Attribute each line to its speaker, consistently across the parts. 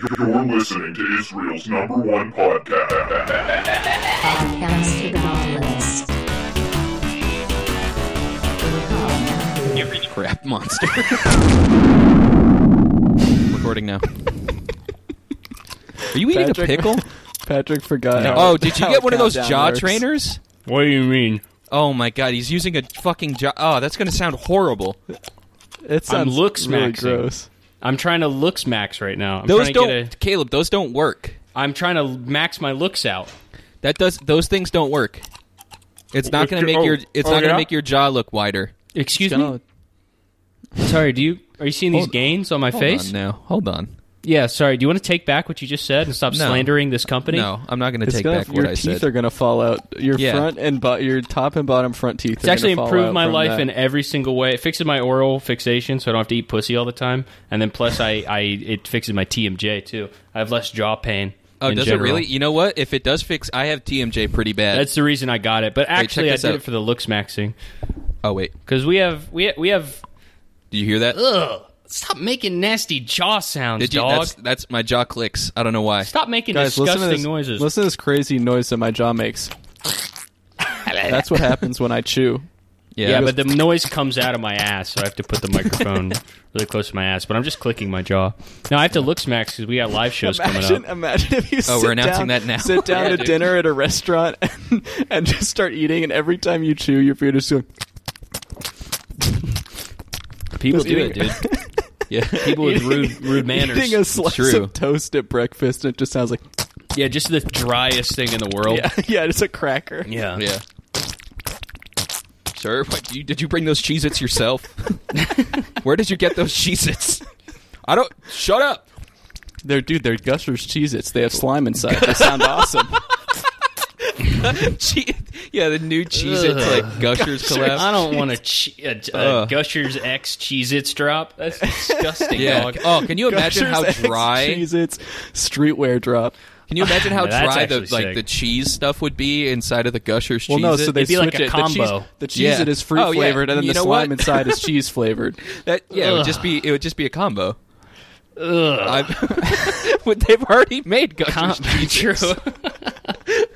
Speaker 1: You're listening to Israel's number one podcast.
Speaker 2: Podcast to the Nautilus.
Speaker 3: Every crap monster. Recording now. Are you eating
Speaker 4: Patrick-
Speaker 3: a pickle?
Speaker 4: Patrick forgot. how-
Speaker 3: Oh, did you
Speaker 4: how
Speaker 3: get one of those
Speaker 4: countdown
Speaker 3: jaw
Speaker 4: works.
Speaker 3: trainers?
Speaker 5: What do you mean?
Speaker 3: Oh my god, he's using a fucking jaw. Oh, that's gonna sound horrible.
Speaker 4: It sounds
Speaker 5: look
Speaker 4: really
Speaker 5: smaxing.
Speaker 4: gross.
Speaker 5: I'm trying to looks max right now. I'm
Speaker 3: Those
Speaker 5: trying to
Speaker 3: don't,
Speaker 5: get a,
Speaker 3: Caleb. Those don't work.
Speaker 5: I'm trying to max my looks out.
Speaker 3: That does. Those things don't work. It's not gonna make
Speaker 5: Oh,
Speaker 3: your. It's
Speaker 5: oh,
Speaker 3: not gonna
Speaker 5: yeah?
Speaker 3: make your jaw look wider.
Speaker 5: Excuse
Speaker 4: Gonna-
Speaker 5: me. Sorry. Do you are you seeing these
Speaker 3: Hold-
Speaker 5: gains on my
Speaker 3: Hold
Speaker 5: face?
Speaker 3: on now. Hold on.
Speaker 5: Yeah. Sorry. Do you want to take back what you just said and stop
Speaker 3: No.
Speaker 5: slandering this company?
Speaker 3: No, I'm not gonna
Speaker 4: it's
Speaker 3: take
Speaker 4: gonna,
Speaker 3: back
Speaker 4: your
Speaker 3: what I
Speaker 4: teeth
Speaker 3: said.
Speaker 4: are gonna fall out. Your
Speaker 3: Yeah.
Speaker 4: front and bo- your top and bottom front teeth.
Speaker 5: It's actually improved my life in every single way. It fixes my oral fixation, so I don't have to eat pussy all the time. And then plus, I, I it fixes my TMJ too. I have less jaw pain.
Speaker 3: oh,
Speaker 5: in
Speaker 3: does
Speaker 5: general.
Speaker 3: it really? You know what? If it does fix, I have TMJ pretty bad.
Speaker 5: That's the reason I got it. But
Speaker 3: check
Speaker 5: actually, I
Speaker 3: this
Speaker 5: did
Speaker 3: out.
Speaker 5: it for the looks maxing
Speaker 3: oh wait,
Speaker 5: because we have we we have
Speaker 3: do you hear that?
Speaker 5: Ugh. Stop making nasty jaw sounds,
Speaker 3: Did you?
Speaker 5: dog.
Speaker 3: That's, that's my jaw clicks. I don't know why.
Speaker 5: Stop making
Speaker 4: Guys, listen
Speaker 5: disgusting
Speaker 4: to this,
Speaker 5: noises.
Speaker 4: Listen to this crazy noise that my jaw makes. That's what happens when I chew.
Speaker 3: Yeah,
Speaker 5: yeah, but the noise comes out of my ass, so I have to put the microphone really close to my ass. But I'm just clicking my jaw. Now I have to look smacks because we got live shows
Speaker 4: Imagine,
Speaker 5: coming up.
Speaker 4: imagine if you
Speaker 3: Oh,
Speaker 4: sit
Speaker 3: we're announcing
Speaker 4: down,
Speaker 3: that now.
Speaker 4: sit down
Speaker 3: Yeah,
Speaker 4: to
Speaker 3: dude.
Speaker 4: dinner at a restaurant and, and just start eating, and every time you chew, your food is going.
Speaker 5: People
Speaker 4: Just
Speaker 5: do it,
Speaker 4: eating-
Speaker 5: dude.
Speaker 3: yeah.
Speaker 5: People with rude, rude
Speaker 4: Eating a
Speaker 5: manners.
Speaker 4: slice
Speaker 3: True.
Speaker 4: of toast at breakfast, and it just sounds like
Speaker 5: Yeah, just the driest thing in the world.
Speaker 4: yeah, yeah, it's a cracker.
Speaker 5: Yeah.
Speaker 3: yeah. Sir, what, you, did you bring those Cheez-Its yourself? Where did you get those Cheez-Its? I don't. Shut up.
Speaker 4: They're dude, they're Gushers Cheez-Its. They have slime inside. They sound awesome.
Speaker 3: Che- yeah, the new Cheez-Its
Speaker 5: Ugh.
Speaker 3: like Gushers collab.
Speaker 5: I don't want a, che- a, a
Speaker 3: Ugh.
Speaker 5: Gushers X Cheez Its drop. That's disgusting,
Speaker 3: Yeah.
Speaker 5: dog.
Speaker 3: Oh, can you imagine
Speaker 4: Gushers X
Speaker 3: how dry?
Speaker 4: Cheez-Its streetwear drop.
Speaker 3: Can you imagine how
Speaker 5: Yeah, that's
Speaker 3: dry the
Speaker 5: actually
Speaker 3: like
Speaker 5: sick.
Speaker 3: the cheese stuff would be inside of the Gushers
Speaker 4: Well,
Speaker 3: Cheez-It?
Speaker 4: no, so they
Speaker 5: It'd be like
Speaker 4: switch
Speaker 5: a
Speaker 4: it. The
Speaker 5: combo.
Speaker 4: cheese, the cheese
Speaker 3: Yeah.
Speaker 4: it is fruit
Speaker 3: Oh, yeah.
Speaker 4: flavored, and then
Speaker 3: You
Speaker 4: the
Speaker 3: know what?
Speaker 4: slime inside is cheese flavored.
Speaker 3: that yeah, it would just be it would just be a combo. I- But they've already made Gushers
Speaker 5: Com-
Speaker 3: Cheez-Its.
Speaker 5: True.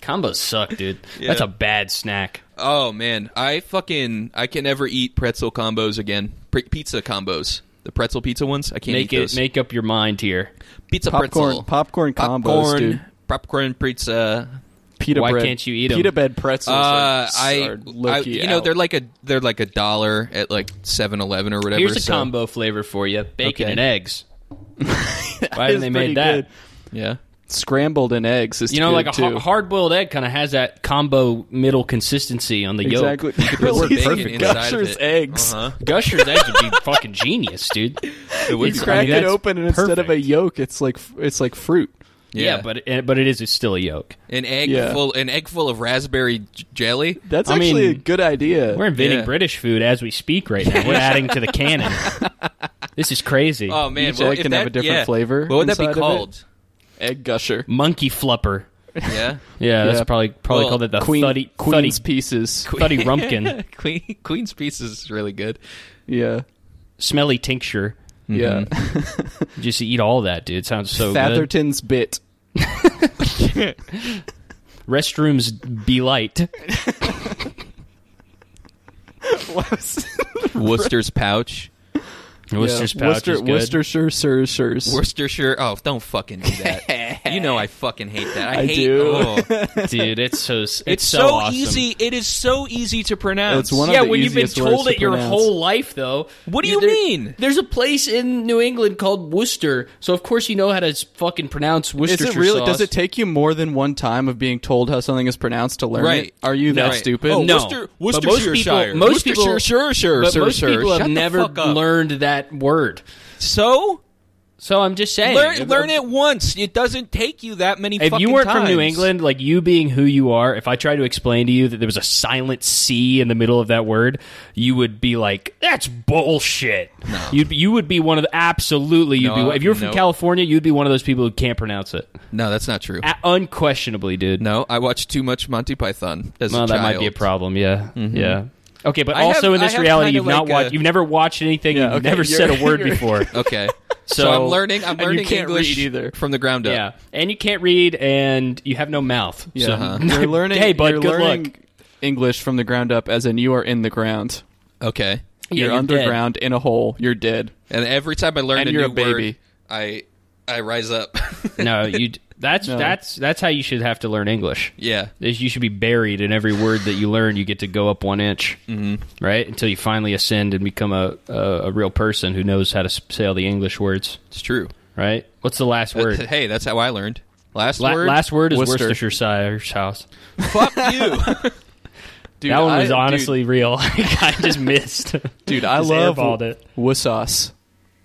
Speaker 5: Combos suck, dude. That's a bad snack.
Speaker 3: Oh man, I fucking I can never eat pretzel combos again. P- pizza combos, the pretzel pizza ones. I can't
Speaker 5: Make
Speaker 3: eat
Speaker 5: it
Speaker 3: those.
Speaker 5: make up your mind here.
Speaker 3: pizza
Speaker 4: Popcorn,
Speaker 3: pretzel,
Speaker 4: popcorn combos,
Speaker 3: popcorn,
Speaker 4: dude.
Speaker 3: popcorn pizza.
Speaker 4: Pita
Speaker 5: Why
Speaker 4: bread.
Speaker 5: can't you eat 'em?
Speaker 4: Pita bread pretzels?
Speaker 3: Uh,
Speaker 4: are,
Speaker 3: I,
Speaker 4: are
Speaker 3: I,
Speaker 4: low-key
Speaker 3: you know,
Speaker 4: out.
Speaker 3: they're like a they're like a dollar at like 7-Eleven or whatever.
Speaker 5: Here's a
Speaker 3: so-
Speaker 5: combo flavor for you: bacon
Speaker 3: Okay.
Speaker 5: and eggs. Why
Speaker 4: is
Speaker 5: didn't they
Speaker 4: pretty
Speaker 5: made that?
Speaker 4: good.
Speaker 3: Yeah,
Speaker 4: scrambled and eggs. Is
Speaker 5: You know,
Speaker 4: good
Speaker 5: like a
Speaker 4: too.
Speaker 5: hard boiled egg kind of has that combo middle consistency on the
Speaker 4: exactly.
Speaker 5: yolk.
Speaker 4: You could
Speaker 3: Put
Speaker 4: really
Speaker 3: bacon
Speaker 4: perfect
Speaker 3: inside of
Speaker 4: Gushers
Speaker 3: it.
Speaker 4: eggs.
Speaker 3: Uh-huh.
Speaker 5: Gushers eggs would be fucking genius, dude.
Speaker 3: It would
Speaker 4: You
Speaker 3: be-
Speaker 5: cra-
Speaker 4: crack
Speaker 5: mean,
Speaker 4: it
Speaker 5: that's
Speaker 4: open, and instead of a
Speaker 5: perfect.
Speaker 4: yolk, it's like it's like fruit.
Speaker 3: yeah,
Speaker 5: Yeah,
Speaker 3: but
Speaker 5: but it, but it is it's still a yolk.
Speaker 3: an egg
Speaker 4: Yeah.
Speaker 3: full an egg full of raspberry j- jelly.
Speaker 4: That's
Speaker 5: I
Speaker 4: actually a
Speaker 5: mean,
Speaker 4: good idea.
Speaker 5: We're inventing
Speaker 3: Yeah.
Speaker 5: British food as we speak right now. We're adding to the canon. This is crazy.
Speaker 3: Oh man,
Speaker 4: Each
Speaker 3: well,
Speaker 4: egg
Speaker 3: if
Speaker 4: can
Speaker 3: that,
Speaker 4: have a different
Speaker 3: yeah.
Speaker 4: flavor
Speaker 3: What would that
Speaker 4: inside
Speaker 3: be
Speaker 4: of it.
Speaker 3: called?
Speaker 4: egg gusher.
Speaker 5: Monkey flupper.
Speaker 3: Yeah,
Speaker 5: Yeah,
Speaker 4: Yeah.
Speaker 5: that's probably probably
Speaker 3: Well,
Speaker 5: called it the
Speaker 4: Queen,
Speaker 5: thuddy
Speaker 4: Queen's
Speaker 5: thuddy,
Speaker 4: pieces.
Speaker 5: thuddy rumpkin,
Speaker 3: Queen, Queen's piece is really good.
Speaker 4: Yeah.
Speaker 5: smelly tincture.
Speaker 4: Yeah.
Speaker 5: You Just eat all that, dude. Sounds Mm-hmm. so good.
Speaker 4: Atherton's bit.
Speaker 5: Restrooms be light.
Speaker 3: Worcester's pouch.
Speaker 5: Worcester's
Speaker 4: Yeah.
Speaker 5: pouch
Speaker 4: Worcester,
Speaker 5: is good.
Speaker 4: Worcestershire, sir, sirs.
Speaker 3: Worcestershire. Oh, don't fucking do that. you know I fucking hate that. I,
Speaker 4: I
Speaker 3: hate.
Speaker 4: do.
Speaker 3: oh. It's,
Speaker 5: dude. It's so it's, so,
Speaker 3: so
Speaker 5: awesome.
Speaker 3: easy. It is so easy to pronounce.
Speaker 4: It's one of
Speaker 5: Yeah,
Speaker 4: the
Speaker 5: when you've been
Speaker 4: easiest words
Speaker 5: told
Speaker 4: to
Speaker 5: it your
Speaker 4: pronounce.
Speaker 5: whole life, though.
Speaker 3: What do
Speaker 5: you-
Speaker 3: you
Speaker 5: there-
Speaker 3: mean?
Speaker 5: There's a place in New England called Worcester, so of course you know how to s- fucking pronounce
Speaker 4: Is
Speaker 5: Worcestershire
Speaker 4: it really?
Speaker 5: sauce.
Speaker 4: Does it take you more than one time of being told how something is pronounced to learn
Speaker 3: Right.
Speaker 4: it? Are you that
Speaker 3: Right.
Speaker 4: stupid?
Speaker 3: Oh,
Speaker 5: no,
Speaker 3: Worcester-
Speaker 5: But
Speaker 3: Worcestershire.
Speaker 5: Most people, most people,
Speaker 3: Worcestershire, sure,
Speaker 5: but
Speaker 3: sure,
Speaker 5: most
Speaker 3: sure.
Speaker 5: people
Speaker 3: Shut
Speaker 5: have
Speaker 3: the
Speaker 5: never
Speaker 3: fuck up.
Speaker 5: learned that word.
Speaker 3: so
Speaker 5: So I'm just saying,
Speaker 3: learn, learn it once. It doesn't take you that many.
Speaker 5: If you
Speaker 3: fucking
Speaker 5: weren't from New
Speaker 3: times.
Speaker 5: England, like you being who you are, if I tried to explain to you that there was a silent C in the middle of that word, you would be like, "That's bullshit." You'd be- you would be one of the absolutely. You'd
Speaker 3: No,
Speaker 5: be if you're from
Speaker 3: no.
Speaker 5: California, you'd be one of those people who can't pronounce it
Speaker 3: no, that's not true.
Speaker 5: A- unquestionably, dude.
Speaker 3: no, I watched too much Monty Python as
Speaker 5: Well,
Speaker 3: a
Speaker 5: that
Speaker 3: child.
Speaker 5: might be a problem. Yeah, yeah. Okay, but
Speaker 3: I
Speaker 5: also
Speaker 3: have-
Speaker 5: in
Speaker 3: I
Speaker 5: this
Speaker 3: have
Speaker 5: reality,
Speaker 3: kinda
Speaker 5: you've not
Speaker 3: like
Speaker 5: watched,
Speaker 3: a-
Speaker 5: you've never watched anything,
Speaker 4: Yeah,
Speaker 5: you've
Speaker 4: okay,
Speaker 5: never
Speaker 4: you're-
Speaker 5: said a word
Speaker 4: you're-
Speaker 5: before.
Speaker 3: Okay,
Speaker 5: So,
Speaker 3: So I'm learning. I'm
Speaker 4: you
Speaker 3: learning
Speaker 4: can't
Speaker 3: English
Speaker 4: read either.
Speaker 3: from the ground up.
Speaker 5: Yeah, and you can't read, and you have no mouth.
Speaker 4: Yeah,
Speaker 5: so-
Speaker 4: you're learning.
Speaker 5: hey, bud,
Speaker 4: you're
Speaker 5: good
Speaker 4: learning
Speaker 5: luck.
Speaker 4: English from the ground up, as in you are in the ground.
Speaker 3: Okay.
Speaker 5: Yeah,
Speaker 4: you're,
Speaker 5: you're dead.
Speaker 4: underground in a hole. You're dead.
Speaker 3: And every time I learn
Speaker 4: And
Speaker 3: a
Speaker 4: you're
Speaker 3: new
Speaker 4: a baby.
Speaker 3: word, I I rise up.
Speaker 5: No, you. That's
Speaker 4: No.
Speaker 5: that's that's how you should have to learn English.
Speaker 3: yeah.
Speaker 5: Is You should be buried in every word that you learn. You get to go up one inch, mm-hmm. right, until you finally ascend and become a, a a real person who knows how to s- say all the English words.
Speaker 3: It's true.
Speaker 5: Right? What's the last
Speaker 3: That-
Speaker 5: word?
Speaker 3: hey, that's how I learned. Last
Speaker 5: La-
Speaker 3: word.
Speaker 5: last word is
Speaker 4: Worcester.
Speaker 5: Worceshire's house.
Speaker 3: Fuck you.
Speaker 4: Dude,
Speaker 5: that one was
Speaker 4: I-
Speaker 5: honestly real. I just missed.
Speaker 4: dude. dude I
Speaker 5: just
Speaker 4: love
Speaker 5: airballed it.
Speaker 4: Wussauce.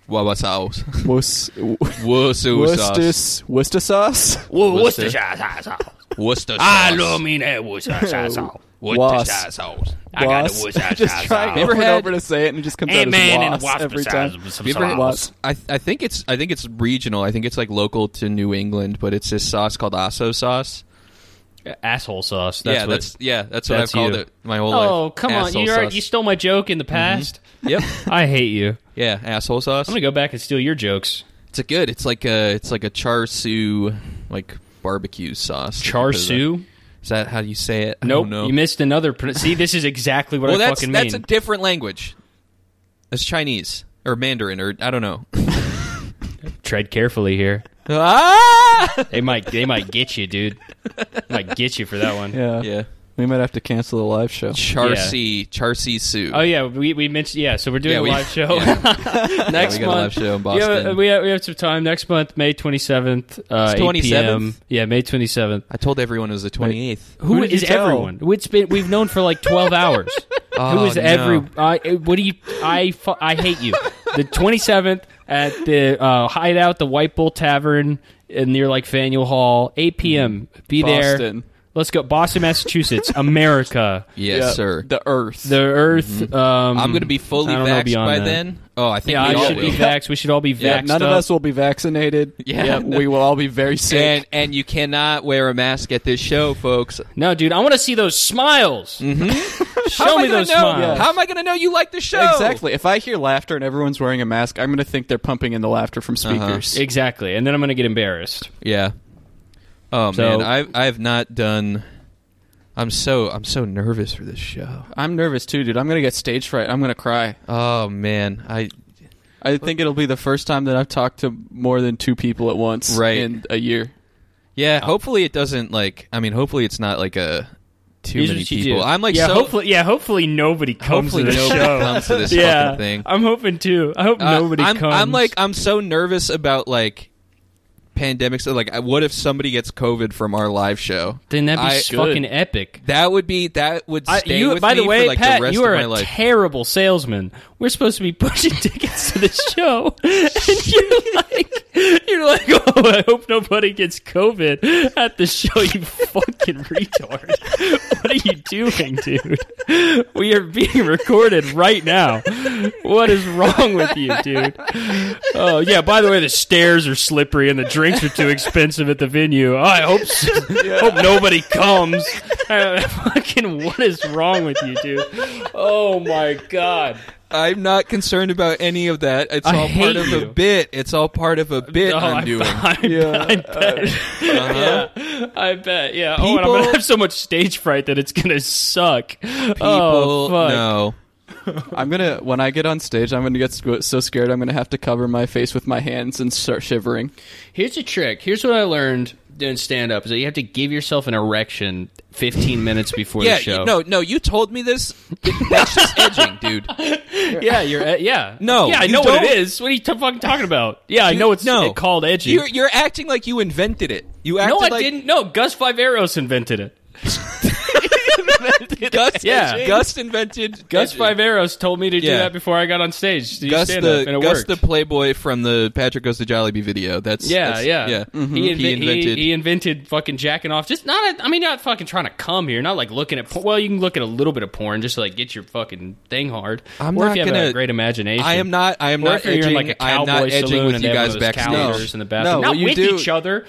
Speaker 3: What was house?
Speaker 4: Wuss.
Speaker 3: Worcester sauce.
Speaker 4: Worcester. Worcester sauce.
Speaker 3: Worcestershire
Speaker 5: house.
Speaker 3: Worcester
Speaker 5: I
Speaker 3: sauce.
Speaker 5: love me that Worceshire's house.
Speaker 3: Worcestershire sauce.
Speaker 5: I got
Speaker 4: Wuss.
Speaker 5: the Worcestershire
Speaker 4: Just trying
Speaker 5: sauce.
Speaker 4: over and
Speaker 3: Ever had-
Speaker 4: over to say it, and it just comes out
Speaker 5: Ant-Man and
Speaker 4: as Wuss every
Speaker 5: Wasp-a-size
Speaker 4: time.
Speaker 5: with some
Speaker 3: You ever had-
Speaker 5: sauce.
Speaker 3: I I think it's I think it's regional. I think it's like local to New England, but it's this sauce called asso sauce.
Speaker 5: Asshole sauce.
Speaker 3: yeah,
Speaker 5: what-
Speaker 3: that's yeah, that's what
Speaker 5: that's
Speaker 3: I've called
Speaker 5: you.
Speaker 3: it my whole life.
Speaker 5: Oh, come on.
Speaker 3: Asshole
Speaker 5: You, already-
Speaker 3: sauce.
Speaker 5: you stole my joke in the past.
Speaker 3: Yep.
Speaker 5: I hate you.
Speaker 3: Yeah, asshole sauce.
Speaker 5: I'm going to go back and steal your jokes.
Speaker 3: It's a good. It's like a it's like a char siu like barbecue sauce.
Speaker 5: Char
Speaker 3: Is that-
Speaker 5: siu?
Speaker 3: Is that how you say it? I
Speaker 5: Nope.
Speaker 3: don't know.
Speaker 5: You missed another. Pr- See, this is exactly what
Speaker 3: well,
Speaker 5: I
Speaker 3: that's
Speaker 5: fucking
Speaker 3: that's a
Speaker 5: mean.
Speaker 3: different language. That's Chinese or Mandarin or I don't know.
Speaker 5: Tread carefully here.
Speaker 3: ah!
Speaker 5: They might they might get you, dude. might get you for that one.
Speaker 4: Yeah.
Speaker 3: Yeah.
Speaker 4: we might have to cancel the live show.
Speaker 3: Char
Speaker 5: Yeah.
Speaker 3: si char si su.
Speaker 5: Oh yeah, we, we mentioned yeah. So we're doing
Speaker 3: Yeah,
Speaker 5: a
Speaker 3: we-
Speaker 5: live show
Speaker 3: yeah.
Speaker 5: next
Speaker 3: we got a
Speaker 5: month.
Speaker 3: live show in
Speaker 5: Yeah,
Speaker 3: Boston.
Speaker 5: we have, we have some time next month, May twenty seventh. Uh,
Speaker 3: It's
Speaker 5: 8 p.m.
Speaker 3: 27th?
Speaker 5: Yeah, May twenty seventh.
Speaker 3: I told everyone it was the twenty eighth.
Speaker 5: Who
Speaker 4: did you
Speaker 5: is
Speaker 4: tell? Oh,
Speaker 5: everyone? It's been we've known for like twelve hours. Who is
Speaker 3: no.
Speaker 5: every? I what do you? I fu- I hate you. The twenty seventh at the uh, hideout, the White Bull Tavern in near like Faneuil Hall, eight p.m. Be
Speaker 4: Boston.
Speaker 5: there. Let's go, Boston, Massachusetts, America,
Speaker 3: Yes,
Speaker 4: Yeah,
Speaker 3: sir.
Speaker 4: The Earth.
Speaker 5: the Earth. Um,
Speaker 3: I'm going to be fully
Speaker 5: I don't know
Speaker 3: vaxxed
Speaker 5: beyond
Speaker 3: by
Speaker 5: that.
Speaker 3: then. Oh, I think
Speaker 5: Yeah,
Speaker 3: we
Speaker 5: I
Speaker 3: all
Speaker 5: should
Speaker 3: will.
Speaker 5: be vaxxed. We should all be vaxxed.
Speaker 4: yeah, none of
Speaker 5: up.
Speaker 4: us will be vaccinated.
Speaker 3: Yeah.
Speaker 4: we will all be very sick.
Speaker 3: and and you cannot wear a mask at this show, folks.
Speaker 5: No, dude, I want to see those smiles.
Speaker 3: Mm-hmm. How
Speaker 5: Show
Speaker 3: am I
Speaker 5: me
Speaker 3: gonna
Speaker 5: those
Speaker 3: know?
Speaker 5: smiles.
Speaker 3: How am I going to know you like the show?
Speaker 4: Exactly. If I hear laughter and everyone's wearing a mask, I'm going to think they're pumping in the laughter from speakers.
Speaker 5: Exactly, and then I'm going to get embarrassed.
Speaker 3: Yeah. Oh
Speaker 5: So-
Speaker 3: man, I've I've not done. I'm so I'm so nervous for this show.
Speaker 4: I'm nervous too, dude. I'm going to get stage fright. I'm going to cry.
Speaker 3: Oh man, I
Speaker 4: I think it'll be the first time that I've talked to more than two people at once
Speaker 3: Right.
Speaker 4: in a year.
Speaker 5: Uh,
Speaker 3: yeah. Hopefully it doesn't like. I mean, hopefully it's not like a too
Speaker 5: Here's
Speaker 3: many
Speaker 5: what you
Speaker 3: people.
Speaker 5: do.
Speaker 3: I'm like
Speaker 5: yeah,
Speaker 3: so.
Speaker 5: hopefully, yeah, hopefully nobody comes
Speaker 3: hopefully
Speaker 5: to the
Speaker 3: nobody
Speaker 5: show.
Speaker 3: comes to this
Speaker 5: yeah,
Speaker 3: fucking thing.
Speaker 5: I'm hoping too. I hope
Speaker 3: Uh,
Speaker 5: nobody
Speaker 3: I'm,
Speaker 5: comes.
Speaker 3: I'm like I'm so nervous about like pandemics. So, Like, I- what if somebody gets COVID from our live show?
Speaker 5: then that'd be
Speaker 3: I-
Speaker 5: fucking epic.
Speaker 3: That would be that would
Speaker 5: I,
Speaker 3: stay
Speaker 5: you,
Speaker 3: with
Speaker 5: by
Speaker 3: me
Speaker 5: the way,
Speaker 3: for like
Speaker 5: Pat,
Speaker 3: the rest
Speaker 5: you are
Speaker 3: of my
Speaker 5: a
Speaker 3: life.
Speaker 5: terrible salesman. We're supposed to be pushing tickets to the show, and you're like, you're like, oh, I hope nobody gets COVID at the show. You fucking retard! What are you doing, dude? We are being recorded right now. What is wrong with you, dude? Oh yeah. By the way, the stairs are slippery and the drinks are too expensive at the venue. Oh, I hope s hope nobody comes. Uh, fucking what is wrong with you, dude? Oh my god.
Speaker 3: I'm not concerned about any of that. It's
Speaker 5: I
Speaker 3: all part
Speaker 5: hate
Speaker 3: of
Speaker 5: you.
Speaker 3: a bit. It's all part of a bit
Speaker 5: Oh,
Speaker 3: I'm
Speaker 5: I-
Speaker 3: doing.
Speaker 5: I,
Speaker 4: Yeah.
Speaker 5: I bet. Yeah, I bet. Yeah. oh, and I'm gonna
Speaker 3: Uh-huh. People-
Speaker 5: have so much stage fright that it's gonna suck.
Speaker 3: People
Speaker 5: oh, fuck.
Speaker 3: no.
Speaker 4: I'm gonna when I get on stage, I'm gonna get squ- so scared. I'm gonna have to cover my face with my hands and start shivering.
Speaker 5: Here's a trick. Here's what I learned doing stand up is that you have to give yourself an erection 15 minutes before
Speaker 3: Yeah,
Speaker 5: the show.
Speaker 3: you- no, no. You told me this. That's just edging, dude.
Speaker 5: Yeah, you're. uh, yeah,
Speaker 3: No,
Speaker 5: Yeah, I
Speaker 3: you
Speaker 5: know what
Speaker 3: don't.
Speaker 5: it is. What are you t- fucking talking about? Yeah, I know it's
Speaker 3: no.
Speaker 5: it called edgy.
Speaker 3: You're, you're acting like you invented it. You acted
Speaker 5: no, I
Speaker 3: like
Speaker 5: didn't. No, Gus Viveros invented it.
Speaker 3: Gus,
Speaker 5: Yeah.
Speaker 3: Gus invented
Speaker 5: Gus
Speaker 3: edging.
Speaker 5: Viveros told me to do
Speaker 3: Yeah.
Speaker 5: that before I got on stage. To do
Speaker 3: Gus
Speaker 5: stand-up,
Speaker 3: the
Speaker 5: and it
Speaker 3: Gus
Speaker 5: worked.
Speaker 3: the Playboy from the Patrick Goes to Jollibee video. That's
Speaker 5: yeah,
Speaker 3: that's-
Speaker 5: yeah, Mm-hmm.
Speaker 3: yeah. Mm-hmm.
Speaker 5: He,
Speaker 3: He
Speaker 5: inven- he-
Speaker 3: invented.
Speaker 5: He, invented fucking jacking off. Just not. A, I mean, not fucking trying to come here. Not like looking at. Por- well, you can look at a little bit of porn just to like get your fucking thing hard.
Speaker 3: I'm
Speaker 5: or if
Speaker 3: not
Speaker 5: you have a
Speaker 3: gonna-
Speaker 5: great imagination.
Speaker 3: I am not. I am
Speaker 5: Or
Speaker 3: not
Speaker 5: if you're in
Speaker 3: edging.
Speaker 5: like a
Speaker 3: I am
Speaker 5: cowboy
Speaker 3: not edging
Speaker 5: saloon
Speaker 3: with
Speaker 5: and
Speaker 3: you
Speaker 5: they have
Speaker 3: guys
Speaker 5: those
Speaker 3: backstage.
Speaker 5: calendars in the bathroom,
Speaker 4: No,
Speaker 5: not
Speaker 4: what you
Speaker 5: with
Speaker 4: do-
Speaker 5: each other.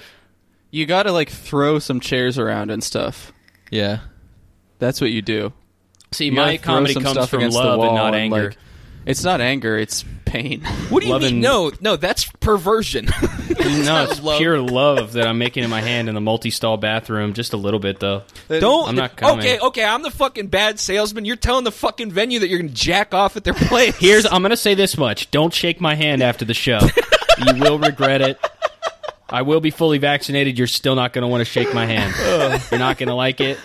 Speaker 4: You gotta like throw some chairs around and stuff.
Speaker 3: Yeah.
Speaker 4: That's what you do.
Speaker 5: See,
Speaker 4: gotta
Speaker 5: my
Speaker 4: throw
Speaker 5: comedy
Speaker 4: some
Speaker 5: comes
Speaker 4: stuff
Speaker 5: from
Speaker 4: against the
Speaker 5: love and
Speaker 4: wall
Speaker 5: not
Speaker 4: and,
Speaker 5: anger.
Speaker 4: like- It's not anger, it's pain.
Speaker 3: What do you
Speaker 5: Love
Speaker 3: mean?
Speaker 5: and-
Speaker 3: No, no, that's perversion.
Speaker 5: No, it's
Speaker 3: love.
Speaker 5: pure love that I'm making in my hand in the multi-stall bathroom. Just a little bit though.
Speaker 3: Don't.
Speaker 5: I'm not coming.
Speaker 3: Okay, okay. I'm the fucking bad salesman. You're telling the fucking venue that you're gonna jack off at their place.
Speaker 5: Here's I'm gonna say this much: Don't shake my hand after the show. you will regret it. I will be fully vaccinated. You're still not gonna want to shake my hand. You're not gonna like it.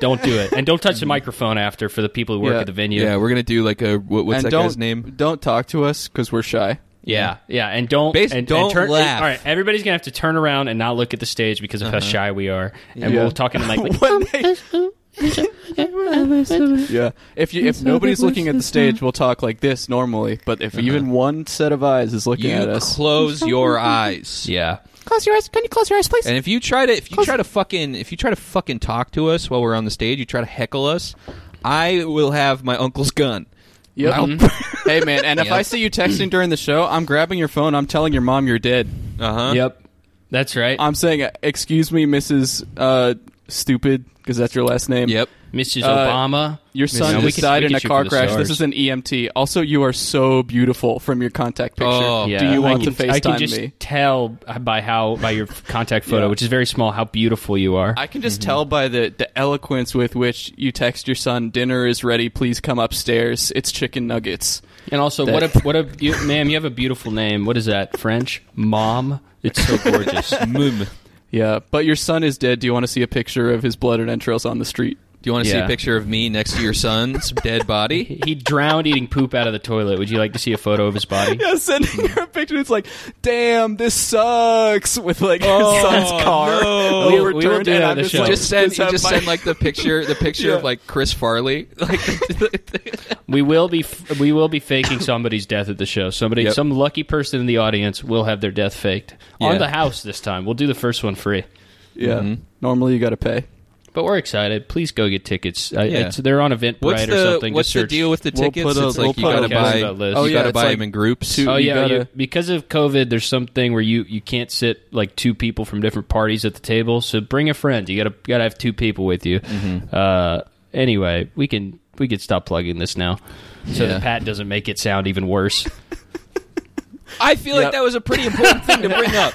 Speaker 5: Don't do it, and don't touch the microphone after for the people who work
Speaker 4: Yeah.
Speaker 5: at the venue.
Speaker 3: Mm-hmm. Yeah, we're gonna do like a what, what's
Speaker 4: and
Speaker 3: that
Speaker 4: don't,
Speaker 3: guy's name?
Speaker 4: Don't talk to us because we're shy.
Speaker 5: Yeah, yeah, and don't
Speaker 3: Bas-
Speaker 5: and,
Speaker 3: don't
Speaker 5: and turn,
Speaker 3: laugh. Uh-huh.
Speaker 5: All right, everybody's gonna have to turn around and not look at the stage because of how shy we are, and
Speaker 4: Yeah.
Speaker 5: we're talking like,
Speaker 4: When they- yeah. If you if nobody's looking at the stage, we'll talk like this normally. But if even one set of eyes is looking at
Speaker 3: You
Speaker 4: us,
Speaker 3: close your eyes.
Speaker 5: yeah,
Speaker 6: Close your eyes. Can you close your eyes, please?
Speaker 3: And if you try to if you try to fucking if you try to fucking talk to us while we're on the stage, you try to heckle us, I will have my uncle's gun.
Speaker 4: Yep.
Speaker 3: I'll-
Speaker 4: hey man, and if
Speaker 3: Yep.
Speaker 4: I see you texting during the show, I'm grabbing your phone. I'm telling your mom you're dead.
Speaker 3: Uh
Speaker 4: Uh-huh.
Speaker 3: huh.
Speaker 5: yep, that's right,
Speaker 4: I'm saying, uh, "Excuse me, Mrs. Uh, stupid," because that's your last name.
Speaker 3: Yep.
Speaker 5: Mrs.
Speaker 4: uh,
Speaker 5: Obama.
Speaker 4: Your son
Speaker 5: No, we
Speaker 4: just
Speaker 5: can-
Speaker 4: died
Speaker 5: we
Speaker 4: in
Speaker 5: can
Speaker 4: a
Speaker 5: shoot
Speaker 4: car
Speaker 5: for the
Speaker 4: crash. This
Speaker 5: stars.
Speaker 4: is an EMT. Also, you are so beautiful from your contact picture.
Speaker 3: Oh,
Speaker 5: Yeah,
Speaker 4: Do you want
Speaker 5: I can,
Speaker 4: to
Speaker 5: I
Speaker 4: FaceTime
Speaker 5: can just
Speaker 4: me?
Speaker 5: tell by how by your contact photo,
Speaker 4: Yeah.
Speaker 5: which is very small, how beautiful you are.
Speaker 4: I can just tell by the, the eloquence with which you text your son, "Dinner is ready. Please come upstairs. It's chicken nuggets."
Speaker 5: and also, what a what a you, ma'am, you have a beautiful name. What is that? French mom. It's so gorgeous.
Speaker 3: Mum.
Speaker 4: Yeah, but your son is dead. Do you want to see a picture of his blood and entrails on the street?
Speaker 3: Do you want to see
Speaker 5: Yeah.
Speaker 3: a picture of me next to your son's dead body?
Speaker 5: he drowned eating poop out of the toilet. Would you like to see a photo of his body?
Speaker 4: Yeah, sending her a picture. It's like, damn, this sucks. With like his son's car
Speaker 3: no.
Speaker 5: We- we will do that on the show.
Speaker 3: Just send, you just
Speaker 4: my-
Speaker 3: send like the picture, the picture
Speaker 4: Yeah.
Speaker 3: of like Chris Farley. Like,
Speaker 5: We will be f- we will be faking somebody's death at the show. Somebody,
Speaker 3: Yep.
Speaker 5: some lucky person in the audience will have their death faked on
Speaker 3: Yeah.
Speaker 5: the house this time. We'll do the first one free.
Speaker 4: yeah. Hmm. Normally you got to pay.
Speaker 5: But we're excited. Please go get tickets. I,
Speaker 3: Yeah.
Speaker 5: it's, they're on Eventbrite
Speaker 3: what's
Speaker 5: or
Speaker 3: the
Speaker 5: something.
Speaker 3: what's
Speaker 5: Just
Speaker 3: the
Speaker 5: search-
Speaker 3: deal with the
Speaker 4: We'll
Speaker 3: tickets?
Speaker 4: put a-
Speaker 3: it's like
Speaker 4: we'll
Speaker 3: you
Speaker 4: put a
Speaker 3: gotta
Speaker 5: podcast
Speaker 3: buy,
Speaker 5: about this.
Speaker 3: you
Speaker 5: Oh,
Speaker 4: yeah,
Speaker 3: gotta
Speaker 4: it's
Speaker 3: buy
Speaker 4: like
Speaker 3: them in groups.
Speaker 4: two-
Speaker 5: Oh
Speaker 4: You
Speaker 5: yeah,
Speaker 4: gotta-
Speaker 5: you- because of COVID, there's something where you you can't sit like two people from different parties at the table. So bring a friend. You gotta you gotta have two people with you.
Speaker 3: Mm-hmm.
Speaker 5: Uh, anyway, we can we can stop plugging this now, so
Speaker 3: Yeah.
Speaker 5: that Pat doesn't make it sound even worse.
Speaker 3: I feel like that was a pretty important thing to bring up.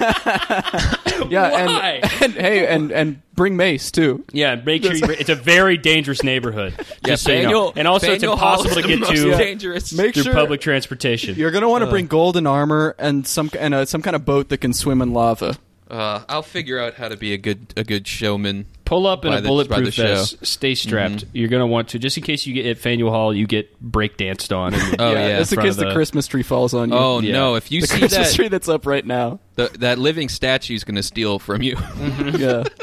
Speaker 4: Yeah,
Speaker 5: Why?
Speaker 4: And, and hey, and and bring Mace too.
Speaker 5: yeah, make sure you, it's a very dangerous neighborhood. Just so you
Speaker 3: Faneuil-
Speaker 5: know. and also it's
Speaker 3: Faneuil Hall
Speaker 5: impossible to
Speaker 3: is the
Speaker 5: get
Speaker 3: most
Speaker 5: to
Speaker 3: dangerous.
Speaker 4: Make
Speaker 5: through
Speaker 4: sure
Speaker 5: public transportation.
Speaker 4: you're gonna want to bring golden armor and some and uh, some kind of boat that can swim in lava.
Speaker 3: Uh, I'll figure out how to be a good a good showman.
Speaker 5: Pull up in
Speaker 3: By
Speaker 5: a
Speaker 3: the- by the Mm-hmm.
Speaker 5: bulletproof
Speaker 3: show.
Speaker 5: vest. Stay strapped. You're gonna want to just in case you get at Faneuil Hall, you get break danced on. And
Speaker 3: Oh yeah.
Speaker 4: just in
Speaker 5: front
Speaker 4: case
Speaker 5: of
Speaker 4: the,
Speaker 5: the-
Speaker 4: Christmas tree falls on you.
Speaker 3: Oh
Speaker 5: Yeah.
Speaker 3: no! If you
Speaker 4: the
Speaker 3: see
Speaker 4: Christmas
Speaker 3: that
Speaker 4: tree that's up right now.
Speaker 3: the, that living statue's going to steal from you.
Speaker 4: Yeah.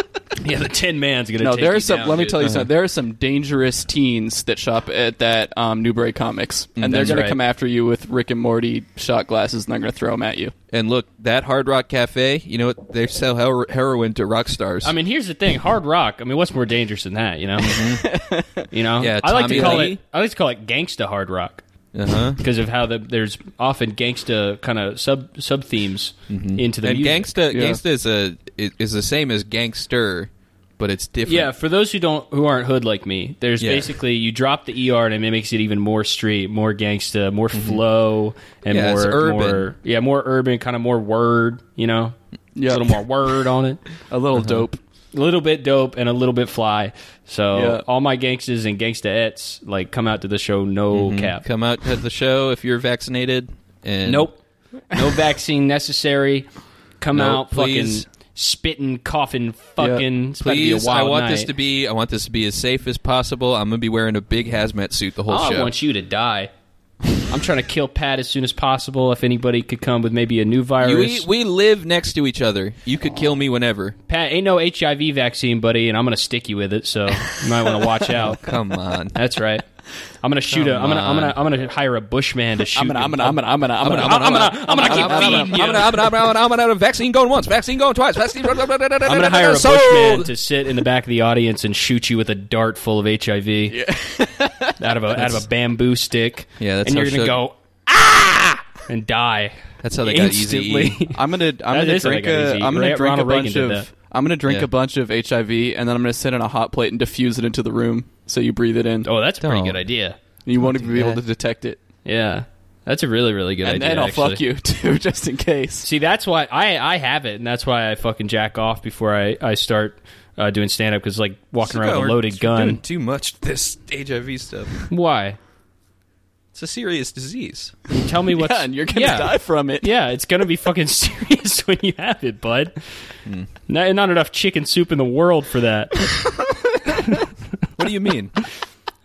Speaker 5: Yeah, the Tin Man's gonna.
Speaker 4: No,
Speaker 5: take
Speaker 4: there
Speaker 5: you
Speaker 4: are some.
Speaker 5: down,
Speaker 4: let me
Speaker 5: dude.
Speaker 4: tell you something. There are some dangerous teens that shop at that um, Newberry Comics, and they're
Speaker 5: Mm, that's
Speaker 4: going
Speaker 5: right.
Speaker 4: to come after you with Rick and Morty shot glasses, and they're going to throw them at you.
Speaker 3: and look, that Hard Rock Cafe, you know what? They sell hero- heroin to rock stars.
Speaker 5: I mean, here's the thing: hard rock. I mean, what's more dangerous than that? You know,
Speaker 4: Mm-hmm.
Speaker 5: you know.
Speaker 3: Yeah,
Speaker 5: I like to
Speaker 3: Tommy
Speaker 5: call
Speaker 3: Lee.
Speaker 5: it. I like to call it gangsta hard rock
Speaker 3: uh-huh.
Speaker 5: because of how the, there's often gangsta kind of sub sub themes into the
Speaker 3: Mm-hmm. and
Speaker 5: music.
Speaker 3: gangsta
Speaker 4: Yeah.
Speaker 3: gangsta is a i- is the same as gangster, but it's different.
Speaker 5: Yeah, for those who don't who aren't hood like me, there's
Speaker 3: Yeah.
Speaker 5: basically you drop the ER and it makes it even more street, more gangsta, more flow, and
Speaker 3: Mm-hmm. Yeah, it's
Speaker 5: more
Speaker 3: urban.
Speaker 5: more yeah, more urban, kind of more word. You know,
Speaker 4: Yeah.
Speaker 5: a little more Mm-hmm. word on it.
Speaker 4: A little dope.
Speaker 5: a little bit dope and a little bit fly. So
Speaker 4: Yeah.
Speaker 5: all my gangsters and gangsteettes like come out to the show no cap.
Speaker 3: Mm-hmm. Come out to the show if you're vaccinated. And
Speaker 5: Nope. No vaccine necessary. Come
Speaker 3: Nope,
Speaker 5: out
Speaker 3: please.
Speaker 5: fucking spitting, coughing, fucking. It's about to be a
Speaker 3: Please, I
Speaker 5: wild
Speaker 3: want
Speaker 5: night.
Speaker 3: this to be I want this to be as safe as possible. I'm gonna be wearing a big hazmat suit the whole
Speaker 5: Oh, I
Speaker 3: show.
Speaker 5: want you to die. I'm trying to kill Pat as soon as possible. If anybody could come with maybe a new virus,
Speaker 3: we, we live next to each other. You could kill me whenever.
Speaker 5: Pat ain't no HIV vaccine, buddy, and I'm gonna stick you with it. So you might want to watch out.
Speaker 3: Come on.
Speaker 5: That's right. I'm gonna shoot a. I'm gonna. I'm gonna. I'm gonna hire a bushman to shoot.
Speaker 4: I'm gonna, I'm
Speaker 5: him.
Speaker 4: gonna, I'm gonna, I'm gonna, I'm gonna,
Speaker 5: I'm gonna, I'm gonna keep
Speaker 3: I'm
Speaker 5: feeding you.
Speaker 3: gonna, I'm gonna, I'm gonna, I'm gonna, vaccine going once, vaccine going twice, vaccine. I'm
Speaker 5: I'm
Speaker 3: gonna
Speaker 5: gonna hire a bushman to sit in the back of the audience and shoot you with a dart full of HIV out of a out of a bamboo stick.
Speaker 3: Yeah, that's
Speaker 5: and
Speaker 3: how
Speaker 5: you're gonna
Speaker 3: shook-
Speaker 5: go ah and die.
Speaker 3: That's how they got
Speaker 5: instantly.
Speaker 3: easy.
Speaker 4: I'm gonna,
Speaker 5: That
Speaker 4: I'm gonna
Speaker 5: is how they
Speaker 4: drink
Speaker 5: got
Speaker 4: a,
Speaker 5: easy.
Speaker 4: I'm gonna
Speaker 5: Ra-
Speaker 4: drink a
Speaker 5: Ronald Reagan
Speaker 4: bunch
Speaker 5: did
Speaker 4: of,
Speaker 5: that.
Speaker 4: I'm gonna drink
Speaker 3: Yeah.
Speaker 4: a bunch of HIV, and then I'm gonna sit on a hot plate and diffuse it into the room so you breathe it in.
Speaker 5: Oh, that's a pretty
Speaker 3: Don't.
Speaker 5: good idea.
Speaker 4: you won't even be able to detect it.
Speaker 5: Yeah, that's a really really good
Speaker 4: and
Speaker 5: idea.
Speaker 4: then I'll
Speaker 5: actually.
Speaker 4: fuck you too, just in case.
Speaker 5: See, that's why I I have it, and that's why I fucking jack off before I I start uh, doing stand up because like walking around with a
Speaker 3: We're-
Speaker 5: loaded
Speaker 3: we're doing
Speaker 5: gun.
Speaker 3: too much to this HIV stuff.
Speaker 5: Why?
Speaker 3: It's a serious disease.
Speaker 5: Tell me what's
Speaker 4: Yeah, and you're gonna
Speaker 5: yeah.
Speaker 4: die from it.
Speaker 5: Yeah, it's gonna be fucking serious when you have it, bud.
Speaker 3: Hmm.
Speaker 5: Not, not enough chicken soup in the world for that.
Speaker 3: What do you mean?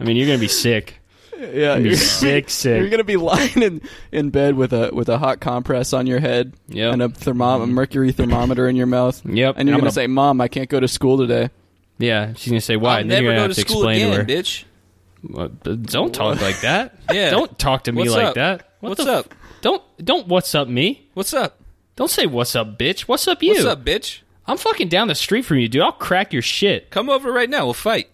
Speaker 5: I mean, you're gonna be sick.
Speaker 4: Yeah,
Speaker 5: You're
Speaker 4: you're,
Speaker 5: sick,
Speaker 4: you're
Speaker 5: sick.
Speaker 4: gonna be lying in, in bed with a with a hot compress on your head
Speaker 5: Yep.
Speaker 4: and a thermo- a mercury thermometer in your mouth.
Speaker 5: Yep,
Speaker 4: and you're
Speaker 5: I'm
Speaker 4: gonna
Speaker 5: gonna-
Speaker 4: say, "Mom, I can't go to school today."
Speaker 5: Yeah, she's gonna say why.
Speaker 3: I'll
Speaker 5: and then
Speaker 3: never
Speaker 5: you're
Speaker 3: go
Speaker 5: gonna
Speaker 3: to
Speaker 5: have to
Speaker 3: school
Speaker 5: explain
Speaker 3: again,
Speaker 5: to her.
Speaker 3: bitch.
Speaker 5: Well, b- Don't talk like that.
Speaker 3: Yeah.
Speaker 5: Don't talk to me
Speaker 3: What's
Speaker 5: like
Speaker 3: up?
Speaker 5: that. What
Speaker 3: What's
Speaker 5: the f-
Speaker 3: up?
Speaker 5: Don't don't what's up me.
Speaker 3: What's up?
Speaker 5: Don't say what's up, bitch. What's up you?
Speaker 3: What's up, bitch?
Speaker 5: I'm fucking down the street from you, dude. I'll crack your shit.
Speaker 3: Come over right now. We'll fight.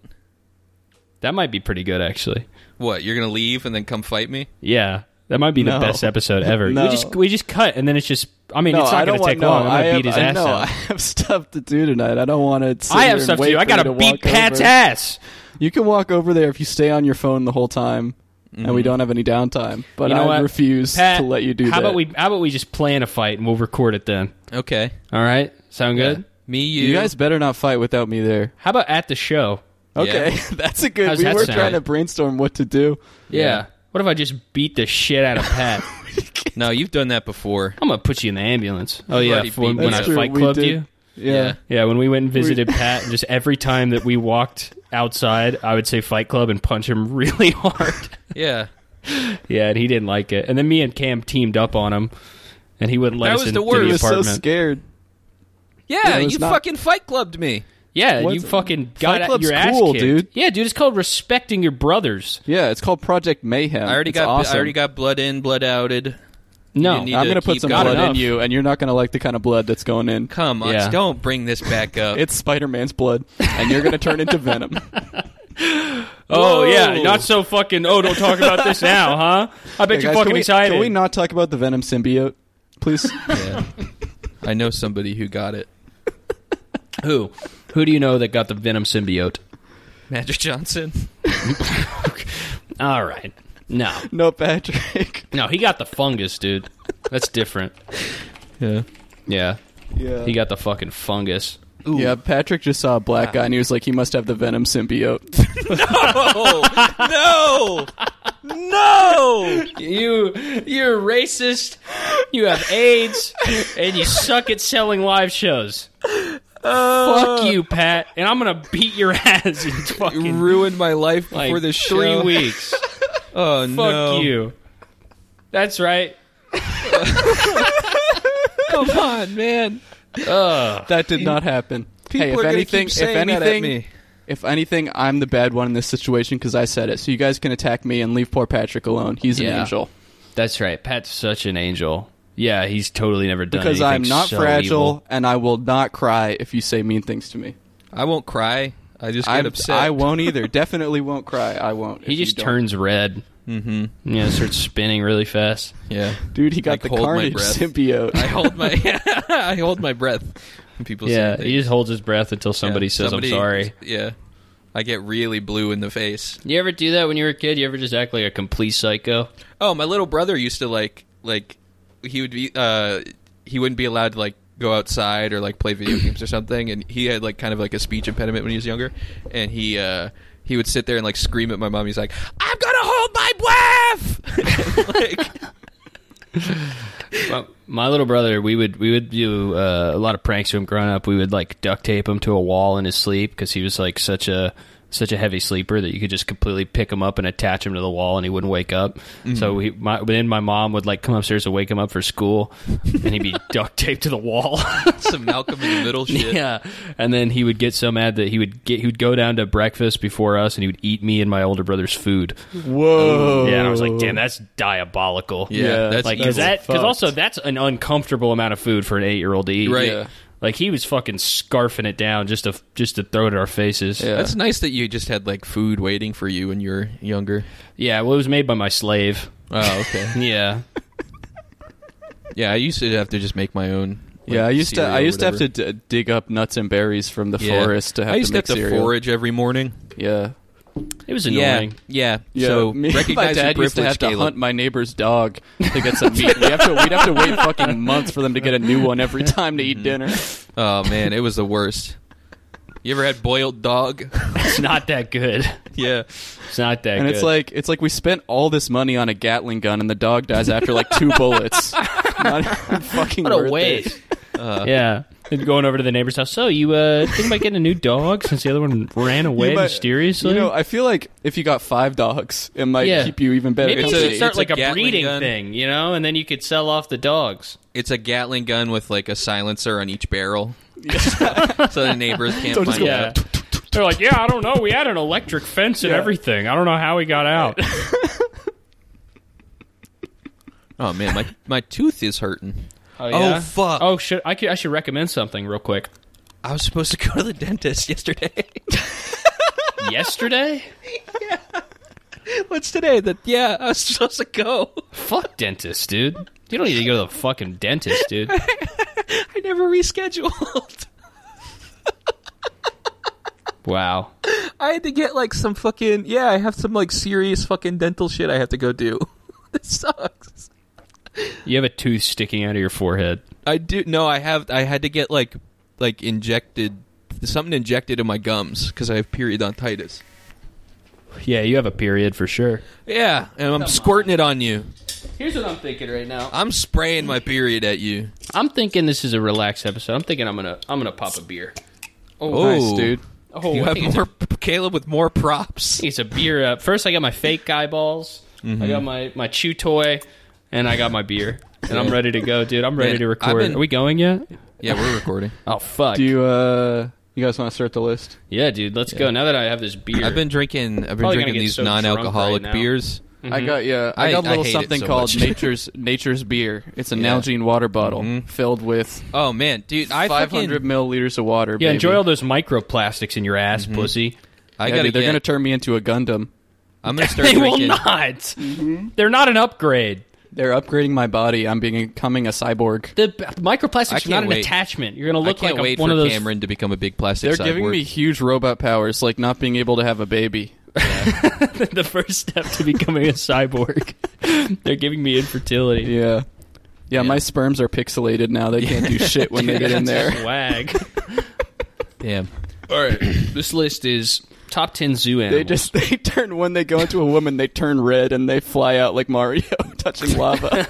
Speaker 5: That might be pretty good, actually.
Speaker 3: What? You're gonna leave and then come fight me?
Speaker 5: Yeah, that might be the
Speaker 4: No.
Speaker 5: best episode ever.
Speaker 4: No.
Speaker 5: We just we just cut, and then it's just. I mean, it's not
Speaker 4: I
Speaker 5: going
Speaker 4: don't
Speaker 5: to
Speaker 4: want.
Speaker 5: take
Speaker 4: No,
Speaker 5: long. I'm
Speaker 4: I
Speaker 5: going to
Speaker 4: have,
Speaker 5: beat his
Speaker 4: I,
Speaker 5: ass
Speaker 4: no, I
Speaker 5: down.
Speaker 4: have stuff to do tonight. I don't want to.
Speaker 5: I have stuff to do. I got to beat Pat's ass.
Speaker 4: You can walk over there if you stay on your phone the whole time, and we don't have any downtime. But
Speaker 5: Mm-hmm. You know
Speaker 4: I
Speaker 5: what?
Speaker 4: refuse
Speaker 5: Pat,
Speaker 4: to let you do
Speaker 5: how
Speaker 4: that.
Speaker 5: about we? How about we just plan a fight and we'll record it then?
Speaker 3: Okay.
Speaker 5: All right, sound good?
Speaker 3: Me, you,
Speaker 4: You, guys better not fight without me there.
Speaker 5: How about at the show?
Speaker 4: Okay, that's a good.
Speaker 5: How's
Speaker 4: we
Speaker 5: that
Speaker 4: were
Speaker 5: sound?
Speaker 4: trying to brainstorm what to do.
Speaker 5: Yeah. What if I just beat the shit out of Pat?
Speaker 3: No, you've done that before.
Speaker 5: I'm gonna put you in the ambulance. Oh yeah,
Speaker 3: already
Speaker 5: for- when,
Speaker 3: beat me.
Speaker 5: I
Speaker 4: That's true.
Speaker 5: fight
Speaker 4: we
Speaker 5: clubbed
Speaker 4: did.
Speaker 5: you.
Speaker 4: Yeah.
Speaker 5: Yeah, when we went and visited Pat, just every time that we walked outside, I would say Fight Club and punch him really hard.
Speaker 3: Yeah.
Speaker 5: Yeah, and he didn't like it. And then me and Cam teamed up on him, and he wouldn't let
Speaker 3: That
Speaker 5: us
Speaker 3: was
Speaker 5: into
Speaker 3: the
Speaker 4: He
Speaker 3: worst.
Speaker 5: the
Speaker 4: was so
Speaker 5: apartment.
Speaker 4: scared.
Speaker 3: Yeah,
Speaker 4: it was
Speaker 3: you
Speaker 4: not-
Speaker 3: fucking fight clubbed me.
Speaker 5: yeah,
Speaker 4: What's-
Speaker 5: you fucking got
Speaker 4: Fight
Speaker 5: out-
Speaker 4: Club's
Speaker 5: your ass
Speaker 4: cool,
Speaker 5: kicked.
Speaker 4: dude.
Speaker 5: Yeah, dude, it's called respecting your brothers.
Speaker 4: Yeah, it's called Project Mayhem.
Speaker 3: I already
Speaker 4: It's
Speaker 3: got
Speaker 4: Awesome.
Speaker 3: I already got blood in, blood outed.
Speaker 5: No,
Speaker 3: need
Speaker 4: I'm
Speaker 3: to
Speaker 4: gonna put
Speaker 3: keep
Speaker 4: some
Speaker 3: going.
Speaker 4: blood
Speaker 5: Enough.
Speaker 4: in you, and you're not gonna like the kind of blood that's going in.
Speaker 3: Come on,
Speaker 5: Yeah.
Speaker 3: don't bring this back up.
Speaker 4: It's Spider-Man's blood, and you're gonna turn into Venom.
Speaker 5: oh
Speaker 3: Whoa.
Speaker 5: yeah, not so fucking. Oh, don't talk about this now, huh? I bet
Speaker 4: Hey,
Speaker 5: you're
Speaker 4: guys,
Speaker 5: fucking
Speaker 4: can we,
Speaker 5: excited.
Speaker 4: Can we not talk about the Venom symbiote, please?
Speaker 3: Yeah. I know somebody who got it.
Speaker 5: Who? Who do you know that got the Venom symbiote?
Speaker 3: Magic Johnson.
Speaker 5: All right, no,
Speaker 4: no, Patrick.
Speaker 5: no, he got the fungus, dude. That's different.
Speaker 3: Yeah.
Speaker 5: Yeah,
Speaker 4: Yeah.
Speaker 5: he got the fucking fungus.
Speaker 4: yeah, Patrick just saw a
Speaker 3: Ah.
Speaker 4: black guy, and he was like, he must have the Venom symbiote.
Speaker 3: Oh no, no!
Speaker 5: You you're racist. You have AIDS, and you suck at selling live shows. Fuck you, Pat. And I'm gonna beat your ass in
Speaker 3: You
Speaker 5: fucking
Speaker 3: ruined my life before
Speaker 5: like
Speaker 3: the show.
Speaker 5: three weeks.
Speaker 3: Oh
Speaker 5: Fuck
Speaker 3: no!
Speaker 5: you. That's right.
Speaker 3: Come on, man.
Speaker 4: that did not happen.
Speaker 3: People
Speaker 4: hey,
Speaker 3: are
Speaker 4: if
Speaker 3: gonna
Speaker 4: anything,
Speaker 3: keep
Speaker 4: if
Speaker 3: saying that
Speaker 4: anything,
Speaker 3: at me.
Speaker 4: if anything, I'm the bad one in this situation because I said it. So you guys can attack me and leave poor Patrick alone. He's an
Speaker 5: Yeah.
Speaker 4: angel.
Speaker 5: That's right. Pat's such an angel. Yeah, he's totally never done
Speaker 4: Because I'm
Speaker 5: anything
Speaker 4: not
Speaker 5: so
Speaker 4: fragile,
Speaker 5: evil.
Speaker 4: and I will not cry if you say mean things to me.
Speaker 3: I won't cry. I just get
Speaker 4: I'm,
Speaker 3: upset.
Speaker 4: I won't either. Definitely won't cry. I won't.
Speaker 5: He
Speaker 4: if you
Speaker 5: just
Speaker 4: don't.
Speaker 5: turns red. Mm-hmm. Yeah, starts spinning really fast.
Speaker 3: Yeah.
Speaker 4: Dude, he got
Speaker 3: Like,
Speaker 4: the
Speaker 3: hold my
Speaker 4: carnage
Speaker 3: breath.
Speaker 4: symbiote.
Speaker 3: I hold my I hold my breath when people
Speaker 5: Yeah,
Speaker 3: say things.
Speaker 5: he just holds his breath until somebody
Speaker 3: Yeah,
Speaker 5: says,
Speaker 3: somebody-
Speaker 5: "I'm sorry."
Speaker 3: Yeah. I get really blue in the face.
Speaker 5: You ever do that when you were a kid? You ever just act like a complete psycho?
Speaker 3: Oh, my little brother used to like like he would be uh he wouldn't be allowed to like go outside or like play video games or something and he had like kind of like a speech impediment when he was younger and he uh he would sit there and like scream at my mom. He's like, "I'm gonna hold my breath." like,
Speaker 5: Well, my little brother, we would we would do uh, a lot of pranks to him growing up. We would like duct tape him to a wall in his sleep because he was like such a such a heavy sleeper that you could just completely pick him up and attach him to the wall and he wouldn't wake up.
Speaker 3: Mm-hmm.
Speaker 5: So we, my, then my mom would like come upstairs to wake him up for school, and he'd be duct taped to the wall.
Speaker 3: some Malcolm in the Middle shit.
Speaker 5: Yeah, and then he would get so mad that he would get he would go down to breakfast before us, and he would eat me and my older brother's food.
Speaker 4: Whoa.
Speaker 5: Yeah, and I was like, damn, that's diabolical.
Speaker 3: Oh. Yeah,
Speaker 4: Yeah,
Speaker 3: that's
Speaker 5: like because
Speaker 3: evil.
Speaker 5: that because
Speaker 4: Fucked.
Speaker 5: also that's an uncomfortable amount of food for an eight year old to eat.
Speaker 3: Right. Yeah.
Speaker 5: Like he was fucking scarfing it down just to just to throw it at our faces.
Speaker 4: Yeah.
Speaker 3: That's nice that you just had like food waiting for you when you were younger.
Speaker 5: Yeah, Well, it was made by my slave.
Speaker 3: Oh, okay.
Speaker 5: Yeah.
Speaker 3: yeah, I used to have to just make my own. like,
Speaker 4: yeah, I used to.
Speaker 3: cereal
Speaker 4: I
Speaker 3: or
Speaker 4: used to have to
Speaker 3: whatever.
Speaker 4: d- dig up nuts and berries from the
Speaker 3: Yeah.
Speaker 4: forest to have
Speaker 3: I used
Speaker 4: to make
Speaker 3: have to
Speaker 4: cereal.
Speaker 3: forage every morning.
Speaker 4: Yeah,
Speaker 5: It was annoying.
Speaker 3: Yeah, yeah.
Speaker 4: Yeah,
Speaker 3: so
Speaker 4: me,
Speaker 3: recognize
Speaker 4: my dad
Speaker 3: your
Speaker 4: used to
Speaker 3: privilege,
Speaker 4: have to
Speaker 3: Caleb.
Speaker 4: hunt my neighbor's dog to get some meat. we have to, we'd have to wait fucking months for them to get a new one every time to
Speaker 3: Mm-hmm.
Speaker 4: eat dinner.
Speaker 3: Oh man, it was the worst. You ever had boiled dog?
Speaker 5: It's not that good.
Speaker 3: yeah,
Speaker 5: It's not that
Speaker 4: And
Speaker 5: good.
Speaker 4: it's like it's like we spent all this money on a Gatling gun, and the dog dies after like two bullets. Not even fucking
Speaker 5: what
Speaker 4: worth
Speaker 5: a
Speaker 4: it.
Speaker 5: waste. yeah. And going over to the neighbor's house. So you uh think about getting a new dog since the other one ran
Speaker 4: You
Speaker 5: away
Speaker 4: might-
Speaker 5: mysteriously?
Speaker 4: You know, I feel like if you got five dogs, it might
Speaker 5: Yeah.
Speaker 4: keep you even better.
Speaker 5: Maybe
Speaker 4: It's
Speaker 5: you
Speaker 4: a-
Speaker 5: should start
Speaker 3: it's a
Speaker 5: like a,
Speaker 3: Gatling
Speaker 5: breeding
Speaker 3: gun.
Speaker 5: thing, you know, and then you could sell off the dogs.
Speaker 3: it's a Gatling gun with like a silencer on each barrel, so the neighbors can't
Speaker 4: Don't just
Speaker 3: find
Speaker 4: go,
Speaker 3: out.
Speaker 5: They're like, yeah, I don't know. We had an electric fence and
Speaker 4: Yeah.
Speaker 5: everything. I don't know how he got out.
Speaker 3: Oh man, my my tooth is hurting.
Speaker 5: Oh, yeah?
Speaker 3: Oh, fuck.
Speaker 5: Oh should I could, I should recommend something real quick.
Speaker 3: I was supposed to go to the dentist yesterday.
Speaker 5: Yesterday?
Speaker 3: What's today? That yeah, I was supposed to go.
Speaker 5: Fuck dentist, dude. You don't need to go to the fucking dentist, dude.
Speaker 3: I never rescheduled.
Speaker 5: Wow.
Speaker 3: I had to get like some fucking yeah. I have some like serious fucking dental shit I have to go do. this sucks.
Speaker 5: You have a tooth sticking out of your forehead.
Speaker 3: I do no. I have. I had to get like like injected something injected in my gums because I have periodontitis.
Speaker 5: Yeah, you have a period for sure.
Speaker 3: Yeah, and I'm squirting it on you.
Speaker 5: Here's what I'm thinking right now.
Speaker 3: I'm spraying my period at you.
Speaker 5: I'm thinking this is a relaxed episode. I'm thinking I'm gonna I'm gonna pop a beer.
Speaker 4: oh, nice, dude.
Speaker 5: Oh,
Speaker 3: You
Speaker 5: I
Speaker 3: have
Speaker 5: think it's
Speaker 3: more Caleb with more props.
Speaker 5: think it's a beer. Uh, first, I got my fake eyeballs. I got my my chew toy, and I got my beer, and I'm ready to go, dude. I'm ready
Speaker 3: Man,
Speaker 5: to
Speaker 3: I've
Speaker 5: record.
Speaker 3: been-
Speaker 5: Are we going yet?
Speaker 3: Yeah, we're recording.
Speaker 5: Oh fuck.
Speaker 4: Do you uh, you guys want to start the list?
Speaker 5: yeah, dude. Let's go. Now that I have this beer,
Speaker 3: I've been drinking. I've been
Speaker 5: Probably gonna
Speaker 3: drinking
Speaker 5: get
Speaker 3: these
Speaker 5: so drunk
Speaker 3: non-alcoholic
Speaker 5: right now.
Speaker 3: beers.
Speaker 5: Mm-hmm.
Speaker 4: I got yeah. I,
Speaker 3: I-
Speaker 4: got a
Speaker 3: I
Speaker 4: little
Speaker 3: hate it
Speaker 4: something
Speaker 3: so
Speaker 4: called
Speaker 3: much.
Speaker 4: nature's nature's beer. It's a
Speaker 3: Yeah.
Speaker 4: Nalgene water bottle
Speaker 5: Mm-hmm.
Speaker 4: filled with
Speaker 3: Oh man, dude, I
Speaker 4: 500
Speaker 3: fucking
Speaker 4: milliliters of water.
Speaker 5: yeah.
Speaker 4: baby.
Speaker 5: Enjoy all those microplastics in your ass, pussy.
Speaker 3: I
Speaker 4: Yeah,
Speaker 3: gotta.
Speaker 4: dude, they're
Speaker 3: get-
Speaker 4: gonna turn me into a Gundam.
Speaker 3: I'm gonna start
Speaker 5: They will
Speaker 3: drinking.
Speaker 5: not.
Speaker 4: Mm-hmm.
Speaker 5: They're not an upgrade.
Speaker 4: They're upgrading my body. I'm becoming a cyborg.
Speaker 5: The b- microplastics
Speaker 3: can't
Speaker 5: are not an
Speaker 3: wait.
Speaker 5: attachment. You're gonna
Speaker 3: I
Speaker 5: look
Speaker 3: can't
Speaker 5: like
Speaker 3: wait
Speaker 5: a, one
Speaker 3: for
Speaker 5: of those.
Speaker 3: Cameron to become a big plastic.
Speaker 4: They're giving
Speaker 3: cyborg.
Speaker 4: me huge robot powers, like not being able to have a baby.
Speaker 5: the first step to becoming a cyborg. They're giving me infertility.
Speaker 4: Yeah. Yeah, my sperms are pixelated now. They can't do shit when they get in there.
Speaker 5: Swag.
Speaker 3: Damn.
Speaker 5: All right, this list is top ten zoo animals.
Speaker 4: They just they turn when they go into a woman, they turn red and they fly out like Mario touching lava.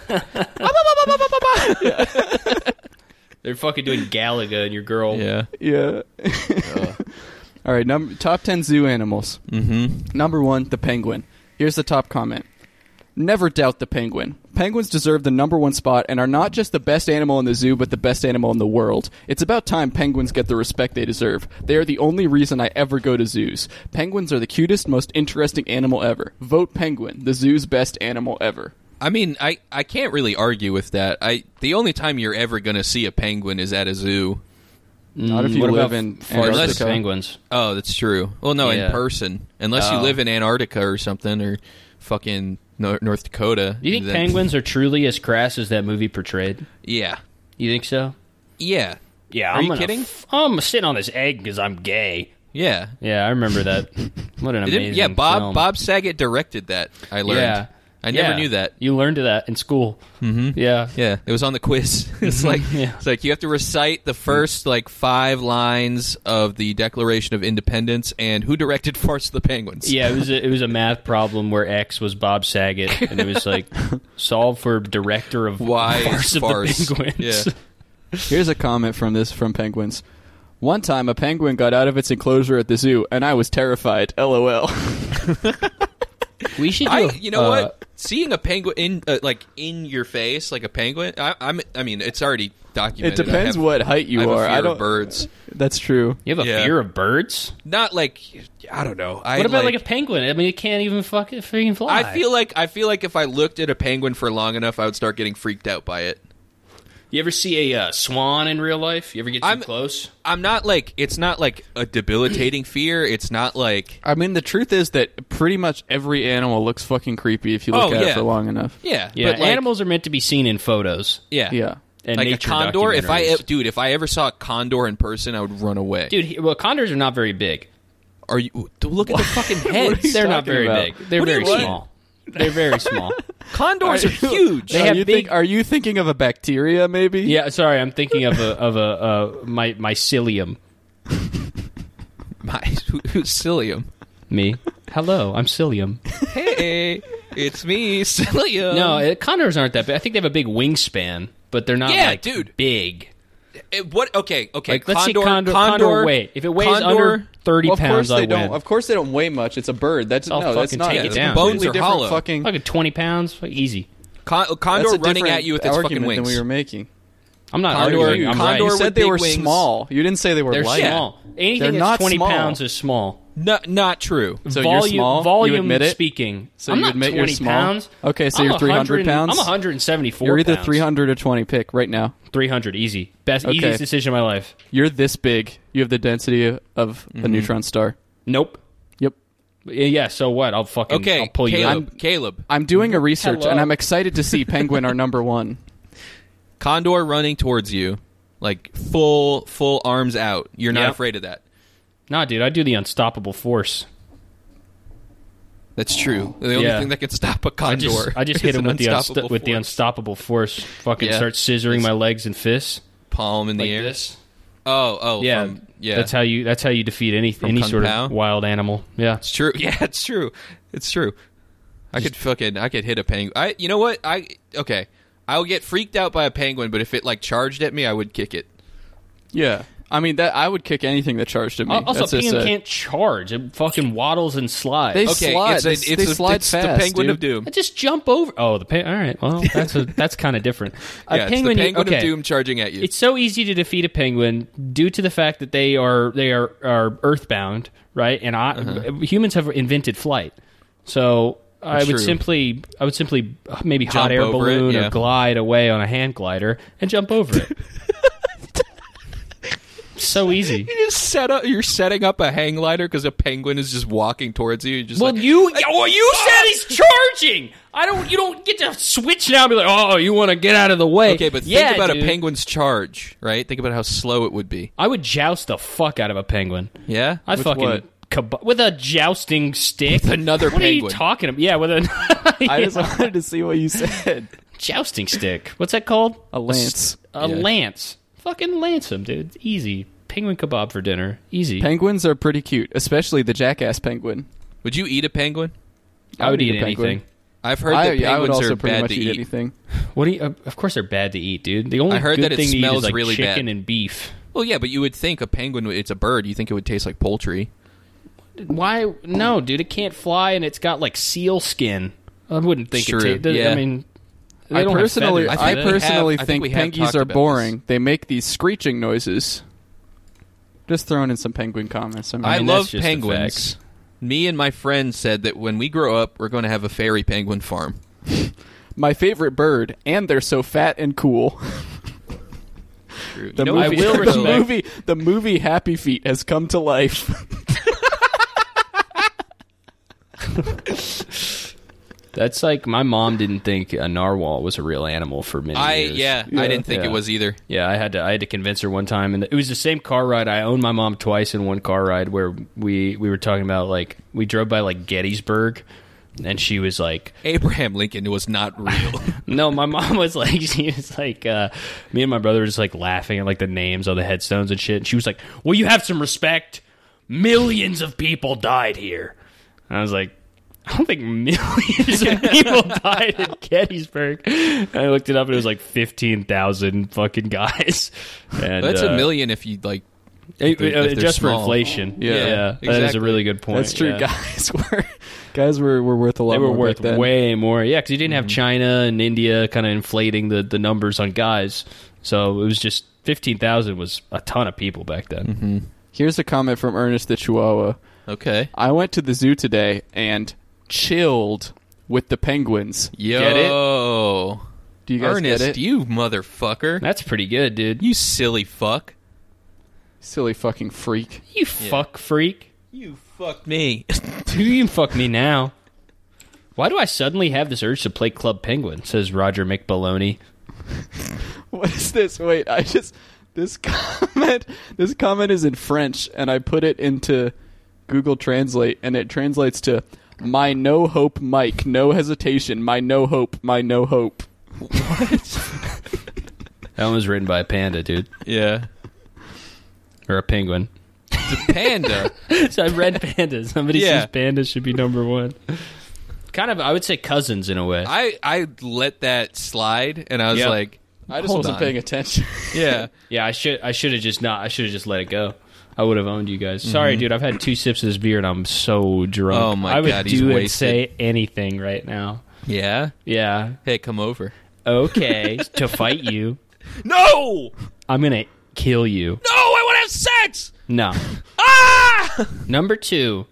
Speaker 5: They're fucking doing Galaga and your girl.
Speaker 3: Yeah.
Speaker 4: yeah. All right, number top 10 zoo animals. Mm-hmm. Number 1, the penguin. Here's the top comment. Never doubt the penguin. Penguins deserve the number one spot and are not just the best animal in the zoo, but the best animal in the world. It's about time penguins get the respect they deserve. They are the only reason I ever go to zoos. Penguins are the cutest, most interesting animal ever. Vote penguin, the zoo's best animal ever.
Speaker 3: I mean, I, I can't really argue with that. I the only time you're ever gonna see a penguin is at a zoo.
Speaker 4: Not if you
Speaker 5: What
Speaker 4: live
Speaker 5: about
Speaker 4: in
Speaker 5: Unless
Speaker 4: Mm, Antarctica.
Speaker 5: penguins.
Speaker 3: Oh, that's true. Well, no,
Speaker 5: Yeah.
Speaker 3: in person, unless
Speaker 5: Oh.
Speaker 3: you live in Antarctica or something, or fucking Nor- North Dakota.
Speaker 5: Do you think
Speaker 3: then-
Speaker 5: penguins are truly as crass as that movie portrayed?
Speaker 3: Yeah,
Speaker 5: You think so?
Speaker 3: yeah,
Speaker 5: Yeah.
Speaker 3: Are
Speaker 5: I'm
Speaker 3: you
Speaker 5: gonna
Speaker 3: kidding?
Speaker 5: F- I'm sitting on this egg because I'm gay.
Speaker 3: yeah.
Speaker 5: Yeah, I remember that. What an
Speaker 3: It
Speaker 5: amazing
Speaker 3: didn't- yeah, Bob
Speaker 5: film.
Speaker 3: Bob Saget directed that. I learned.
Speaker 5: Yeah.
Speaker 3: I never
Speaker 5: Yeah.
Speaker 3: knew that.
Speaker 5: You learned that in school. Mm-hmm. Yeah.
Speaker 3: Yeah, it was on the quiz. it's like
Speaker 5: Yeah.
Speaker 3: it's like you have to recite the first like five lines of the Declaration of Independence and who directed Farce of the Penguins.
Speaker 5: Yeah, it was a, it was a math problem where X was Bob Saget, and it was like solve for director of
Speaker 3: Why
Speaker 5: Farce
Speaker 3: is
Speaker 5: of
Speaker 3: farce?
Speaker 5: the Penguins.
Speaker 3: Yeah.
Speaker 4: Here's a comment from this from penguins. One time, a penguin got out of its enclosure at the zoo, and I was terrified. LOL.
Speaker 5: We should. Do,
Speaker 3: I, you know
Speaker 5: uh,
Speaker 3: what? Seeing a penguin in uh, like in your face, like a penguin. I, I'm. I mean, it's already
Speaker 4: it
Speaker 3: documented.
Speaker 4: depends
Speaker 3: I have-
Speaker 4: what height you
Speaker 3: I have a
Speaker 4: are.
Speaker 3: fear
Speaker 4: I
Speaker 3: of
Speaker 4: don't.
Speaker 3: birds.
Speaker 4: That's true.
Speaker 5: You have a
Speaker 3: Yeah.
Speaker 5: fear of birds?
Speaker 3: Not like I don't know. I
Speaker 5: What about like,
Speaker 3: like
Speaker 5: a penguin? I mean, it can't even fucking freaking fly.
Speaker 3: I feel like I feel like if I looked at a penguin for long enough, I would start getting freaked out by it.
Speaker 5: You ever see a uh, swan in real life? You ever get too
Speaker 3: I'm-
Speaker 5: close?
Speaker 3: I'm not like it's not like a debilitating fear. It's not like
Speaker 4: I mean, the truth is that pretty much every animal looks fucking creepy if you look
Speaker 3: Oh,
Speaker 4: at it
Speaker 3: yeah.
Speaker 4: for long enough.
Speaker 3: yeah,
Speaker 5: Yeah,
Speaker 3: but like,
Speaker 5: animals are meant to be seen in photos.
Speaker 3: Yeah,
Speaker 4: Yeah.
Speaker 5: And
Speaker 3: like a
Speaker 5: nature
Speaker 3: condor. If I
Speaker 5: documentaries.
Speaker 3: dude, if I ever saw a condor in person, I would run away.
Speaker 5: dude, he- well, condors are not very big.
Speaker 3: Are you? Look at the fucking heads.
Speaker 5: They're not
Speaker 4: talking
Speaker 5: very
Speaker 4: about?
Speaker 5: big. They're
Speaker 3: What do you
Speaker 5: very
Speaker 3: mean?
Speaker 5: small. They're very small. Condors
Speaker 3: They're huge.
Speaker 5: They
Speaker 4: are
Speaker 5: have
Speaker 4: you
Speaker 5: big.
Speaker 4: think, are you thinking of a bacteria? Maybe.
Speaker 5: yeah, sorry, I'm thinking of a of a uh, my mycelium.
Speaker 3: My, who- who's Psyllium?
Speaker 5: Me. Hello, I'm psyllium.
Speaker 3: Hey, it's me, Psyllium.
Speaker 5: No, uh, condors aren't that big. I think they have a big wingspan, but they're not
Speaker 3: Yeah,
Speaker 5: like
Speaker 3: dude.
Speaker 5: big.
Speaker 3: It- Eh, what? Okay, okay.
Speaker 5: Like, let's see condor- condor weight. If it weighs under 30
Speaker 4: Well, of course
Speaker 5: pounds, I
Speaker 4: they don't.
Speaker 5: win.
Speaker 4: Of course they don't weigh much. It's a bird. That's
Speaker 5: I'll
Speaker 4: no. That's
Speaker 5: fucking
Speaker 4: not.
Speaker 5: take it
Speaker 4: it's
Speaker 5: down,
Speaker 4: a
Speaker 5: dude.
Speaker 4: completely
Speaker 3: Bones are
Speaker 4: different
Speaker 3: hollow.
Speaker 4: Fucking.
Speaker 5: Like a 20 pounds, like, easy.
Speaker 3: Con-
Speaker 4: That's
Speaker 3: condor
Speaker 4: a
Speaker 3: running
Speaker 4: different
Speaker 3: at you with its fucking
Speaker 4: argument than
Speaker 3: wings.
Speaker 4: we were making.
Speaker 5: I'm not
Speaker 3: Condor-
Speaker 5: arguing. I'm
Speaker 3: condor
Speaker 4: you
Speaker 5: right.
Speaker 3: with
Speaker 4: said they
Speaker 3: big
Speaker 4: were
Speaker 3: wings.
Speaker 4: small. You didn't say they were
Speaker 5: They're
Speaker 4: light.
Speaker 5: small. Anything
Speaker 4: They're
Speaker 5: that's
Speaker 4: not
Speaker 5: 20
Speaker 4: small.
Speaker 5: pounds is small.
Speaker 3: no, not true.
Speaker 4: So
Speaker 5: volume,
Speaker 4: you're small.
Speaker 5: Volume
Speaker 4: you admit it.
Speaker 5: speaking.
Speaker 4: So
Speaker 5: I'm
Speaker 4: you
Speaker 5: not
Speaker 4: admit
Speaker 5: 20
Speaker 4: you're small?
Speaker 5: pounds.
Speaker 4: Okay, so
Speaker 5: I'm
Speaker 4: you're 300 pounds?
Speaker 5: I'm 174
Speaker 4: You're either
Speaker 5: pounds.
Speaker 4: 300 or 20. Pick right now.
Speaker 5: 300, easy. Best,
Speaker 4: Okay.
Speaker 5: easiest decision of my life.
Speaker 4: You're this big. You have the density of a
Speaker 3: Mm-hmm.
Speaker 4: neutron star.
Speaker 5: Nope.
Speaker 4: Yep.
Speaker 5: Yeah, so what? I'll fucking
Speaker 3: Okay,
Speaker 5: I'll pull you
Speaker 3: Caleb.
Speaker 5: up.
Speaker 3: Caleb.
Speaker 4: I'm doing a research,
Speaker 5: Hello.
Speaker 4: and I'm excited to see penguin are number one.
Speaker 3: Condor running towards you, like full full arms out. You're not
Speaker 5: Yep.
Speaker 3: afraid of that.
Speaker 5: Nah, dude, I do the unstoppable force.
Speaker 3: That's true. The only
Speaker 5: Yeah.
Speaker 3: thing that can stop a
Speaker 5: I
Speaker 3: condor.
Speaker 5: just, I just hit
Speaker 3: is
Speaker 5: him
Speaker 3: an
Speaker 5: with the,
Speaker 3: unstoppable
Speaker 5: unsta- with the
Speaker 3: force.
Speaker 5: unstoppable force. Fucking
Speaker 3: Yeah.
Speaker 5: start scissoring my legs and fists
Speaker 3: palm in the
Speaker 5: like
Speaker 3: air.
Speaker 5: this.
Speaker 3: Oh, oh,
Speaker 5: Yeah,
Speaker 3: from- yeah.
Speaker 5: That's how you. That's how you defeat any any
Speaker 3: Kung
Speaker 5: sort
Speaker 3: Pao?
Speaker 5: of wild animal. Yeah.
Speaker 3: It's true. Yeah, it's true. It's true. I could fucking I could hit a penguin. I you know what? I okay. I would get freaked out by a penguin, but if it like charged at me, I would kick it.
Speaker 4: Yeah. I mean, that I would kick anything that charged at me.
Speaker 5: Al- Also,
Speaker 4: That's just
Speaker 5: penguin
Speaker 4: a-
Speaker 5: can't charge. It fucking waddles and slides.
Speaker 4: They
Speaker 3: Okay,
Speaker 4: slide.
Speaker 3: it's, a,
Speaker 4: they,
Speaker 3: it's,
Speaker 4: they
Speaker 3: a-
Speaker 4: slide
Speaker 3: it's
Speaker 4: fast,
Speaker 3: the penguin
Speaker 4: dude.
Speaker 3: of doom.
Speaker 5: I just jump over. Oh, the pe- all right. Well, that's a, that's kind of different. A
Speaker 3: yeah, it's
Speaker 5: penguin.
Speaker 3: the penguin
Speaker 5: okay.
Speaker 3: of doom charging at you.
Speaker 5: It's so easy to defeat a penguin due to the fact that they are they are, are earthbound, right? And I,
Speaker 3: Uh-huh.
Speaker 5: humans have invented flight, so I would
Speaker 3: true.
Speaker 5: simply I would simply maybe hot
Speaker 3: Jump
Speaker 5: air
Speaker 3: over it,
Speaker 5: balloon
Speaker 3: yeah.
Speaker 5: or glide away on a hand glider and jump over it. so easy.
Speaker 3: you just set up. You're setting up a hang glider because a penguin is just walking towards you. You're just
Speaker 5: Well,
Speaker 3: like,
Speaker 5: you oh, you said he's charging. I don't. You don't get to switch now and be like, oh, you want to get out of the way.
Speaker 3: okay, but think
Speaker 5: Yeah,
Speaker 3: about
Speaker 5: dude.
Speaker 3: a penguin's charge, right? Think about how slow it would be.
Speaker 5: I would joust the fuck out of a penguin.
Speaker 3: Yeah,
Speaker 5: I
Speaker 4: With
Speaker 5: fucking
Speaker 4: what?
Speaker 5: kab- with a jousting stick. With
Speaker 3: another
Speaker 5: what Are you
Speaker 3: penguin.
Speaker 5: talking about? Yeah, with a
Speaker 4: I just
Speaker 5: Yeah.
Speaker 4: wanted to see what you said.
Speaker 5: jousting stick. What's that called?
Speaker 4: A lance.
Speaker 5: A
Speaker 3: Yeah.
Speaker 5: lance. Fucking lance him, dude. It's easy. Penguin kebab for dinner. Easy.
Speaker 4: Penguins are pretty cute, especially the jackass penguin.
Speaker 3: would you eat a penguin?
Speaker 5: I would
Speaker 4: I'd eat
Speaker 5: eat
Speaker 4: a penguin.
Speaker 5: anything.
Speaker 3: I've heard
Speaker 4: I,
Speaker 3: that penguins
Speaker 4: I would also
Speaker 3: are
Speaker 4: pretty
Speaker 3: bad
Speaker 4: much
Speaker 3: to
Speaker 4: eat, anything.
Speaker 5: What do you? uh, Of course, they're bad to eat, dude. The only
Speaker 3: I heard
Speaker 5: good
Speaker 3: that it
Speaker 5: thing to eat
Speaker 3: smells
Speaker 5: is like
Speaker 3: really bad.
Speaker 5: chicken and beef.
Speaker 3: Well, yeah, but you would think a penguin. would- It's a bird. You think it would taste like poultry.
Speaker 5: Why? No, dude. It can't fly, and it's got like seal skin. I wouldn't think
Speaker 3: True,
Speaker 5: it. ta- does-
Speaker 3: yeah.
Speaker 5: I mean, they
Speaker 4: I
Speaker 5: don't have
Speaker 4: personally,
Speaker 5: feathers,
Speaker 4: I
Speaker 5: do they?
Speaker 3: per-
Speaker 4: personally
Speaker 3: have- I think
Speaker 4: think,
Speaker 3: we have talked
Speaker 4: penguins are
Speaker 3: about
Speaker 4: boring. They make these screeching noises. Just throwing in some penguin comments. I mean,
Speaker 3: I,
Speaker 5: mean,
Speaker 3: love
Speaker 5: that's just a
Speaker 3: penguins. Me and my friend said that when we grow up, we're going to have a fairy penguin farm.
Speaker 4: my favorite bird, and they're so fat and cool.
Speaker 3: True.
Speaker 4: The
Speaker 3: You know,
Speaker 4: movie,
Speaker 5: I will
Speaker 4: the
Speaker 5: respect-
Speaker 4: movie, the movie Happy Feet has come to life.
Speaker 5: That's like my mom didn't think a narwhal was a real animal for many
Speaker 3: I
Speaker 5: years.
Speaker 3: yeah, I didn't think
Speaker 5: yeah.
Speaker 3: it was either.
Speaker 5: Yeah, I had to I had to convince her one time, and it was the same car ride. I owned my mom twice in one car ride where we we were talking about like we drove by like Gettysburg, and she was like,
Speaker 3: Abraham Lincoln was not real.
Speaker 5: "No, my mom was like, she was like, uh, me and my brother were just like laughing at like the names on the headstones and shit." And she was like, "Will you have some respect? Millions of people died here." And I was like, I don't think millions of people died in Gettysburg. And I looked it up and it was like 15,000 fucking guys. And,
Speaker 3: That's
Speaker 5: uh,
Speaker 3: a million if you like.
Speaker 5: it- it-
Speaker 4: uh,
Speaker 3: if
Speaker 5: it-
Speaker 3: they're
Speaker 5: just for
Speaker 3: small.
Speaker 5: inflation.
Speaker 4: Yeah,
Speaker 5: Yeah, that is
Speaker 3: exactly.
Speaker 5: a really good point.
Speaker 4: That's true.
Speaker 5: yeah.
Speaker 4: Guys were guys were, were worth a lot.
Speaker 5: They were
Speaker 4: more
Speaker 5: worth
Speaker 4: back then. Mm-hmm.
Speaker 5: way more. Yeah, because you didn't have China and India kind of inflating the, the numbers on guys. So it was just 15,000 was a ton of people back then.
Speaker 4: Mm-hmm. Here's a comment from Ernest the Chihuahua.
Speaker 3: Okay,
Speaker 4: I went to the zoo today and chilled with the penguins.
Speaker 3: yo,
Speaker 4: Get it? Do you guys
Speaker 3: Ernest,
Speaker 4: get it?
Speaker 3: you motherfucker,
Speaker 5: That's pretty good, dude. You,
Speaker 3: you silly fuck,
Speaker 4: Silly fucking freak.
Speaker 5: you fuck freak.
Speaker 3: you fucked me.
Speaker 5: Dude, you can fuck me now. Why do I suddenly have this urge to play Club Penguin? Says Roger McBaloney.
Speaker 4: What is this? Wait, I just this comment this comment is in French and I put it into Google Translate, and it translates to "My no hope, Mike, no hesitation, my no hope, my no hope."
Speaker 5: That one was written by a panda, dude,
Speaker 3: Yeah.
Speaker 5: or a penguin.
Speaker 3: Panda.
Speaker 5: so I read panda. Somebody
Speaker 3: Yeah.
Speaker 5: says panda should be number one. Kind of, I would say cousins in a way.
Speaker 3: I I let that slide, and I was
Speaker 5: Yeah.
Speaker 3: like,
Speaker 4: I just
Speaker 3: Hold
Speaker 4: wasn't
Speaker 3: on.
Speaker 4: paying attention.
Speaker 3: yeah.
Speaker 5: yeah, I should, I should have just not. I should have just let it go. I would have owned you guys. Sorry, dude. I've had two sips of this beer and I'm so drunk.
Speaker 3: Oh, my
Speaker 5: I would
Speaker 3: God, he's
Speaker 5: do and
Speaker 3: wasted.
Speaker 5: say anything right now.
Speaker 3: Yeah.
Speaker 5: Yeah.
Speaker 3: Hey, come over.
Speaker 5: Okay. to fight you,
Speaker 3: No!
Speaker 5: I'm gonna kill you.
Speaker 3: No, I want to have sex!
Speaker 5: No.
Speaker 3: Ah!
Speaker 5: Number two,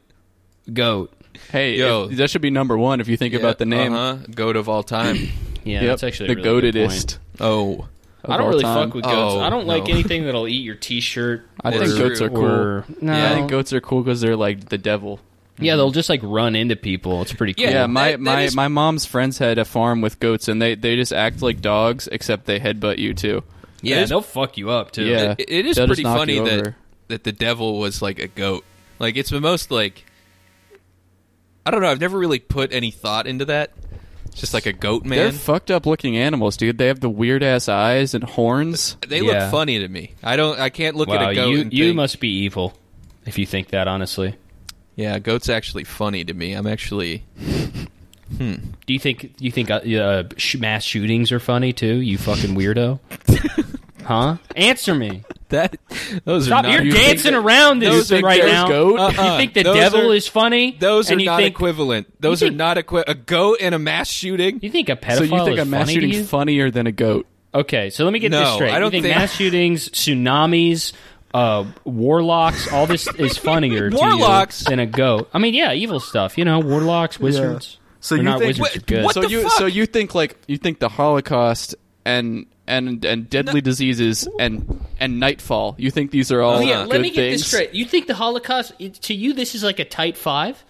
Speaker 5: goat.
Speaker 4: hey,
Speaker 3: Yo.
Speaker 4: if- that should be number one if you think about the name.
Speaker 3: Uh-huh. Goat of all time.
Speaker 5: Yeah,
Speaker 4: Yep,
Speaker 5: that's actually a
Speaker 4: the
Speaker 5: really good point.
Speaker 4: goatedest.
Speaker 3: Oh.
Speaker 5: I don't
Speaker 4: all
Speaker 5: really
Speaker 4: time.
Speaker 5: fuck with goats.
Speaker 3: Oh,
Speaker 5: I don't like
Speaker 3: no.
Speaker 5: anything that'll eat your T-shirt.
Speaker 4: I
Speaker 5: or-
Speaker 4: think goats are cool.
Speaker 5: or- no.
Speaker 4: Yeah, I think goats are cool because they're like the devil.
Speaker 5: Yeah, they'll just like run into people. It's pretty cool.
Speaker 3: Yeah,
Speaker 4: Yeah, my
Speaker 3: that- that
Speaker 4: my,
Speaker 3: is-
Speaker 4: my mom's friends had a farm with goats, and they, they just act like dogs, except they headbutt you too.
Speaker 5: yeah,
Speaker 3: it's-
Speaker 5: they'll fuck you up too.
Speaker 4: Yeah.
Speaker 3: It- it is
Speaker 4: They'll just
Speaker 3: pretty
Speaker 4: knock
Speaker 3: funny
Speaker 4: you
Speaker 3: that
Speaker 4: over.
Speaker 3: that the devil was like a goat. Like it's the most like I don't know. I've never really put any thought into that. It's just like a goat
Speaker 4: They're
Speaker 3: man.
Speaker 4: fucked up looking animals, dude. They have the weird ass eyes and horns.
Speaker 3: they
Speaker 5: Yeah.
Speaker 3: look funny to me. I don't. I can't look
Speaker 5: Wow,
Speaker 3: at a goat.
Speaker 5: you
Speaker 3: and
Speaker 5: you
Speaker 3: think,
Speaker 5: must be evil if you think that honestly.
Speaker 3: Yeah, a goat's actually funny to me. I'm actually.
Speaker 5: Do you think you think uh, uh, sh- mass shootings are funny too? You fucking weirdo. huh? Answer me.
Speaker 3: That those
Speaker 5: Stop!
Speaker 3: are not.
Speaker 5: You're
Speaker 4: you think
Speaker 5: dancing
Speaker 4: that-
Speaker 5: around
Speaker 4: you
Speaker 5: this
Speaker 4: think
Speaker 5: right
Speaker 4: there's
Speaker 5: now.
Speaker 4: goat?
Speaker 3: Uh-uh.
Speaker 5: You think the
Speaker 3: Those
Speaker 5: devil
Speaker 3: are-
Speaker 5: is funny?
Speaker 3: Those are
Speaker 5: and you
Speaker 3: not
Speaker 5: think,
Speaker 3: equivalent. Those are
Speaker 5: think-
Speaker 3: not equi- a goat and a mass shooting.
Speaker 5: You think a pedophile
Speaker 4: So you think
Speaker 5: is
Speaker 4: a mass
Speaker 5: funny to you?
Speaker 4: shooting's funnier than a goat?
Speaker 5: Okay, so let me get
Speaker 3: No,
Speaker 5: this straight.
Speaker 3: I don't
Speaker 5: you think,
Speaker 3: think-
Speaker 5: mass shootings, tsunamis, uh, warlocks, all this is funnier
Speaker 3: Warlocks?
Speaker 5: to you than a goat. I mean, yeah, evil stuff. You know, warlocks, wizards.
Speaker 4: So
Speaker 5: Or
Speaker 4: you
Speaker 5: not
Speaker 4: think-
Speaker 5: wizards are
Speaker 3: Wait,
Speaker 5: good.
Speaker 3: what
Speaker 4: so
Speaker 3: the
Speaker 4: you
Speaker 3: fuck?
Speaker 4: so you think like you think the Holocaust and and and deadly diseases and and nightfall. You think these are all
Speaker 5: Oh, yeah,
Speaker 4: good
Speaker 5: let me get
Speaker 4: things?
Speaker 5: this straight. You think the Holocaust it- to you this is like a tight five?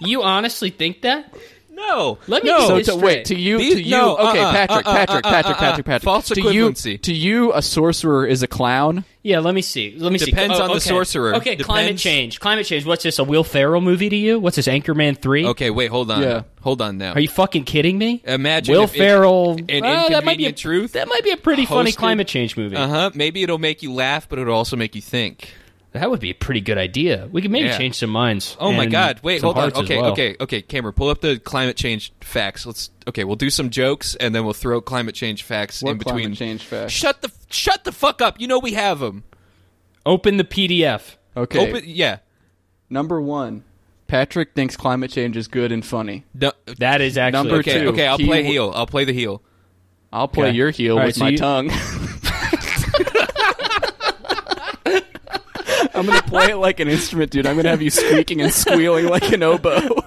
Speaker 5: you honestly think that?
Speaker 3: No,
Speaker 5: Let me
Speaker 4: So
Speaker 5: get this
Speaker 4: to,
Speaker 5: straight.
Speaker 4: wait to you
Speaker 3: These-
Speaker 4: to you
Speaker 3: no,
Speaker 4: okay
Speaker 3: uh-uh,
Speaker 4: Patrick
Speaker 3: uh-uh,
Speaker 4: Patrick
Speaker 3: uh-uh,
Speaker 4: Patric
Speaker 3: uh-uh.
Speaker 4: Patrick Patrick
Speaker 3: False
Speaker 4: to you
Speaker 3: equivalency.
Speaker 4: to you a sorcerer is a clown
Speaker 5: Yeah, let me see. Let me see.
Speaker 3: Depends
Speaker 5: Oh,
Speaker 3: on the
Speaker 5: okay.
Speaker 3: sorcerer.
Speaker 5: Okay, climate
Speaker 3: Depends-
Speaker 5: change. Climate change. What's this? A Will Ferrell movie to you? What's this? Anchorman three?
Speaker 3: Okay, wait, hold on.
Speaker 4: Yeah.
Speaker 3: Hold on now.
Speaker 5: Are you fucking kidding me?
Speaker 3: Imagine
Speaker 5: Will
Speaker 3: if it-
Speaker 5: Ferrell.
Speaker 3: an
Speaker 5: Well, that might be a
Speaker 3: Inconvenient Truth
Speaker 5: That might be a pretty funny
Speaker 3: hosted-
Speaker 5: climate change movie.
Speaker 3: Uh huh. Maybe it'll make you laugh, but it'll also make you think.
Speaker 5: That would be a pretty good idea. We could maybe
Speaker 3: Yeah.
Speaker 5: change some minds.
Speaker 3: Oh my
Speaker 5: and
Speaker 3: God! Wait,
Speaker 5: some
Speaker 3: hold on.
Speaker 5: hearts as
Speaker 3: Okay,
Speaker 5: well.
Speaker 3: okay, okay. Camera, pull up the climate change facts. Let's. Okay, we'll do some jokes and then we'll throw climate change facts in
Speaker 4: What
Speaker 3: between.
Speaker 4: climate change fact?
Speaker 3: Shut the shut the fuck up. You know we have them.
Speaker 5: Open the PDF.
Speaker 4: Okay.
Speaker 3: Open. Yeah.
Speaker 4: Number one, Patrick thinks climate change is good and funny.
Speaker 3: No,
Speaker 5: That is actually
Speaker 4: Number
Speaker 5: okay.
Speaker 3: okay.
Speaker 4: two.
Speaker 3: Okay. I'll
Speaker 4: He
Speaker 3: play
Speaker 4: w-
Speaker 3: heel. I'll play the heel.
Speaker 4: I'll play
Speaker 5: Okay.
Speaker 4: your heel
Speaker 5: All right,
Speaker 4: with
Speaker 5: so
Speaker 4: my
Speaker 5: you-
Speaker 4: tongue. I'm gonna play it like an instrument, dude. I'm gonna have you squeaking and squealing like an oboe.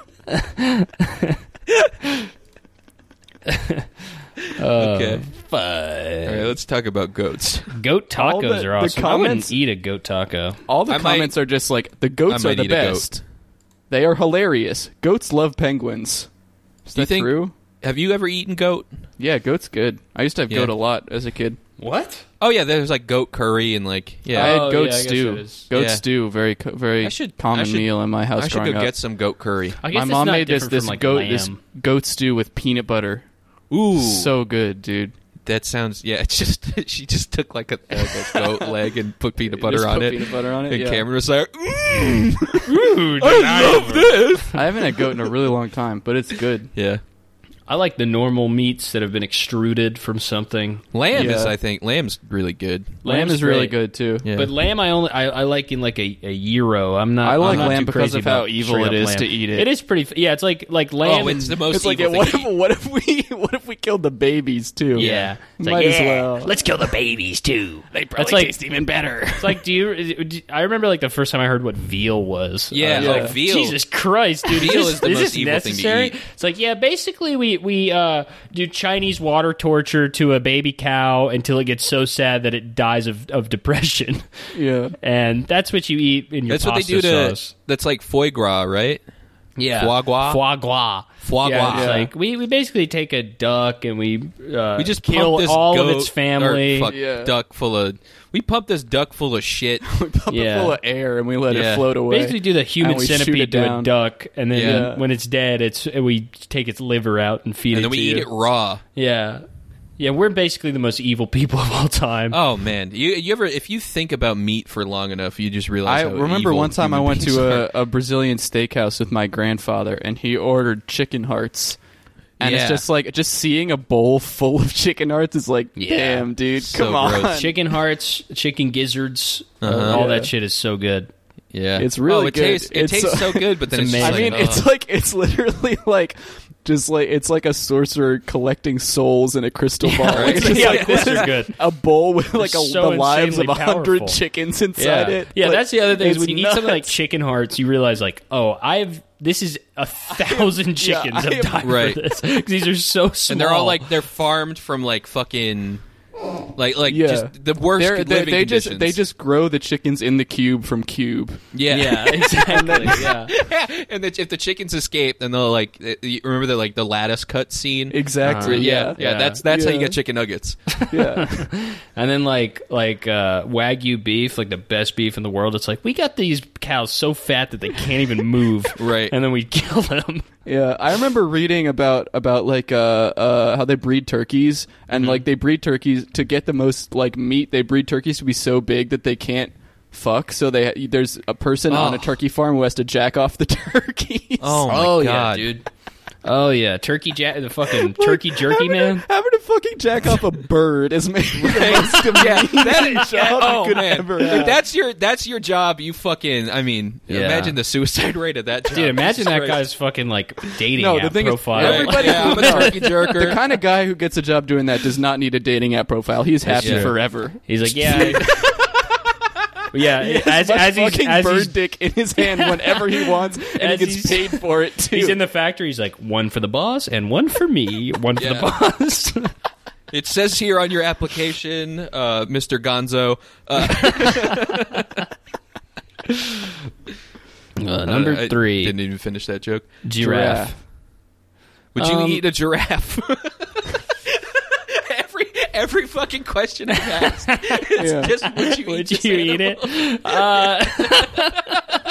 Speaker 3: okay. All
Speaker 5: Fuck.
Speaker 3: right. Let's talk about goats.
Speaker 5: Goat
Speaker 4: All
Speaker 5: tacos
Speaker 4: the-
Speaker 5: are
Speaker 4: the
Speaker 5: awesome.
Speaker 4: comments-
Speaker 5: I wouldn't eat a goat taco.
Speaker 4: All the
Speaker 3: I might-
Speaker 4: comments are just like the
Speaker 3: I
Speaker 4: goats
Speaker 3: might
Speaker 4: are the
Speaker 3: eat a goat.
Speaker 4: best. They are hilarious. Goats love penguins. Is
Speaker 3: Do you
Speaker 4: that
Speaker 3: think-
Speaker 4: true?
Speaker 3: Have you ever eaten goat?
Speaker 4: Yeah, goat's good. I used to have
Speaker 3: Yeah.
Speaker 4: goat a lot as a kid.
Speaker 5: What?
Speaker 3: Oh yeah. There's like goat curry and like
Speaker 4: I
Speaker 3: yeah.
Speaker 5: Oh,
Speaker 4: had goat
Speaker 5: yeah, I guess
Speaker 4: stew.
Speaker 5: it is.
Speaker 4: Goat
Speaker 3: Yeah.
Speaker 4: stew, very co- very
Speaker 3: I should- I
Speaker 4: common
Speaker 3: should-
Speaker 4: meal in my house
Speaker 3: I should
Speaker 4: growing
Speaker 3: go
Speaker 4: up.
Speaker 3: get some goat curry.
Speaker 5: I guess
Speaker 4: My
Speaker 5: it's
Speaker 4: mom
Speaker 5: not
Speaker 4: made this
Speaker 5: different
Speaker 4: this
Speaker 5: from, like,
Speaker 4: goat
Speaker 5: lamb.
Speaker 4: this goat stew with peanut butter.
Speaker 3: Ooh.
Speaker 4: So good, dude.
Speaker 3: That sounds yeah. It's just she just took like a, like a goat leg and put peanut butter
Speaker 4: Just
Speaker 3: on
Speaker 4: put
Speaker 3: it.
Speaker 4: peanut butter on it,
Speaker 3: And
Speaker 4: yeah.
Speaker 3: Cameron was like, mm,
Speaker 5: Dude,
Speaker 3: "I love this."
Speaker 4: I haven't had goat in a really long time, but it's good.
Speaker 3: Yeah,
Speaker 5: I like the normal meats that have been extruded from something.
Speaker 3: lamb is.
Speaker 4: Yeah.
Speaker 3: I think lamb's really good.
Speaker 4: Lamb
Speaker 5: Lamb's
Speaker 4: is really good
Speaker 5: great.
Speaker 4: too.
Speaker 3: Yeah.
Speaker 5: But lamb, I only I, I like in like a, a gyro. I'm not.
Speaker 4: I like
Speaker 5: I'm not
Speaker 4: lamb
Speaker 5: too
Speaker 4: because
Speaker 5: crazy
Speaker 4: of how
Speaker 5: about
Speaker 4: evil
Speaker 5: straight
Speaker 4: it
Speaker 5: up
Speaker 4: is
Speaker 5: lamb.
Speaker 4: to eat it.
Speaker 5: It is pretty. f- Yeah, it's like like lamb.
Speaker 3: oh, it's the
Speaker 5: and-
Speaker 3: most
Speaker 4: It's like,
Speaker 3: evil
Speaker 4: what
Speaker 3: thing.
Speaker 4: if, what if we what if we killed the babies too?
Speaker 5: yeah. It's
Speaker 4: might
Speaker 5: like,
Speaker 4: as
Speaker 5: yeah.
Speaker 4: well.
Speaker 5: Let's kill the babies too. They probably taste even better. It's like, do you? do- I remember like the first time I heard what veal was.
Speaker 3: Yeah,
Speaker 5: I was
Speaker 4: oh,
Speaker 5: like,
Speaker 3: veal.
Speaker 5: Jesus Christ, dude!
Speaker 3: Veal is
Speaker 5: is, this,
Speaker 3: the
Speaker 5: is
Speaker 3: most
Speaker 5: this
Speaker 3: evil thing to
Speaker 5: necessary?
Speaker 3: eat.
Speaker 5: It's like, yeah, basically we we uh, do Chinese water torture to a baby cow until it gets so sad that it dies of, of depression,
Speaker 4: yeah.
Speaker 5: and that's what you eat in your
Speaker 3: That's what they
Speaker 5: pasta
Speaker 3: do to.
Speaker 5: sauce.
Speaker 3: That's like foie gras, right?
Speaker 5: Yeah.
Speaker 3: Foie gras?
Speaker 5: Foie gras.
Speaker 3: Foie
Speaker 5: Yeah,
Speaker 3: gras.
Speaker 5: it's
Speaker 4: Yeah.
Speaker 5: like we, we basically take a duck and we uh,
Speaker 3: We just
Speaker 5: kill
Speaker 3: pump this
Speaker 5: all of
Speaker 3: goat-
Speaker 5: its family.
Speaker 3: or, fuck,
Speaker 4: Yeah.
Speaker 3: duck full of. We pump this duck full of shit.
Speaker 4: we pump
Speaker 5: Yeah.
Speaker 4: it full of air and we let
Speaker 3: Yeah.
Speaker 4: it float away.
Speaker 5: Basically, do the human
Speaker 4: And we shoot
Speaker 5: centipede
Speaker 4: it
Speaker 5: to a
Speaker 4: down.
Speaker 5: duck, and then
Speaker 3: Yeah.
Speaker 5: when it's dead, it's we take its liver out and feed
Speaker 3: and
Speaker 5: it.
Speaker 3: then we
Speaker 5: to
Speaker 3: eat
Speaker 5: you.
Speaker 3: it raw.
Speaker 5: Yeah, yeah, we're basically the most evil people of all time.
Speaker 3: Oh man, you you ever if you think about meat for long enough, you just
Speaker 4: I
Speaker 3: realize. how
Speaker 4: remember
Speaker 3: evil
Speaker 4: one time I
Speaker 3: human
Speaker 4: went
Speaker 3: beings are.
Speaker 4: to a, a Brazilian steakhouse with my grandfather, and he ordered chicken hearts. And
Speaker 3: Yeah.
Speaker 4: it's just like just seeing a bowl full of chicken hearts is like,
Speaker 5: Yeah.
Speaker 4: damn, dude,
Speaker 3: So
Speaker 4: come on.
Speaker 3: gross.
Speaker 5: Chicken hearts, chicken gizzards, uh,
Speaker 3: Uh-huh.
Speaker 5: all
Speaker 4: Yeah.
Speaker 5: that shit is so good.
Speaker 3: yeah.
Speaker 4: It's really
Speaker 3: oh, it
Speaker 4: good.
Speaker 3: Tastes, it
Speaker 4: It's-
Speaker 3: tastes so good, but then it's,
Speaker 5: It's uh,
Speaker 3: just
Speaker 4: I
Speaker 5: amazing.
Speaker 4: mean,
Speaker 3: like,
Speaker 4: it's
Speaker 3: oh.
Speaker 4: like it's literally like just like it's like a sorcerer collecting souls in a crystal ball.
Speaker 3: right.
Speaker 4: It's just
Speaker 5: Yeah,
Speaker 4: like
Speaker 5: those are good.
Speaker 4: A bowl with like a,
Speaker 5: so
Speaker 4: the lives of a
Speaker 5: insanely
Speaker 4: hundred
Speaker 5: powerful.
Speaker 4: chickens inside
Speaker 5: yeah.
Speaker 4: it.
Speaker 5: Yeah,
Speaker 4: Like,
Speaker 5: that's the other thing is
Speaker 4: it's
Speaker 5: when you eat something like
Speaker 4: nuts.
Speaker 5: chicken hearts, you realize like, oh, I've this is a thousand chickens
Speaker 4: I am-
Speaker 5: have died
Speaker 3: Right.
Speaker 5: for this. 'Cause These are so small,
Speaker 3: and they're all like they're farmed from like fucking, like like
Speaker 4: Yeah.
Speaker 3: just the worst
Speaker 4: They're- they
Speaker 3: living
Speaker 4: they just
Speaker 3: conditions.
Speaker 4: they just grow the chickens in the cube from cube.
Speaker 3: yeah.
Speaker 5: yeah, exactly, yeah.
Speaker 3: and the, if the chickens escape, then they'll like eh, you remember the like the lattice cut scene.
Speaker 4: Exactly.
Speaker 5: Uh,
Speaker 4: yeah.
Speaker 3: Yeah, yeah,
Speaker 5: Yeah.
Speaker 3: That's that's how you
Speaker 4: Yeah.
Speaker 3: get chicken nuggets.
Speaker 4: yeah.
Speaker 5: And then like like uh, wagyu beef, like the best beef in the world. It's like we got these cows so fat that they can't even move,
Speaker 3: Right.
Speaker 5: And then we kill them.
Speaker 4: Yeah, I remember reading about about like uh, uh how they breed turkeys
Speaker 3: Mm-hmm.
Speaker 4: and like they breed turkeys to get the most like meat. They breed turkeys to be so big that they can't fuck. So they there's a person on a
Speaker 3: Oh.
Speaker 4: turkey farm who has to jack off the turkeys.
Speaker 5: Oh,
Speaker 3: my god,
Speaker 5: yeah, dude. Oh yeah, turkey ja- the fucking turkey jerky
Speaker 4: having
Speaker 5: man.
Speaker 4: To, having to fucking jack off a bird is maybe the most amazing job you could ever
Speaker 3: If
Speaker 4: have.
Speaker 3: Oh, that's your that's your job, you fucking. I mean,
Speaker 5: Yeah.
Speaker 3: imagine the suicide rate of that. Job.
Speaker 5: Dude, imagine
Speaker 3: Oh, Jesus
Speaker 5: that
Speaker 3: Christ.
Speaker 5: guy's fucking like dating
Speaker 4: No, the
Speaker 5: app
Speaker 4: thing is,
Speaker 5: profile.
Speaker 3: Right.
Speaker 4: everybody-
Speaker 3: Yeah, I'm a
Speaker 4: No.
Speaker 3: turkey jerker.
Speaker 4: the kind of guy who gets a job doing that does not need a dating app profile. He's happy
Speaker 5: true.
Speaker 4: forever.
Speaker 5: He's like, yeah, I- yeah. as
Speaker 4: much
Speaker 5: as he's
Speaker 4: fucking
Speaker 5: as
Speaker 4: bird
Speaker 5: he's,
Speaker 4: dick in his hand whenever he wants, and he
Speaker 5: As
Speaker 4: gets
Speaker 5: he's-
Speaker 4: paid for it too.
Speaker 5: he's in the factory, he's like one for the boss and one for me, one for
Speaker 3: Yeah.
Speaker 5: the boss. Uh,
Speaker 3: It says here on your application, uh, Mr. Gonzo. Uh,
Speaker 5: Uh, number
Speaker 3: I
Speaker 5: three,
Speaker 3: didn't even finish that joke.
Speaker 5: giraffe.
Speaker 3: Would you
Speaker 5: Um,
Speaker 3: eat a giraffe? every every fucking question I asked, it's
Speaker 4: Yeah.
Speaker 3: just would you
Speaker 5: Would
Speaker 3: eat this
Speaker 5: you
Speaker 3: animal?
Speaker 5: eat it?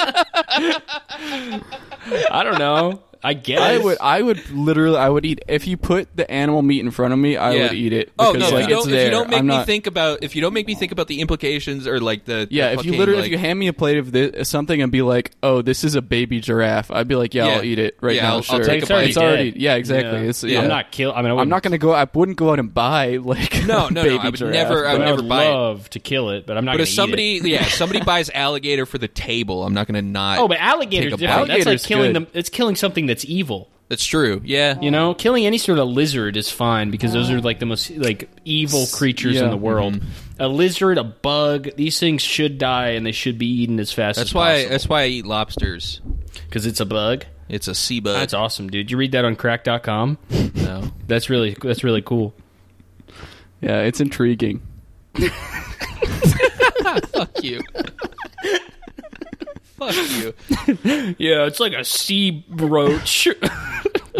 Speaker 5: Uh, I don't know. I guess
Speaker 4: I would, I would literally, I would eat if you put the animal meat in front of me. I
Speaker 3: Yeah.
Speaker 4: would eat it.
Speaker 3: Oh no!
Speaker 4: because,
Speaker 3: If
Speaker 4: like,
Speaker 3: you, don't,
Speaker 4: it's
Speaker 3: if
Speaker 4: there.
Speaker 3: you don't make
Speaker 4: I'm
Speaker 3: me
Speaker 4: not-
Speaker 3: think about if you don't make me think about the implications or like the the
Speaker 4: Yeah, if you
Speaker 3: fucking,
Speaker 4: literally,
Speaker 3: like-
Speaker 4: if you hand me a plate of this, something and be like, "Oh, this is a baby giraffe," I'd be like, "Yeah, I'll
Speaker 3: Yeah.
Speaker 4: eat it right
Speaker 3: Yeah,
Speaker 4: now."
Speaker 3: I'll- I'll
Speaker 4: sure,
Speaker 3: take a
Speaker 4: it's
Speaker 3: bite.
Speaker 4: already,
Speaker 3: It's
Speaker 5: dead.
Speaker 4: yeah, exactly. It's- yeah.
Speaker 5: I'm not kill. I mean, I
Speaker 4: I'm not
Speaker 5: wouldn't-
Speaker 4: gonna go. I wouldn't go out and buy like
Speaker 3: No, no, no,
Speaker 4: baby
Speaker 3: I would
Speaker 4: giraffe,
Speaker 3: never- I
Speaker 4: but-
Speaker 3: would
Speaker 5: but I
Speaker 3: never
Speaker 5: would
Speaker 3: buy it.
Speaker 5: love to kill it, but I'm not.
Speaker 3: But
Speaker 5: gonna
Speaker 3: if
Speaker 5: eat it.
Speaker 3: somebody, yeah, if somebody buys alligator for the table, I'm not going to not.
Speaker 5: oh, but alligators
Speaker 3: Take a
Speaker 5: different.
Speaker 4: bite.
Speaker 5: That's like
Speaker 4: Alligator's
Speaker 5: killing
Speaker 4: good.
Speaker 5: them. It's killing something that's evil.
Speaker 3: that's true. Yeah,
Speaker 5: You know, killing any sort of lizard is fine because those are like the most like evil creatures
Speaker 4: yeah. Mm-hmm.
Speaker 5: in the world.
Speaker 3: Mm-hmm.
Speaker 5: A lizard, a bug, these things should die and they should be eaten as fast
Speaker 3: that's
Speaker 5: as
Speaker 3: why.
Speaker 5: possible.
Speaker 3: That's why I eat lobsters.
Speaker 5: Because it's a bug.
Speaker 3: It's a sea bug.
Speaker 5: That's awesome, dude. You read that on crack.com?
Speaker 3: No.
Speaker 5: That's really that's really cool.
Speaker 4: Yeah, it's intriguing.
Speaker 3: Fuck you. Fuck you.
Speaker 5: Yeah, it's like a sea roach.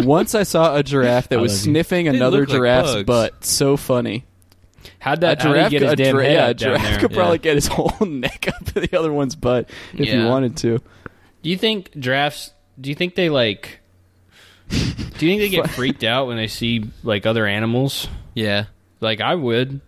Speaker 4: Once I saw a giraffe that was
Speaker 5: love you.
Speaker 4: sniffing another
Speaker 3: look like
Speaker 4: giraffe's
Speaker 3: bugs.
Speaker 4: butt. So funny.
Speaker 5: How'd
Speaker 4: a
Speaker 5: that
Speaker 4: giraffe,
Speaker 5: how'd he get his
Speaker 4: a
Speaker 5: damn
Speaker 4: gira-
Speaker 5: head
Speaker 4: yeah, a
Speaker 5: up down
Speaker 4: giraffe
Speaker 5: there?
Speaker 4: could probably get his whole neck up to the other one's butt if he
Speaker 3: Yeah.
Speaker 4: wanted to.
Speaker 5: Do you think giraffes? Do you think they like? Do you think they get freaked out when they see like other animals?
Speaker 3: Yeah.
Speaker 5: Like I would.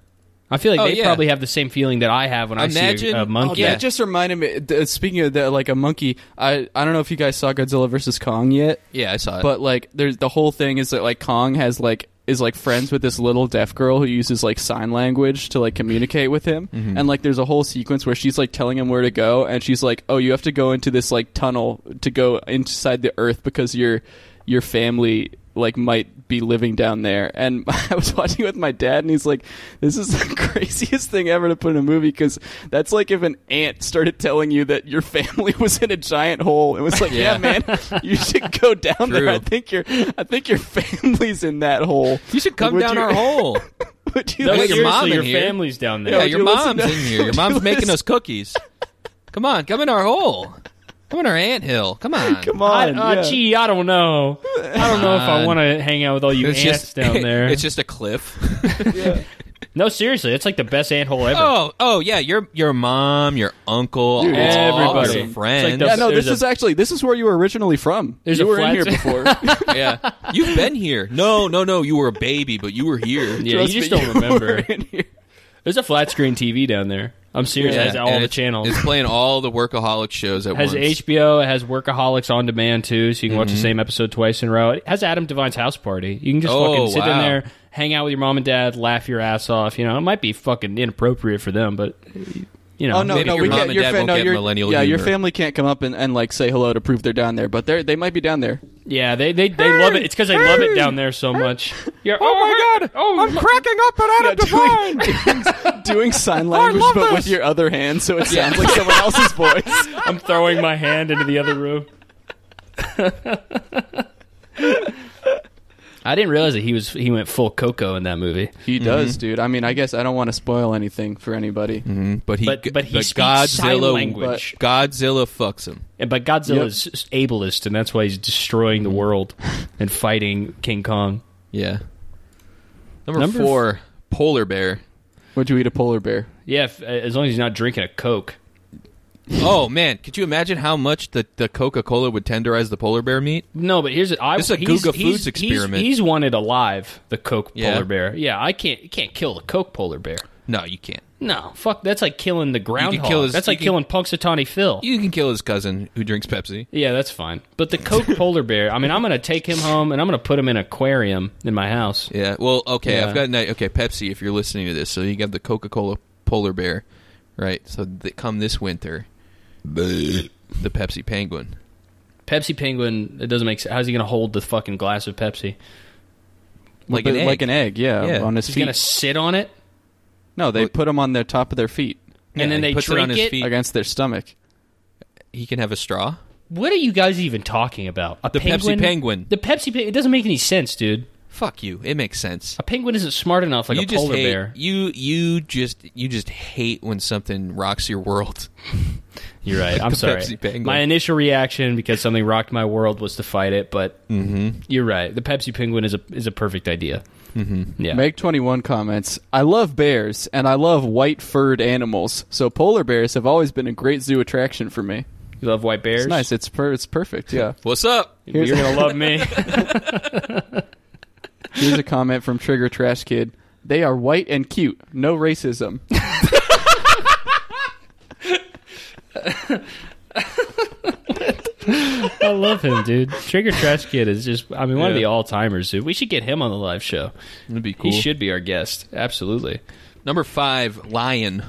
Speaker 5: I feel like
Speaker 3: Oh,
Speaker 5: they
Speaker 3: yeah.
Speaker 5: probably have the same feeling that I have when I see
Speaker 3: Imagine- oh,
Speaker 5: a- a, monkey.
Speaker 3: Yeah.
Speaker 4: That just reminded me. th- Speaking of that, like a monkey, I I don't know if you guys saw Godzilla versus Kong yet,
Speaker 3: Yeah, I saw it.
Speaker 4: but like there's the whole thing is that like Kong has like is like friends with this little deaf girl who uses like sign language to like communicate with him and like there's a whole sequence where she's like telling him where to go and she's like oh you have to go into this like tunnel to go inside the earth because your your family like might be living down there and i was watching it with my dad and he's like this is the craziest thing ever to put in a movie because that's like if an ant started telling you that your family was in a giant hole it was like yeah,
Speaker 3: Yeah.
Speaker 4: man you should go down
Speaker 3: True.
Speaker 4: there i think your i think your family's in that hole
Speaker 3: you should come
Speaker 4: Would
Speaker 3: down
Speaker 4: you-
Speaker 3: our hole.
Speaker 4: would you
Speaker 5: No,
Speaker 3: Look at your
Speaker 4: listen-
Speaker 5: seriously,
Speaker 3: mom in
Speaker 5: your
Speaker 3: here.
Speaker 5: family's down
Speaker 3: Yeah,
Speaker 5: there.
Speaker 4: would
Speaker 3: your
Speaker 4: you listen
Speaker 3: mom's
Speaker 4: to-
Speaker 3: in here. Your
Speaker 4: would you
Speaker 3: mom's making
Speaker 4: listen-
Speaker 3: us cookies. Come on, come in our hole. I'm on our anthill. Come on.
Speaker 4: Come
Speaker 5: I,
Speaker 4: on.
Speaker 5: uh,
Speaker 4: yeah.
Speaker 5: Gee, I don't know. I don't know if I
Speaker 3: on.
Speaker 5: want to hang out with all you
Speaker 3: It's
Speaker 5: ants
Speaker 3: just
Speaker 5: down there.
Speaker 3: It's just a cliff.
Speaker 5: no, seriously, it's like the best ant hole ever.
Speaker 3: oh, oh yeah. Your your mom, your uncle,
Speaker 4: Dude,
Speaker 3: all
Speaker 4: it's
Speaker 5: everybody.
Speaker 3: your
Speaker 5: It's
Speaker 3: friends.
Speaker 5: like
Speaker 4: Yeah, no,
Speaker 5: There's
Speaker 4: this is actually this is where you were originally from.
Speaker 5: There's
Speaker 4: you
Speaker 5: a
Speaker 4: were in
Speaker 5: flat-
Speaker 4: here before.
Speaker 3: yeah, you've been here. No, no, no. You were a baby, but you were here.
Speaker 5: Yeah, you
Speaker 4: Trust
Speaker 5: just
Speaker 4: me,
Speaker 5: don't
Speaker 4: you
Speaker 5: remember.
Speaker 4: were in here.
Speaker 5: There's a flat screen TV down there. I'm serious. it has all
Speaker 3: and
Speaker 5: the
Speaker 3: it's-
Speaker 5: channels.
Speaker 3: It's playing all the workaholic shows at
Speaker 5: It has
Speaker 3: once.
Speaker 5: HBO. It has Workaholics on demand too, so you can watch
Speaker 4: Mm-hmm.
Speaker 5: the same episode twice in a row. It has Adam Devine's house party. You can just
Speaker 3: Oh,
Speaker 5: fucking sit in
Speaker 3: wow.
Speaker 5: there, hang out with your mom and dad, laugh your ass off. You know, it might be fucking inappropriate for them, but you know,
Speaker 4: Oh no,
Speaker 3: Maybe
Speaker 4: no,
Speaker 3: your
Speaker 4: we
Speaker 3: mom
Speaker 4: can't.
Speaker 3: and
Speaker 4: Your
Speaker 3: dad
Speaker 4: fa-
Speaker 3: won't
Speaker 4: no,
Speaker 3: get
Speaker 4: your,
Speaker 3: millennial
Speaker 4: yeah, your
Speaker 3: humor.
Speaker 4: family can't come up and, and like say hello to prove they're down there, but they they might be down there.
Speaker 5: yeah, they they, they love it. It's because they love it down there so much. Yeah, oh, my god! Oh, I'm
Speaker 6: cracking up at Adam
Speaker 4: doing, doing- doing sign language,
Speaker 6: love
Speaker 4: but with
Speaker 6: this.
Speaker 4: your other hand, so it
Speaker 3: Yeah.
Speaker 4: sounds like someone else's voice.
Speaker 5: I'm throwing my hand into the other room. I didn't realize that he was he went full Coco in that movie.
Speaker 4: He does, dude. I mean, I guess I don't want to spoil anything for anybody.
Speaker 3: But he,
Speaker 5: But- but he speaks sign
Speaker 3: Godzilla,
Speaker 5: language.
Speaker 3: Godzilla fucks him.
Speaker 5: And but Godzilla's is ableist, and that's why he's destroying
Speaker 3: Mm-hmm.
Speaker 5: the world and fighting King Kong.
Speaker 3: Yeah. Number,
Speaker 5: Number f-
Speaker 3: four, polar bear.
Speaker 4: Would you eat a polar bear?
Speaker 5: Yeah, if, uh, as long as he's not drinking a Coke.
Speaker 3: Oh man, could you imagine how much the, the Coca Cola would tenderize the polar bear meat?
Speaker 5: No, but here's it. I
Speaker 3: This is a
Speaker 5: he's-
Speaker 3: Guga
Speaker 5: he's-
Speaker 3: Foods
Speaker 5: he's-
Speaker 3: experiment.
Speaker 5: He's, wanted alive. The Coke
Speaker 3: Yeah.
Speaker 5: polar bear. Yeah, I can't you can't kill the Coke polar bear.
Speaker 3: No, you can't.
Speaker 5: No, fuck. That's like killing the groundhog.
Speaker 3: kill his-
Speaker 5: that's
Speaker 3: you
Speaker 5: like
Speaker 3: can-
Speaker 5: killing Punxsutawney Phil.
Speaker 3: You can kill his cousin who drinks Pepsi.
Speaker 5: yeah, that's fine. But the Coke polar bear. I mean, I'm gonna take him home and I'm gonna put him in an aquarium in my house.
Speaker 3: Yeah. Well, okay.
Speaker 5: Yeah.
Speaker 3: I've got an i- okay Pepsi. If you're listening to this, so you got the Coca Cola polar bear, right? So they come this winter, the Pepsi penguin.
Speaker 5: Pepsi penguin. It doesn't make sense. How's he gonna hold the fucking glass of Pepsi?
Speaker 3: Like
Speaker 4: But-
Speaker 3: an egg.
Speaker 4: like an egg, yeah,
Speaker 3: Yeah.
Speaker 4: on his
Speaker 5: He's
Speaker 4: feet.
Speaker 5: gonna sit on it.
Speaker 4: No, they put them on their top of their feet
Speaker 5: and then
Speaker 3: he
Speaker 5: they
Speaker 3: puts it on
Speaker 5: drink
Speaker 3: his
Speaker 5: it?
Speaker 3: feet.
Speaker 4: against their stomach.
Speaker 3: He can have a straw.
Speaker 5: What are you guys even talking about? A
Speaker 3: The Pepsi penguin.
Speaker 5: The Pepsi penguin. It doesn't make any sense, dude.
Speaker 3: Fuck you. It makes sense.
Speaker 5: A penguin isn't smart enough like
Speaker 3: you
Speaker 5: a
Speaker 3: just
Speaker 5: polar
Speaker 3: hate,
Speaker 5: bear.
Speaker 3: You you just you just hate when something rocks your world.
Speaker 5: You're right. I'm
Speaker 3: the
Speaker 5: sorry.
Speaker 3: Pepsi penguin.
Speaker 5: My initial reaction because something rocked my world was to fight it, but
Speaker 3: Mm-hmm.
Speaker 5: you're right. The Pepsi penguin is a is a perfect idea. Mm-hmm. Yeah.
Speaker 4: Meg twenty one comments: I love bears and I love white furred animals, so polar bears have always been a great zoo attraction for me.
Speaker 5: you love white bears.
Speaker 4: It's nice. It's per- it's perfect. Yeah.
Speaker 3: What's up?
Speaker 4: Here's
Speaker 5: you're gonna love me.
Speaker 4: Here's a comment from Trigger Trash Kid. They are white and cute. No racism.
Speaker 5: I love him, dude. Trigger Trash Kid is just. I mean, one of the all timers, dude. We should get him on the live show.
Speaker 3: That'd be cool.
Speaker 5: He should be our guest. Absolutely.
Speaker 3: Number five, lion.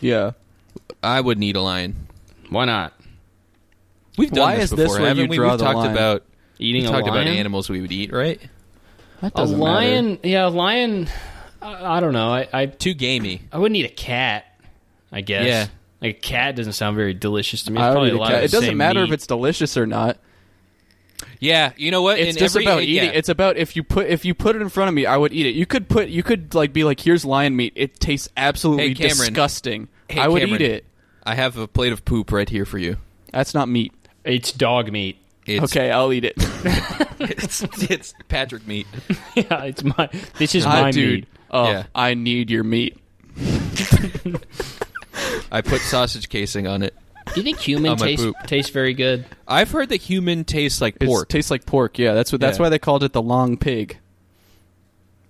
Speaker 4: Yeah.
Speaker 3: I would need a lion.
Speaker 5: Why not?
Speaker 3: We've done
Speaker 4: Why
Speaker 3: this
Speaker 4: is this
Speaker 3: before,
Speaker 4: where
Speaker 3: haven't
Speaker 4: you
Speaker 3: we?
Speaker 4: draw
Speaker 3: We've
Speaker 4: the
Speaker 3: talked
Speaker 4: line?
Speaker 3: about
Speaker 5: Eating
Speaker 3: we
Speaker 5: a
Speaker 3: talked about
Speaker 5: lion?
Speaker 3: animals we would eat, right?
Speaker 4: That
Speaker 5: A
Speaker 4: doesn't
Speaker 5: lion,
Speaker 4: matter.
Speaker 5: yeah, a lion. I, I don't know. I, I
Speaker 3: Too gamey.
Speaker 5: I would need a cat. I guess.
Speaker 3: Yeah.
Speaker 5: Like a cat doesn't sound very delicious to me. It's
Speaker 4: I
Speaker 5: probably
Speaker 4: already
Speaker 5: a lot of
Speaker 4: ca-
Speaker 5: the
Speaker 4: it doesn't
Speaker 5: same
Speaker 4: matter if
Speaker 5: meat.
Speaker 4: it's delicious or not.
Speaker 3: Yeah, you know what? In
Speaker 4: It's just
Speaker 3: every-
Speaker 4: about
Speaker 3: yeah.
Speaker 4: eating. It's about if you put if you put it in front of me, I would eat it. You could put you could like be like, here's lion meat. It tastes absolutely
Speaker 3: Hey, Cameron.
Speaker 4: disgusting.
Speaker 3: Hey,
Speaker 4: I would
Speaker 3: Cameron.
Speaker 4: eat it.
Speaker 3: I have a plate of poop right here for you.
Speaker 4: That's not meat.
Speaker 5: It's dog meat.
Speaker 3: It's,
Speaker 4: okay, I'll eat it.
Speaker 3: it's, it's Patrick meat.
Speaker 5: yeah, it's my. This is
Speaker 4: I,
Speaker 5: my
Speaker 4: dude,
Speaker 5: meat.
Speaker 4: oh,
Speaker 3: Yeah.
Speaker 4: I need your meat.
Speaker 3: I put sausage casing on it.
Speaker 5: Do you think human
Speaker 3: on my
Speaker 5: tastes
Speaker 3: poop.
Speaker 5: tastes very good?
Speaker 3: I've heard that human tastes like
Speaker 4: It
Speaker 3: pork.
Speaker 4: tastes like pork. Yeah, that's what. That's
Speaker 3: Yeah.
Speaker 4: why they called it the long pig.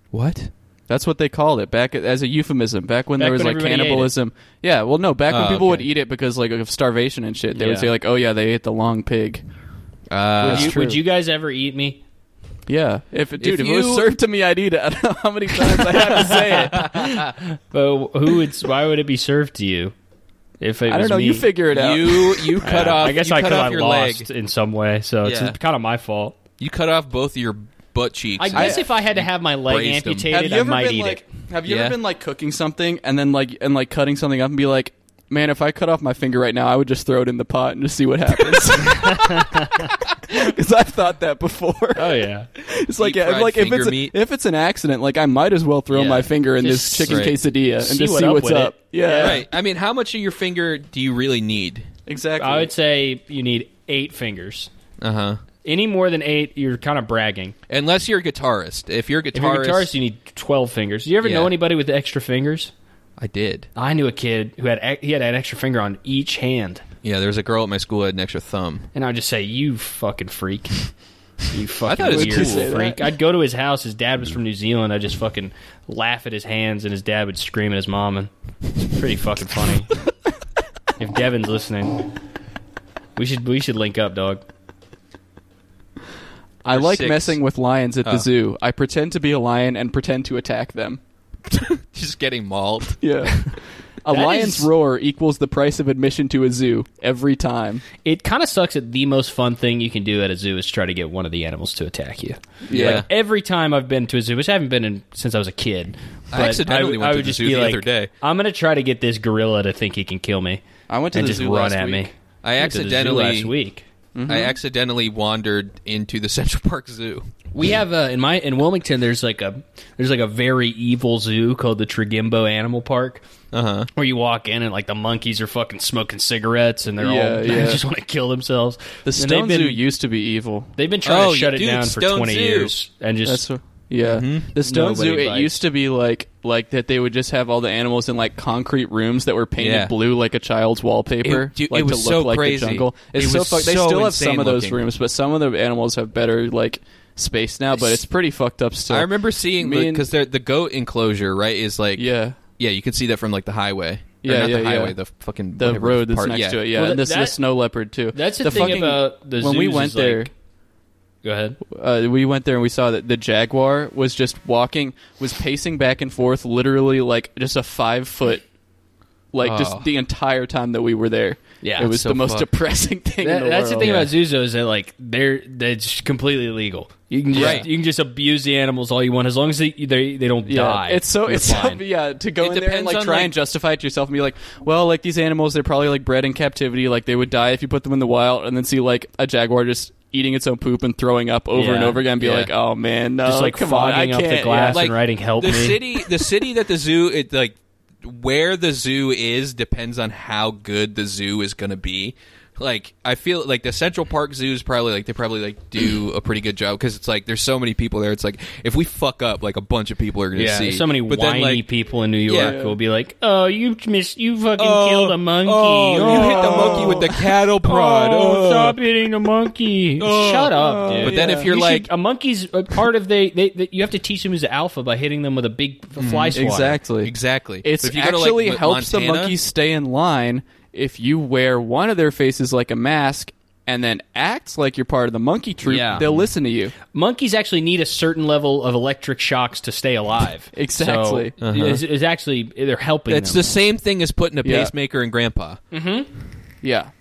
Speaker 3: what?
Speaker 4: That's what they called it back as a euphemism. Back when
Speaker 5: Back
Speaker 4: there was
Speaker 5: when
Speaker 4: like
Speaker 5: everybody ate it.
Speaker 4: cannibalism. Yeah, well, no, back
Speaker 3: Oh,
Speaker 4: when people would
Speaker 3: okay.
Speaker 4: eat it because like of starvation and shit, they would
Speaker 5: Yeah.
Speaker 4: say like, "Oh yeah, they ate the long pig."
Speaker 3: Uh,
Speaker 4: That's
Speaker 5: You-
Speaker 4: true.
Speaker 5: Would you guys ever eat me?
Speaker 4: Yeah, if dude, if, it
Speaker 3: you-
Speaker 4: was served to me, I'd eat it. I don't know how many times I had to say it.
Speaker 5: But who would? Why would it be served to you? If it
Speaker 4: I
Speaker 5: was
Speaker 4: don't know.
Speaker 5: Me?
Speaker 4: You figure it out.
Speaker 3: you you cut
Speaker 5: Yeah,
Speaker 3: off.
Speaker 5: I guess
Speaker 3: you
Speaker 5: I
Speaker 3: cut
Speaker 5: could
Speaker 3: off
Speaker 5: have
Speaker 3: your
Speaker 5: lost
Speaker 3: leg.
Speaker 5: in some way, so
Speaker 3: Yeah.
Speaker 5: it's kind of my fault.
Speaker 3: You cut off both of your butt cheeks.
Speaker 5: I guess if I had to have my leg
Speaker 3: braised 'em.
Speaker 5: amputated,
Speaker 4: have you
Speaker 5: I
Speaker 4: ever
Speaker 5: might
Speaker 4: been
Speaker 5: eat
Speaker 4: like?
Speaker 5: it.
Speaker 4: Have you
Speaker 3: Yeah.
Speaker 4: ever been like cooking something and then like and like cutting something up and be like, "Man, if I cut off my finger right now, I would just throw it in the pot and just see what happens." Because I've thought that before.
Speaker 5: Oh yeah.
Speaker 4: It's like,
Speaker 3: Deep
Speaker 4: yeah,
Speaker 3: fried
Speaker 4: like if
Speaker 3: finger
Speaker 4: it's
Speaker 3: meat.
Speaker 4: if it's an accident, like I might as well throw
Speaker 5: Yeah.
Speaker 4: my finger in this
Speaker 5: Just
Speaker 4: chicken
Speaker 3: right.
Speaker 4: quesadilla and
Speaker 5: see
Speaker 4: just
Speaker 5: what
Speaker 4: see
Speaker 5: up
Speaker 4: what's
Speaker 5: with
Speaker 4: up.
Speaker 5: it.
Speaker 4: Yeah.
Speaker 3: Right. I mean, how much of your finger do you really need?
Speaker 4: Exactly.
Speaker 5: I would say you need eight fingers.
Speaker 3: Uh huh.
Speaker 5: Any more than eight, you're kind of bragging.
Speaker 3: Unless you're a guitarist. If you're a guitarist,
Speaker 5: If you're a guitarist, you need twelve fingers. Do you ever
Speaker 3: Yeah.
Speaker 5: know anybody with extra fingers?
Speaker 3: I did.
Speaker 5: I knew a kid who had ex- he had an extra finger on each hand,
Speaker 3: Yeah, there was a girl at my school who had an extra thumb.
Speaker 5: and I'd just say, "You fucking freak." You fucking
Speaker 3: thought it was
Speaker 5: weird
Speaker 3: cool. Say that.
Speaker 5: freak. I'd go to his house. His dad was from New Zealand. I'd just fucking laugh at his hands, and his dad would scream at his mom, and it's pretty fucking funny. if Devin's listening, we should we should link up, dog.
Speaker 4: I like
Speaker 3: six.
Speaker 4: messing with lions at
Speaker 3: Oh.
Speaker 4: the zoo. I pretend to be a lion and pretend to attack them.
Speaker 3: Just getting mauled.
Speaker 4: Yeah. a
Speaker 5: That
Speaker 4: lion's
Speaker 5: is-
Speaker 4: roar equals the price of admission to a zoo every time.
Speaker 5: It kind of sucks that the most fun thing you can do at a zoo is try to get one of the animals to attack you.
Speaker 3: Yeah.
Speaker 5: Like, every time I've been to a zoo, which I haven't been in since I was a kid.
Speaker 3: I
Speaker 5: but
Speaker 3: accidentally
Speaker 5: I,
Speaker 3: went
Speaker 5: I
Speaker 3: to
Speaker 5: would
Speaker 3: the
Speaker 5: just
Speaker 3: zoo
Speaker 5: be
Speaker 3: the
Speaker 5: like,
Speaker 3: other day.
Speaker 5: I'm gonna try to get this gorilla to think he can kill me.
Speaker 4: I went to
Speaker 5: and
Speaker 4: the
Speaker 5: just
Speaker 4: zoo
Speaker 5: run
Speaker 4: last
Speaker 5: at
Speaker 4: week.
Speaker 5: me.
Speaker 3: I
Speaker 5: Went to the zoo
Speaker 3: accidentally-
Speaker 5: last week.
Speaker 3: I accidentally wandered into the Central Park Zoo.
Speaker 5: We have uh, in my in Wilmington. There's like a there's like a very evil zoo called the Trigimbo Animal Park.
Speaker 3: Uh-huh.
Speaker 5: Where you walk in and like the monkeys are fucking smoking cigarettes and they're
Speaker 4: Yeah,
Speaker 5: all
Speaker 4: yeah.
Speaker 5: they just want to kill themselves.
Speaker 4: The
Speaker 5: And
Speaker 4: stone
Speaker 5: they've
Speaker 4: zoo
Speaker 5: been,
Speaker 4: used to be evil.
Speaker 5: They've been trying
Speaker 3: Oh,
Speaker 5: to shut it
Speaker 3: dude,
Speaker 5: down for
Speaker 3: Stone
Speaker 5: twenty
Speaker 3: Zoo.
Speaker 5: years and just
Speaker 4: That's yeah.
Speaker 3: Mm-hmm.
Speaker 4: The stone
Speaker 5: Nobody
Speaker 4: zoo.
Speaker 5: bites.
Speaker 4: It used to be like like that. They would just have all the animals in like concrete rooms that were painted
Speaker 3: Yeah.
Speaker 4: blue like a child's wallpaper.
Speaker 3: It- dude,
Speaker 4: like
Speaker 3: it was
Speaker 4: to look
Speaker 3: so
Speaker 4: like
Speaker 3: crazy.
Speaker 4: the jungle. It's
Speaker 3: It
Speaker 4: so
Speaker 3: was
Speaker 4: fucked. They
Speaker 3: so
Speaker 4: still have some
Speaker 3: insane
Speaker 4: of those
Speaker 3: looking.
Speaker 4: rooms, but some of the animals have better like space now. But it's pretty fucked up still.
Speaker 3: I remember seeing
Speaker 4: Me and-
Speaker 3: because the, the goat enclosure right is like
Speaker 4: Yeah.
Speaker 3: yeah you can see that from like the highway Or
Speaker 4: Yeah,
Speaker 3: not
Speaker 4: yeah,
Speaker 3: the
Speaker 4: yeah.
Speaker 3: highway the fucking
Speaker 4: the
Speaker 3: whatever
Speaker 4: road that's
Speaker 3: part-
Speaker 4: next
Speaker 3: yeah.
Speaker 4: to it. Yeah,
Speaker 5: Well,
Speaker 4: and this
Speaker 5: that-
Speaker 4: the snow leopard too.
Speaker 5: That's the, thing
Speaker 4: fucking-
Speaker 5: about the
Speaker 4: when we
Speaker 5: zoos
Speaker 4: went
Speaker 5: is,
Speaker 4: there.
Speaker 5: Like, go ahead.
Speaker 4: uh, we went there and we saw that the jaguar was just walking, was pacing back and forth, literally like just a five foot, like
Speaker 3: Oh.
Speaker 4: just the entire time that we were there.
Speaker 5: Yeah,
Speaker 4: it was
Speaker 3: so
Speaker 4: the most
Speaker 3: fucked.
Speaker 4: depressing thing. in the
Speaker 5: that's the
Speaker 4: world.
Speaker 5: thing about zoos though, is that like they're they're just completely legal. You can just,
Speaker 3: Right.
Speaker 5: you can just abuse the animals all you want as long as they they, they don't
Speaker 4: Yeah,
Speaker 5: die.
Speaker 4: it's so
Speaker 5: you're
Speaker 4: it's so,
Speaker 5: fine.
Speaker 4: yeah to go
Speaker 3: It
Speaker 4: in there and
Speaker 3: depends
Speaker 4: like
Speaker 3: on,
Speaker 4: try
Speaker 3: like-
Speaker 4: and justify it to yourself and be like, well, like these animals, they're probably like bred in captivity, like they would die if you put them in the wild, and then see like a jaguar just eating its own poop and throwing up over
Speaker 5: Yeah,
Speaker 4: and over again, and be
Speaker 3: yeah.
Speaker 4: like, oh man, no,
Speaker 5: Just, like,
Speaker 4: come on, I
Speaker 5: fogging up the
Speaker 4: can't,
Speaker 5: glass.
Speaker 4: yeah.
Speaker 5: Like, writing, "Help
Speaker 3: the
Speaker 5: me."
Speaker 3: city the city that the zoo it like where the zoo is depends on how good the zoo is going to be like i feel like the central park zoo is probably like they probably like do a pretty good job because it's like there's so many people there it's like if we fuck up like a bunch of people are going to
Speaker 5: Yeah,
Speaker 3: see
Speaker 5: so many
Speaker 3: But
Speaker 5: whiny
Speaker 3: then, like,
Speaker 5: people in New York
Speaker 3: Yeah.
Speaker 5: will be like, "Oh, you miss, you fucking
Speaker 3: Oh,
Speaker 5: killed a monkey!
Speaker 3: oh, you hit the
Speaker 5: Oh.
Speaker 3: monkey with the cattle prod
Speaker 5: Oh,
Speaker 3: oh.
Speaker 5: stop hitting a monkey! Shut up, dude.
Speaker 3: But then if you're
Speaker 5: You
Speaker 3: like-
Speaker 5: should- a monkey's a part of they, they, they, you have to teach them as alpha by hitting them with a big fly
Speaker 4: Mm-hmm.
Speaker 5: swatter.
Speaker 4: Exactly.
Speaker 3: Exactly.
Speaker 4: It's
Speaker 3: But if you go to, like,
Speaker 4: actually
Speaker 3: Mo-
Speaker 4: helps the
Speaker 3: Montana-
Speaker 4: monkeys stay in line if you wear one of their faces like a mask and then act like you're part of the monkey troop.
Speaker 5: Yeah.
Speaker 4: They'll listen to you.
Speaker 5: monkeys actually need a certain level of electric shocks to stay alive.
Speaker 4: Exactly. Uh-huh.
Speaker 5: So it's, it's actually they're helping.
Speaker 3: It's
Speaker 5: them.
Speaker 3: the same thing as putting a
Speaker 4: Yeah.
Speaker 3: pacemaker in grandpa.
Speaker 4: Yeah,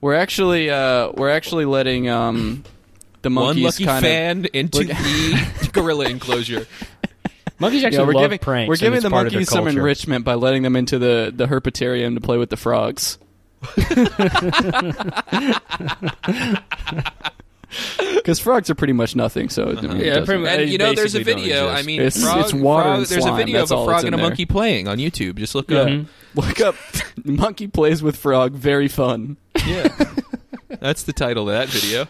Speaker 4: we're actually uh, we're actually letting um, the
Speaker 3: One
Speaker 4: monkeys
Speaker 3: lucky
Speaker 4: kind of.
Speaker 3: fan into
Speaker 4: Look-
Speaker 3: the gorilla enclosure.
Speaker 5: monkeys actually
Speaker 4: Yeah, we're
Speaker 5: love
Speaker 4: giving
Speaker 5: pranks.
Speaker 4: we're
Speaker 5: and
Speaker 4: giving
Speaker 5: it's
Speaker 4: the
Speaker 5: part of their
Speaker 4: monkeys some
Speaker 5: culture.
Speaker 4: enrichment by letting them into the the herpetarium to play with the frogs. Because frogs are pretty much nothing, so I mean, it
Speaker 5: Yeah,
Speaker 4: doesn't-
Speaker 5: pretty much.
Speaker 3: And you know, there's a
Speaker 5: basically
Speaker 3: video.
Speaker 5: don't
Speaker 3: I
Speaker 5: exist.
Speaker 3: mean,
Speaker 4: It's-
Speaker 3: frog,
Speaker 4: it's water
Speaker 3: frog-
Speaker 4: and
Speaker 3: there's a
Speaker 4: slime,
Speaker 3: video
Speaker 4: that's
Speaker 3: of a
Speaker 4: all
Speaker 3: frog
Speaker 4: that's
Speaker 3: and a
Speaker 4: in there.
Speaker 3: monkey playing on YouTube. Just look
Speaker 4: Yeah.
Speaker 3: up.
Speaker 5: Mm-hmm.
Speaker 4: Look up Monkey Plays with Frog. Very fun.
Speaker 3: That's the title of that video.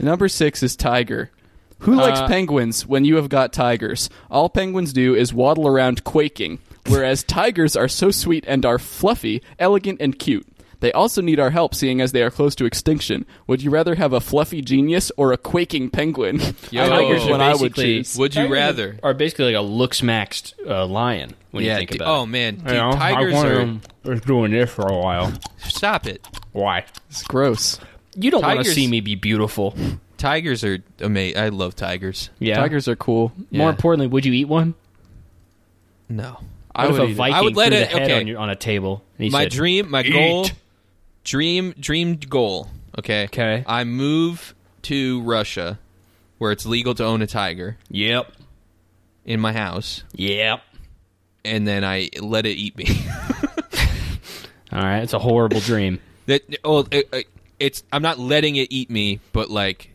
Speaker 4: Number six is Tiger. Who likes
Speaker 5: Uh,
Speaker 4: penguins when you have got tigers? All penguins do is waddle around quaking, whereas tigers are so sweet and are fluffy, elegant, and cute. They also need our help seeing as they are close to extinction. Would you rather have a fluffy genius or a quaking penguin?
Speaker 3: Yo.
Speaker 4: tigers
Speaker 3: Tigers
Speaker 4: when
Speaker 5: are
Speaker 4: Oh. I would
Speaker 5: basically-
Speaker 4: choose.
Speaker 3: Would you
Speaker 5: Tigers
Speaker 3: rather?
Speaker 5: Are basically like a looks maxed uh, lion when you think
Speaker 3: d-
Speaker 5: about
Speaker 3: oh
Speaker 5: it.
Speaker 3: man, dude,
Speaker 5: You know,
Speaker 3: tigers
Speaker 5: I
Speaker 3: are.
Speaker 5: want them doing this for a while.
Speaker 3: Stop it.
Speaker 5: Why?
Speaker 4: It's gross.
Speaker 5: You don't want to
Speaker 3: Tigers-
Speaker 5: see me be beautiful.
Speaker 3: Tigers are amazing. I love tigers.
Speaker 5: Yeah.
Speaker 4: Tigers are cool.
Speaker 5: More
Speaker 3: Yeah.
Speaker 5: importantly, would you eat one?
Speaker 3: No,
Speaker 4: I
Speaker 5: what
Speaker 4: would
Speaker 5: if a
Speaker 4: eat it.
Speaker 5: Viking
Speaker 3: I would let
Speaker 5: threw
Speaker 3: it-
Speaker 5: the head
Speaker 3: okay.
Speaker 5: on, your, on a table? and he
Speaker 3: my
Speaker 5: said,
Speaker 3: dream, my goal,
Speaker 5: "Eat."
Speaker 3: dream, dream goal. Okay.
Speaker 5: Okay.
Speaker 3: I move to Russia, where it's legal to own a tiger
Speaker 5: Yep.
Speaker 3: in my house,
Speaker 5: Yep.
Speaker 3: and then I let it eat me.
Speaker 5: All right. It's a horrible dream.
Speaker 3: That well, it, it- it's I'm not letting it eat me, but like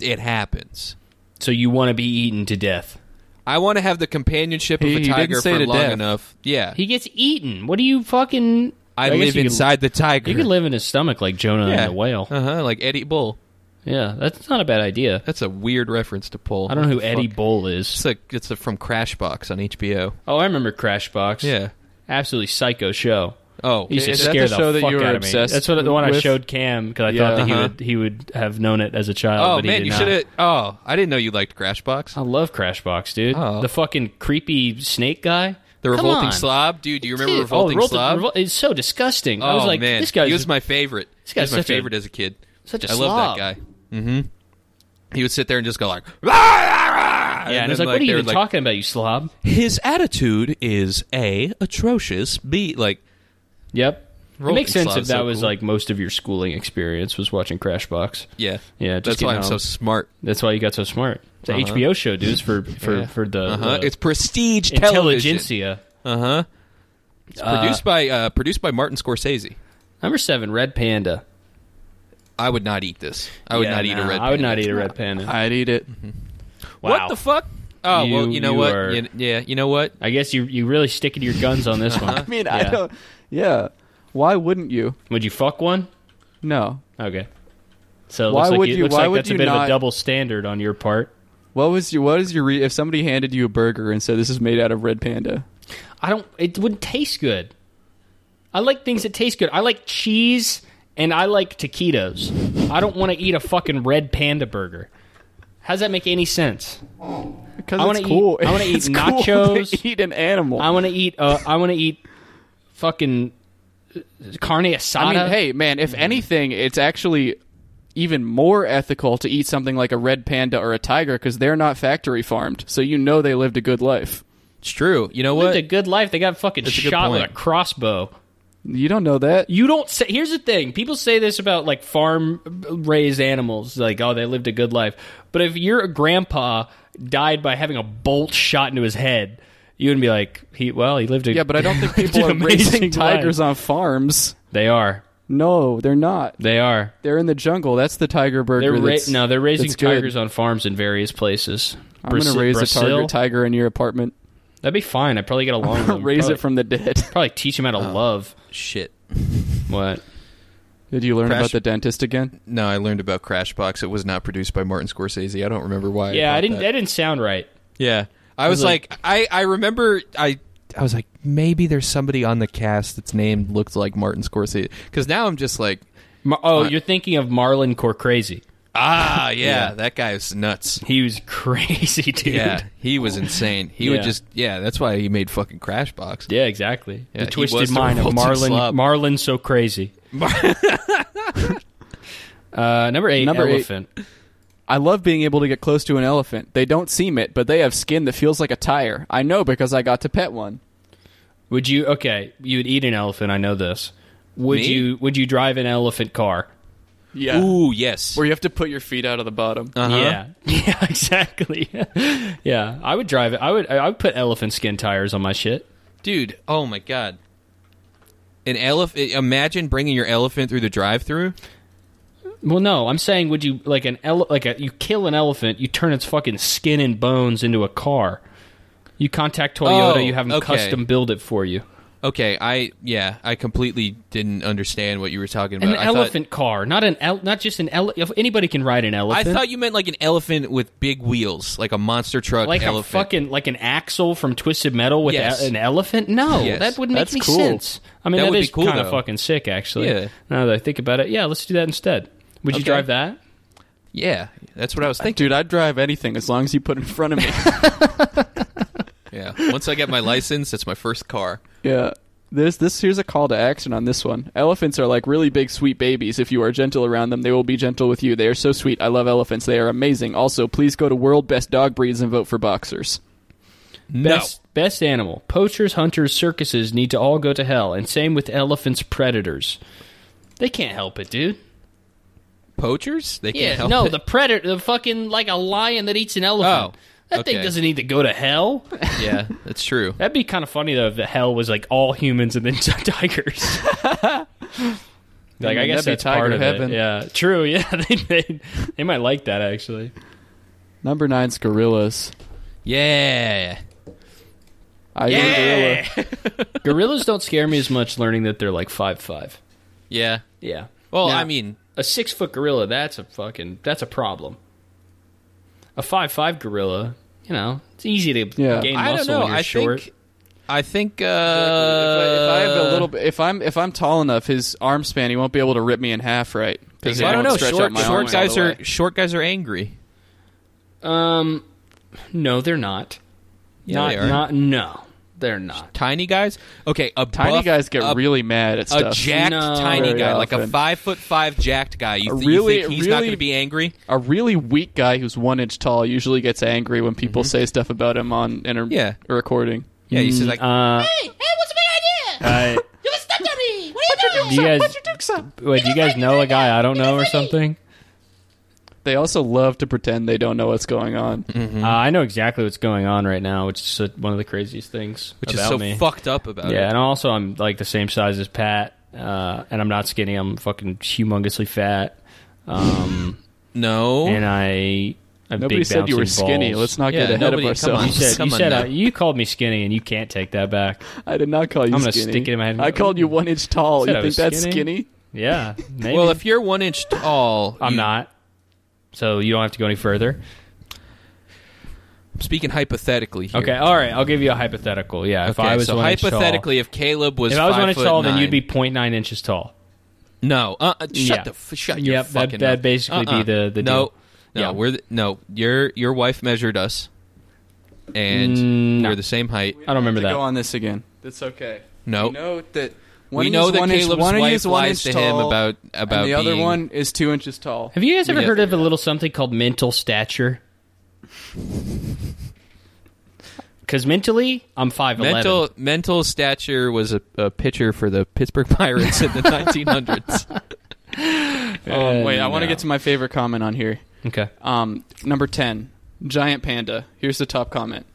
Speaker 3: it happens.
Speaker 5: So you want to be eaten to death.
Speaker 3: I want to have the companionship
Speaker 4: He-
Speaker 3: of
Speaker 4: he
Speaker 3: a
Speaker 4: didn't
Speaker 3: tiger
Speaker 4: say
Speaker 3: for
Speaker 4: to
Speaker 3: long
Speaker 4: death.
Speaker 3: enough. Yeah,
Speaker 5: He gets eaten. What do you fucking
Speaker 3: I,
Speaker 5: guess
Speaker 3: live
Speaker 5: you could-
Speaker 3: inside the tiger.
Speaker 5: You could live in his stomach like Jonah
Speaker 3: yeah.
Speaker 5: and the whale.
Speaker 3: Uh huh. Like Eddie Bull.
Speaker 5: Yeah, that's not a bad idea.
Speaker 3: That's a weird reference to pull.
Speaker 5: I don't know who
Speaker 3: Fuck.
Speaker 5: Eddie Bull
Speaker 3: It's
Speaker 5: is.
Speaker 3: a, it's a, from Crashbox on HBO.
Speaker 5: Oh, I remember Crashbox.
Speaker 3: Yeah.
Speaker 5: absolutely psycho show.
Speaker 3: Oh,
Speaker 5: He used to
Speaker 4: Is that
Speaker 5: scare
Speaker 4: the
Speaker 5: the,
Speaker 4: show that
Speaker 5: fuck
Speaker 4: you were
Speaker 5: out of
Speaker 4: obsessed
Speaker 5: me. That's what the one I
Speaker 4: with?
Speaker 5: showed Cam because I
Speaker 4: Yeah.
Speaker 5: thought that
Speaker 3: Uh-huh.
Speaker 5: he would he would have known it as a child.
Speaker 3: oh
Speaker 5: but he
Speaker 3: man,
Speaker 5: did
Speaker 3: you
Speaker 5: not. Oh,
Speaker 3: should have. Oh, I didn't know you liked
Speaker 5: I
Speaker 3: Crashbox.
Speaker 5: love Crashbox, dude.
Speaker 3: Oh.
Speaker 5: The fucking creepy snake guy.
Speaker 3: The
Speaker 5: Come
Speaker 3: revolting
Speaker 5: on.
Speaker 3: slob, dude. Do you remember
Speaker 5: Dude, oh,
Speaker 3: revolting
Speaker 5: Revolt-
Speaker 3: slob?
Speaker 5: Revol- it's so disgusting.
Speaker 3: oh
Speaker 5: I was like,
Speaker 3: man,
Speaker 5: this guy's
Speaker 3: he was my favorite. This
Speaker 5: guy's
Speaker 3: he was my
Speaker 5: such a-
Speaker 3: favorite as a kid.
Speaker 5: such a
Speaker 3: I love
Speaker 5: slob.
Speaker 3: that guy. Mm-hmm. He would sit there and just go like, ah, yeah,
Speaker 5: Yeah, and, it's like, what are you even talking about, you slob?
Speaker 3: His attitude is a atrocious. B like
Speaker 5: Yep.
Speaker 3: Revolt
Speaker 5: it makes sense
Speaker 3: Slob's
Speaker 5: if that
Speaker 3: so
Speaker 5: was
Speaker 3: cool.
Speaker 5: like most of your schooling experience was watching Crashbox.
Speaker 3: yeah,
Speaker 5: Yeah, just
Speaker 3: that's why
Speaker 5: getting
Speaker 3: I'm so
Speaker 5: home.
Speaker 3: smart.
Speaker 5: That's why you got so smart. It's an HBO show, dudes, for for for the
Speaker 3: Uh huh.
Speaker 5: uh,
Speaker 3: it's prestige television.
Speaker 5: intelligentsia.
Speaker 3: Uh huh. It's produced by uh, produced by Martin Scorsese.
Speaker 5: Number seven, Red Panda.
Speaker 3: I would not eat this. I would
Speaker 5: Yeah,
Speaker 3: not eat a
Speaker 5: nah,
Speaker 3: red.
Speaker 5: I would
Speaker 3: panda.
Speaker 5: not eat a red panda.
Speaker 4: I'd eat it.
Speaker 5: Wow.
Speaker 3: What the fuck? Oh well,
Speaker 5: You-
Speaker 3: you know
Speaker 5: you
Speaker 3: what?
Speaker 5: are-
Speaker 3: You- yeah, you know what?
Speaker 5: I guess you you really sticking to your guns on this
Speaker 3: Uh-huh.
Speaker 5: one.
Speaker 4: I mean,
Speaker 5: Yeah.
Speaker 4: I don't. Yeah. Why wouldn't you?
Speaker 5: Would you fuck one?
Speaker 4: No.
Speaker 5: Okay. So it
Speaker 4: Why
Speaker 5: looks like
Speaker 4: would
Speaker 5: it
Speaker 4: you-
Speaker 5: looks
Speaker 4: why
Speaker 5: like
Speaker 4: would
Speaker 5: that's
Speaker 4: you
Speaker 5: a bit of
Speaker 4: not-
Speaker 5: a double standard on your part.
Speaker 4: What was your What is your re- if somebody handed you a burger and said this is made out of red panda?
Speaker 5: I don't. It wouldn't taste good. I like things that taste good. I like cheese and I like taquitos. I don't want to eat a fucking red panda burger. How does that make any sense?
Speaker 4: Because
Speaker 5: I
Speaker 4: it's
Speaker 5: wanna eat-
Speaker 4: cool.
Speaker 5: I wanna eat
Speaker 4: It's cool to
Speaker 5: nachos.
Speaker 4: eat an animal.
Speaker 5: I want to eat. Uh, I want to eat fucking uh, carne asada.
Speaker 4: I mean, hey, man, if anything, it's actually even more ethical to eat something like a red panda or a tiger because they're not factory farmed, so you know they lived a good life.
Speaker 3: It's true. You know
Speaker 5: lived
Speaker 3: what?
Speaker 5: a good life. They got fucking
Speaker 3: That's a good
Speaker 5: shot with a
Speaker 3: point.
Speaker 5: crossbow.
Speaker 4: You don't know that.
Speaker 5: You don't say. Here's the thing: people say this about like farm raised animals, like oh, they lived a good life. But if your grandpa died by having a bolt shot into his head, you would be like, he well, he lived a
Speaker 4: Yeah, but I don't think
Speaker 5: lived
Speaker 4: people are
Speaker 5: an amazing
Speaker 4: raising tigers
Speaker 5: life.
Speaker 4: on farms.
Speaker 5: They are.
Speaker 4: No, they're not.
Speaker 5: They are.
Speaker 4: They're in the jungle. That's the tiger burger.
Speaker 5: They're ra-
Speaker 4: that's-
Speaker 5: no, they're raising
Speaker 4: that's good.
Speaker 5: tigers on farms in various places.
Speaker 4: I'm gonna raise a tiger, tiger in your apartment.
Speaker 5: That'd be fine. I'd probably get along. with them.
Speaker 4: raise
Speaker 5: probably,
Speaker 4: it from the dead.
Speaker 5: probably teach him how to
Speaker 3: Oh.
Speaker 5: love.
Speaker 3: Shit.
Speaker 5: What?
Speaker 4: Did you learn
Speaker 3: Crash-
Speaker 4: about the dentist again?
Speaker 3: No, I learned about Crashbox. It was not produced by Martin Scorsese. I don't remember why.
Speaker 5: Yeah,
Speaker 3: thought
Speaker 5: I didn't.
Speaker 3: That.
Speaker 5: That didn't sound right.
Speaker 3: Yeah, I was,
Speaker 5: was
Speaker 3: like,
Speaker 5: like-
Speaker 3: I I remember I I was like, maybe there's somebody on the cast that's named looked like Martin Scorsese. Because now I'm just like,
Speaker 5: Mar- oh,
Speaker 3: Uh,
Speaker 5: you're thinking of Marlon Corcrazy.
Speaker 3: ah, yeah, that guy is nuts.
Speaker 5: He was crazy, dude.
Speaker 3: Yeah, he was insane. He would
Speaker 5: Yeah.
Speaker 3: just yeah. That's why he made fucking Crashbox.
Speaker 5: Yeah, exactly.
Speaker 3: Yeah, he
Speaker 5: the
Speaker 3: was
Speaker 5: twisted
Speaker 3: the
Speaker 5: mind of
Speaker 3: revolting
Speaker 5: Marlon.
Speaker 3: slob.
Speaker 5: Marlon so crazy. uh, number eight,
Speaker 4: Number eight.
Speaker 5: elephant.
Speaker 4: I love being able to get close to an elephant. They don't seem it, but they have skin that feels like a tire. I know because I got to pet one.
Speaker 5: Would you? Okay, you would eat an elephant. I know this. Would
Speaker 3: Me?
Speaker 5: you? Would you drive an elephant car?
Speaker 4: Yeah.
Speaker 3: Ooh, yes.
Speaker 4: Where you have to put your feet out of the bottom.
Speaker 3: Uh-huh.
Speaker 5: Yeah, yeah, exactly. yeah, I would drive it. I would. I would put elephant skin tires on my shit.
Speaker 3: Dude, oh my god. An elephant. Imagine bringing your elephant through the drive-through.
Speaker 5: Well, no, I'm saying would you like an ele- like a you kill an elephant, you turn its fucking skin and bones into a car. You contact Toyota,
Speaker 3: Oh,
Speaker 5: you have them
Speaker 3: okay.
Speaker 5: custom build it for you.
Speaker 3: Okay, I yeah, I completely didn't understand what you were talking about.
Speaker 5: An
Speaker 3: I thought-
Speaker 5: elephant car, not an el- not just an elephant. Anybody can ride an
Speaker 3: I
Speaker 5: elephant.
Speaker 3: thought you meant like an elephant with big wheels, like a monster truck
Speaker 5: like
Speaker 3: elephant.
Speaker 5: a fucking like an axle from Twisted Metal with
Speaker 3: Yes.
Speaker 5: a- an elephant. No,
Speaker 3: Yes.
Speaker 5: that would make
Speaker 4: That's
Speaker 5: any
Speaker 4: cool.
Speaker 5: sense. I mean,
Speaker 3: That would
Speaker 5: that
Speaker 3: be
Speaker 5: is
Speaker 3: cool,
Speaker 5: kind
Speaker 3: though.
Speaker 5: of fucking sick, actually.
Speaker 3: Yeah.
Speaker 5: Now that I think about it, yeah, let's do that instead. Would you
Speaker 3: Okay.
Speaker 5: drive that?
Speaker 3: yeah, that's what I was
Speaker 4: Thank
Speaker 3: thinking.
Speaker 4: dude, I'd drive anything as long as you put it in front of me.
Speaker 3: Yeah, once I get my license, that's my first car.
Speaker 4: yeah. This this here's a call to action on this one. Elephants are like really big sweet babies. If you are gentle around them, they will be gentle with you. They are so sweet. I love elephants. They are amazing. Also, please go to World Best Dog Breeds and vote for boxers.
Speaker 5: Best, best animal. Poachers, hunters, circuses need to all go to hell. And same with elephants, predators. They can't help it, dude.
Speaker 3: No, poachers. They can't
Speaker 5: Yeah,
Speaker 3: help
Speaker 5: no,
Speaker 3: it.
Speaker 5: the predator, the fucking like a lion that eats an elephant.
Speaker 3: Oh,
Speaker 5: that
Speaker 3: okay.
Speaker 5: thing doesn't need to go to hell.
Speaker 3: yeah, that's true.
Speaker 5: That'd be kind of funny though if the hell was like all humans and then tigers.
Speaker 3: Mm,
Speaker 5: like I
Speaker 4: That'd
Speaker 5: guess
Speaker 4: be
Speaker 5: that's
Speaker 4: tiger
Speaker 5: part of
Speaker 4: heaven.
Speaker 5: it. Yeah, true. Yeah, they, they they might like that actually.
Speaker 4: Number nine's gorillas.
Speaker 3: Yeah,
Speaker 4: I am a gorilla.
Speaker 5: Gorillas don't scare me as much. Learning that they're like five five.
Speaker 3: Yeah.
Speaker 5: Yeah.
Speaker 3: Well,
Speaker 5: Now,
Speaker 3: I mean,
Speaker 5: a six foot gorilla. That's a fucking. That's a problem. A five five gorilla. You know, it's easy to
Speaker 4: Yeah.
Speaker 5: gain
Speaker 3: I don't
Speaker 5: muscle
Speaker 3: know.
Speaker 5: when you're
Speaker 3: I
Speaker 5: short.
Speaker 3: think. I think. Uh,
Speaker 4: if, I, if I have a
Speaker 5: Uh,
Speaker 4: little, bit, if I'm if I'm tall enough, his arm span, he won't be able to rip me in half, right? Because
Speaker 3: I don't know.
Speaker 4: Stretch out
Speaker 3: Short,
Speaker 4: my
Speaker 3: short
Speaker 4: arms all the
Speaker 3: guys are
Speaker 4: way.
Speaker 3: short guys are angry.
Speaker 5: Um, no, they're not.
Speaker 3: Yeah,
Speaker 5: not,
Speaker 3: they are.
Speaker 5: not. No, they're not.
Speaker 3: Tiny guys. Okay, a
Speaker 4: tiny
Speaker 3: buff-
Speaker 4: guys get
Speaker 3: a,
Speaker 4: really mad at
Speaker 3: a
Speaker 4: stuff.
Speaker 3: jacked
Speaker 5: No.
Speaker 3: tiny
Speaker 4: Very
Speaker 3: guy, like a
Speaker 4: often.
Speaker 3: five foot five jacked guy. You,
Speaker 4: A
Speaker 3: th- you
Speaker 4: really-
Speaker 3: think he's not
Speaker 4: really-
Speaker 3: going to be angry?
Speaker 4: a really weak guy who's one inch tall usually gets angry when
Speaker 5: Mm-hmm.
Speaker 4: people say stuff about him on in a,
Speaker 3: Yeah.
Speaker 4: a recording.
Speaker 3: Yeah, he's just like,
Speaker 5: Uh,
Speaker 6: Hey, what's a big idea?
Speaker 5: I,
Speaker 6: You just stepped on me. What are you doing?
Speaker 5: do you guys?
Speaker 4: dukes up.
Speaker 5: Wait, do you guys know a guy I don't know or something?
Speaker 4: They also love to pretend they don't know what's going on.
Speaker 3: Mm-hmm.
Speaker 5: Uh, I know exactly what's going on right now, which is uh, one of the craziest things
Speaker 3: which is
Speaker 5: about
Speaker 3: so
Speaker 5: me.
Speaker 3: fucked up about
Speaker 5: yeah,
Speaker 3: it.
Speaker 5: and also I'm like the same size as Pat, uh, and I'm not skinny. I'm fucking humongously fat, um,
Speaker 3: No,
Speaker 5: and I. I've
Speaker 4: Nobody
Speaker 5: big
Speaker 4: said you were
Speaker 5: bouncing
Speaker 4: skinny.
Speaker 5: balls.
Speaker 4: Let's not get
Speaker 3: Yeah,
Speaker 4: ahead
Speaker 3: nobody-
Speaker 4: of
Speaker 3: come
Speaker 4: ourselves.
Speaker 3: on.
Speaker 5: You said,
Speaker 3: Come
Speaker 5: you, said
Speaker 3: now.
Speaker 5: uh, you called me skinny, and you can't take that back.
Speaker 4: I did not call you
Speaker 5: I'm gonna
Speaker 4: skinny.
Speaker 5: stick it in my head.
Speaker 4: I called you one inch tall.
Speaker 5: Said
Speaker 4: You
Speaker 5: I
Speaker 4: think
Speaker 5: was
Speaker 4: that's
Speaker 5: skinny?
Speaker 4: skinny?
Speaker 5: Yeah, maybe.
Speaker 3: well, if you're one inch tall,
Speaker 5: I'm
Speaker 3: you-
Speaker 5: not. So you don't have to go any further.
Speaker 3: I'm speaking hypothetically. Here.
Speaker 5: Okay, all right. I'll give you a hypothetical. Yeah, if
Speaker 3: Okay,
Speaker 5: I was
Speaker 3: so
Speaker 5: one inch tall-
Speaker 3: hypothetically, if Caleb was
Speaker 5: if I was
Speaker 3: five
Speaker 5: one inch
Speaker 3: foot
Speaker 5: tall,
Speaker 3: nine,
Speaker 5: then you'd be 0.9 inches tall.
Speaker 3: no. Uh, uh, shut
Speaker 5: Yeah.
Speaker 3: the f- shut your
Speaker 5: Yep, that-
Speaker 3: fucking.
Speaker 5: that'd
Speaker 3: mouth.
Speaker 5: basically be
Speaker 3: Uh-uh.
Speaker 5: the-
Speaker 3: no,
Speaker 5: the deal.
Speaker 3: no.
Speaker 5: Yeah.
Speaker 3: We're the, no. Your your wife measured us, and
Speaker 5: Mm, no.
Speaker 3: we're the same height.
Speaker 5: I don't remember
Speaker 4: Go
Speaker 5: that.
Speaker 4: on this again. That's okay.
Speaker 3: No.
Speaker 4: We know that.
Speaker 3: we know that
Speaker 4: one inch-
Speaker 3: Caleb's
Speaker 4: one of you
Speaker 3: wife
Speaker 4: is one
Speaker 3: lies
Speaker 4: inch
Speaker 3: to him
Speaker 4: tall,
Speaker 3: about
Speaker 4: and
Speaker 3: about
Speaker 4: the other
Speaker 3: being-
Speaker 4: one is two inches tall.
Speaker 5: Have you guys ever
Speaker 3: Yeah.
Speaker 5: heard of a little something called mental stature? Because mentally, I'm 5'11.
Speaker 3: Mental mental stature was a, a pitcher for the Pittsburgh Pirates in the 1900s.
Speaker 4: Um, wait, I
Speaker 5: Uh,
Speaker 4: want to
Speaker 5: no.
Speaker 4: get to my favorite comment on here.
Speaker 5: Okay.
Speaker 4: Um, number 10, Giant Panda. Here's the top comment.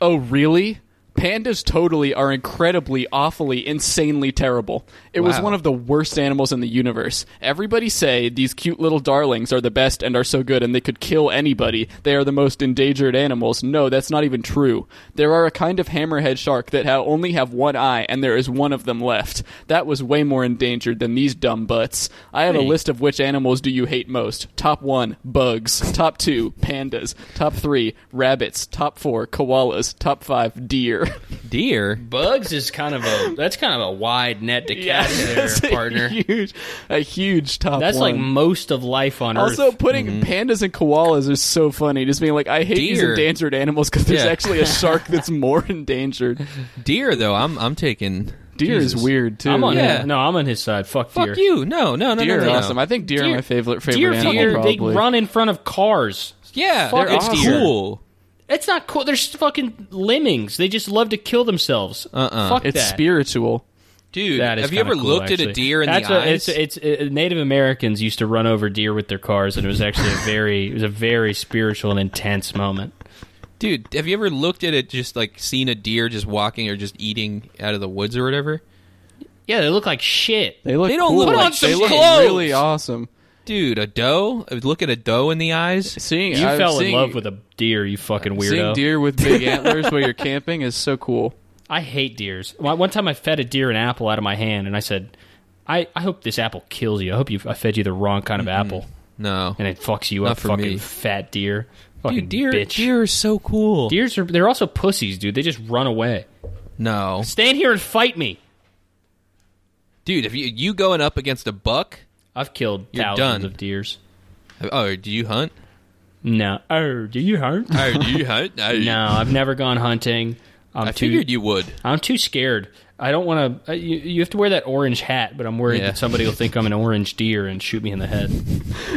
Speaker 4: Oh, really? Pandas totally are incredibly, awfully, insanely terrible. It was
Speaker 3: Wow.
Speaker 4: one of the worst animals in the universe. Everybody say these cute little darlings are the best and are so good and they could kill anybody. They are the most endangered animals. No, that's not even true. There are a kind of hammerhead shark that ha- only have one eye and there is one of them left. That was way more endangered than these dumb butts. I have a list of which animals do you hate most. Top 1, bugs. Top 2, pandas. Top 3, rabbits. Top 4, koalas. Top 5, deer.
Speaker 3: Deer.
Speaker 5: Bugs is kind of a that's kind of a wide net to cast
Speaker 4: That's a
Speaker 5: there, partner.
Speaker 4: Huge, a huge top
Speaker 5: That's like Mm-hmm.
Speaker 4: one.
Speaker 5: most of life on
Speaker 4: Also,
Speaker 5: Earth.
Speaker 4: putting pandas and koalas is so funny. Just being like, I hate these
Speaker 3: Deer.
Speaker 4: endangered animals because there's
Speaker 3: Yeah.
Speaker 4: actually a shark that's more endangered.
Speaker 3: Deer though. I'm I'm taking
Speaker 4: Deer
Speaker 3: Jesus.
Speaker 4: is weird too.
Speaker 5: I'm on
Speaker 3: Yeah.
Speaker 5: his, no, I'm on his side. Fuck,
Speaker 3: Fuck
Speaker 5: deer.
Speaker 3: you. No, no, no,
Speaker 4: Deer
Speaker 3: no,
Speaker 4: are
Speaker 3: no, no.
Speaker 4: awesome. I think deer, are
Speaker 5: Deer-
Speaker 4: my favorite favorite
Speaker 5: Deer,
Speaker 4: animal.
Speaker 5: deer they
Speaker 4: probably.
Speaker 5: run in front of cars.
Speaker 3: Yeah,
Speaker 5: Fuck
Speaker 3: it's
Speaker 5: off.
Speaker 3: cool.
Speaker 5: It's not cool. They're just fucking lemmings. They just love to kill themselves.
Speaker 3: Uh-uh.
Speaker 5: Fuck
Speaker 4: It's
Speaker 5: that.
Speaker 4: spiritual.
Speaker 3: Dude,
Speaker 5: That is
Speaker 3: have you
Speaker 5: kinda
Speaker 3: ever
Speaker 5: cool,
Speaker 3: looked at
Speaker 5: actually.
Speaker 3: a deer in
Speaker 5: That's
Speaker 3: the
Speaker 5: a-
Speaker 3: eyes?
Speaker 5: It's, it's uh, Native Americans used to run over deer with their cars, and it was actually a very it was a very spiritual and intense moment.
Speaker 3: Dude, have you ever looked at it just like seen a deer just walking or just eating out of the woods or whatever?
Speaker 5: Yeah, they look like shit.
Speaker 4: They look
Speaker 3: They don't
Speaker 4: cool.
Speaker 3: look
Speaker 5: like
Speaker 4: they
Speaker 5: some
Speaker 4: look
Speaker 5: clothes.
Speaker 4: really awesome.
Speaker 3: Dude, a doe? Look at a doe in the eyes?
Speaker 4: Seeing
Speaker 5: You
Speaker 4: I've
Speaker 5: fell in
Speaker 4: seen-
Speaker 5: love with a deer, you fucking
Speaker 4: Seeing
Speaker 5: weirdo.
Speaker 4: deer with big antlers while you're camping is so cool.
Speaker 5: I hate deers. One one time I fed a deer an apple out of my hand, and I said, "I, I hope this apple kills you. I hope you I fed you the wrong kind of apple,
Speaker 3: No.
Speaker 5: and it fucks you
Speaker 3: Not
Speaker 5: up,
Speaker 3: for
Speaker 5: fucking
Speaker 3: me.
Speaker 5: fat deer,
Speaker 3: Dude,
Speaker 5: fucking
Speaker 3: deer
Speaker 5: bitch."
Speaker 3: deer are so cool.
Speaker 5: Deers are they're also pussies, dude. They just run away.
Speaker 3: No.
Speaker 5: Stand here and fight me.
Speaker 3: Dude, if you you going up against a buck?
Speaker 5: I've killed
Speaker 3: You're
Speaker 5: thousands
Speaker 3: done.
Speaker 5: of deers.
Speaker 3: Oh, do you hunt?
Speaker 5: No. Oh, do you hunt?
Speaker 3: Oh, do you hunt? No.
Speaker 5: no, I've never gone hunting. I'm
Speaker 3: I
Speaker 5: too.
Speaker 3: figured you would.
Speaker 5: I'm too scared. I don't want to. You, you have to wear that orange hat, but I'm worried
Speaker 3: Yeah.
Speaker 5: that somebody will think I'm an orange deer and shoot me in the head.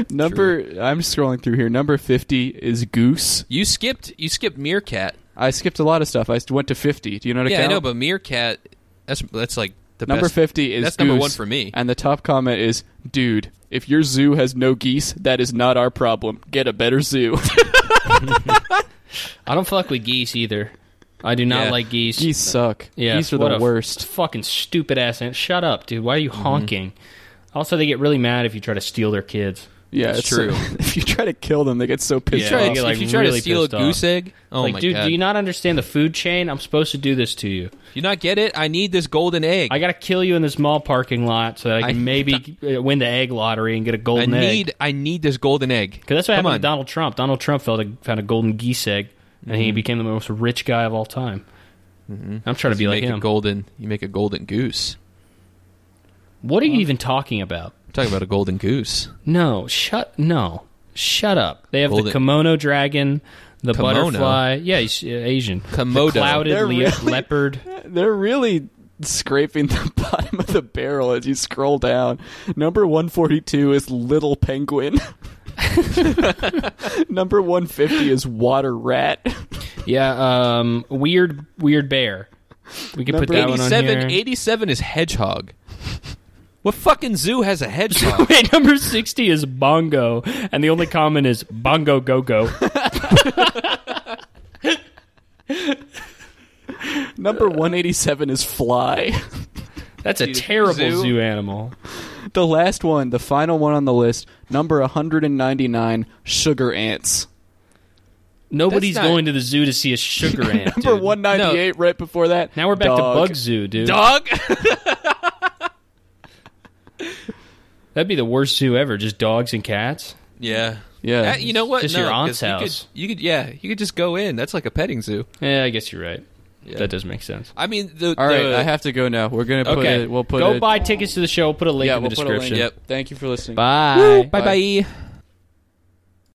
Speaker 4: Number I'm scrolling through here. Number fifty is goose.
Speaker 3: You skipped you skipped meerkat.
Speaker 4: I skipped a lot of stuff. I went to fifty. Do you know what
Speaker 3: Yeah, I
Speaker 4: count?
Speaker 3: know, but meerkat that's that's like the
Speaker 4: Number
Speaker 3: best.
Speaker 4: fifty is
Speaker 3: that's number
Speaker 4: goose,
Speaker 3: one for me.
Speaker 4: And the top comment is, "Dude, if your zoo has no geese, that is not our problem. Get a better zoo."
Speaker 5: I don't fuck with geese either. I do not
Speaker 3: Yeah.
Speaker 5: like geese.
Speaker 4: geese suck.
Speaker 5: Yeah,
Speaker 4: geese are
Speaker 5: what
Speaker 4: the
Speaker 5: a
Speaker 4: worst.
Speaker 5: Fucking
Speaker 3: Mm-hmm.
Speaker 5: stupid ass. Shut up, dude. Why are you honking? Also, they get really mad if you try to steal their kids.
Speaker 4: Yeah,
Speaker 3: It's
Speaker 4: it's so-
Speaker 3: true.
Speaker 4: if you try to kill them, they get so pissed
Speaker 3: Yeah.
Speaker 5: try to
Speaker 4: off.
Speaker 5: get, like,
Speaker 3: if you try
Speaker 5: really
Speaker 3: to steal a
Speaker 5: pissed off.
Speaker 3: goose egg, oh
Speaker 5: like,
Speaker 3: my
Speaker 5: dude,
Speaker 3: god!
Speaker 5: do you not understand the food chain? I'm supposed to do this to you.
Speaker 3: You not get it? I need this golden egg.
Speaker 5: I got to kill you in this mall parking lot so that I
Speaker 3: I-
Speaker 5: can maybe uh win the egg lottery and get a
Speaker 3: I
Speaker 5: golden egg.
Speaker 3: need I need this golden egg.
Speaker 5: Because that's what
Speaker 3: Come
Speaker 5: happened
Speaker 3: on.
Speaker 5: to Donald Trump. Donald Trump found a, found a golden geese egg, and
Speaker 3: Mm-hmm.
Speaker 5: he became the most rich guy of all time. I'm trying to be
Speaker 3: You
Speaker 5: like
Speaker 3: Mm-hmm. make a
Speaker 5: him.
Speaker 3: golden. You make a golden goose.
Speaker 5: what are you even talking about?
Speaker 3: I'm talking about a golden goose.
Speaker 5: No, shut no, shut up. They have the
Speaker 3: Golden-
Speaker 5: kimono dragon, the
Speaker 3: Kimono?
Speaker 5: butterfly. Yeah, he's uh, Asian.
Speaker 3: Komodo.
Speaker 5: the clouded
Speaker 4: They're
Speaker 5: leo-
Speaker 4: really-
Speaker 5: leopard.
Speaker 4: They're really scraping the bottom of the barrel as you scroll down. Number 142 is Little Penguin. Number 150 is Water Rat.
Speaker 5: Yeah, um, weird, weird bear. We could put
Speaker 4: Number
Speaker 5: that one on
Speaker 3: 87,
Speaker 5: here.
Speaker 3: 87 is hedgehog. What fucking zoo has a hedgehog?
Speaker 5: Wait, number sixty is bongo, and the only common is bongo go go.
Speaker 4: Number 187 is Fly.
Speaker 5: That's a
Speaker 3: Dude,
Speaker 5: terrible
Speaker 3: zoo?
Speaker 5: zoo animal.
Speaker 4: The last one, the final one on the list, number 199, Sugar Ants.
Speaker 5: Nobody's
Speaker 3: not-
Speaker 5: going to the zoo to see a sugar ant.
Speaker 4: Number
Speaker 5: dude.
Speaker 4: 198 right before that.
Speaker 5: Now we're back
Speaker 4: dog.
Speaker 5: to Bug Zoo, dude.
Speaker 3: Dog.
Speaker 5: That'd be the worst zoo ever. Just dogs and cats.
Speaker 3: yeah.
Speaker 4: Yeah.
Speaker 3: Uh, you know what?
Speaker 5: Just
Speaker 3: No,
Speaker 5: your
Speaker 3: 'cause
Speaker 5: aunt's
Speaker 3: you
Speaker 5: house.
Speaker 3: Could, you could, yeah, you could just go in. That's like a petting zoo.
Speaker 5: Yeah, I guess you're right.
Speaker 3: Yeah.
Speaker 5: That does make sense.
Speaker 3: I mean, the,
Speaker 4: All right,
Speaker 3: the-
Speaker 4: I have to go now. We're going to put
Speaker 5: Okay,
Speaker 4: it, we'll put
Speaker 5: go
Speaker 4: it.
Speaker 5: buy tickets to the show. We'll put a link
Speaker 4: yeah,
Speaker 5: in
Speaker 4: we'll
Speaker 5: the
Speaker 4: put a link.
Speaker 5: description.
Speaker 3: Yep.
Speaker 4: Thank you for listening.
Speaker 5: Bye.
Speaker 3: Bye bye.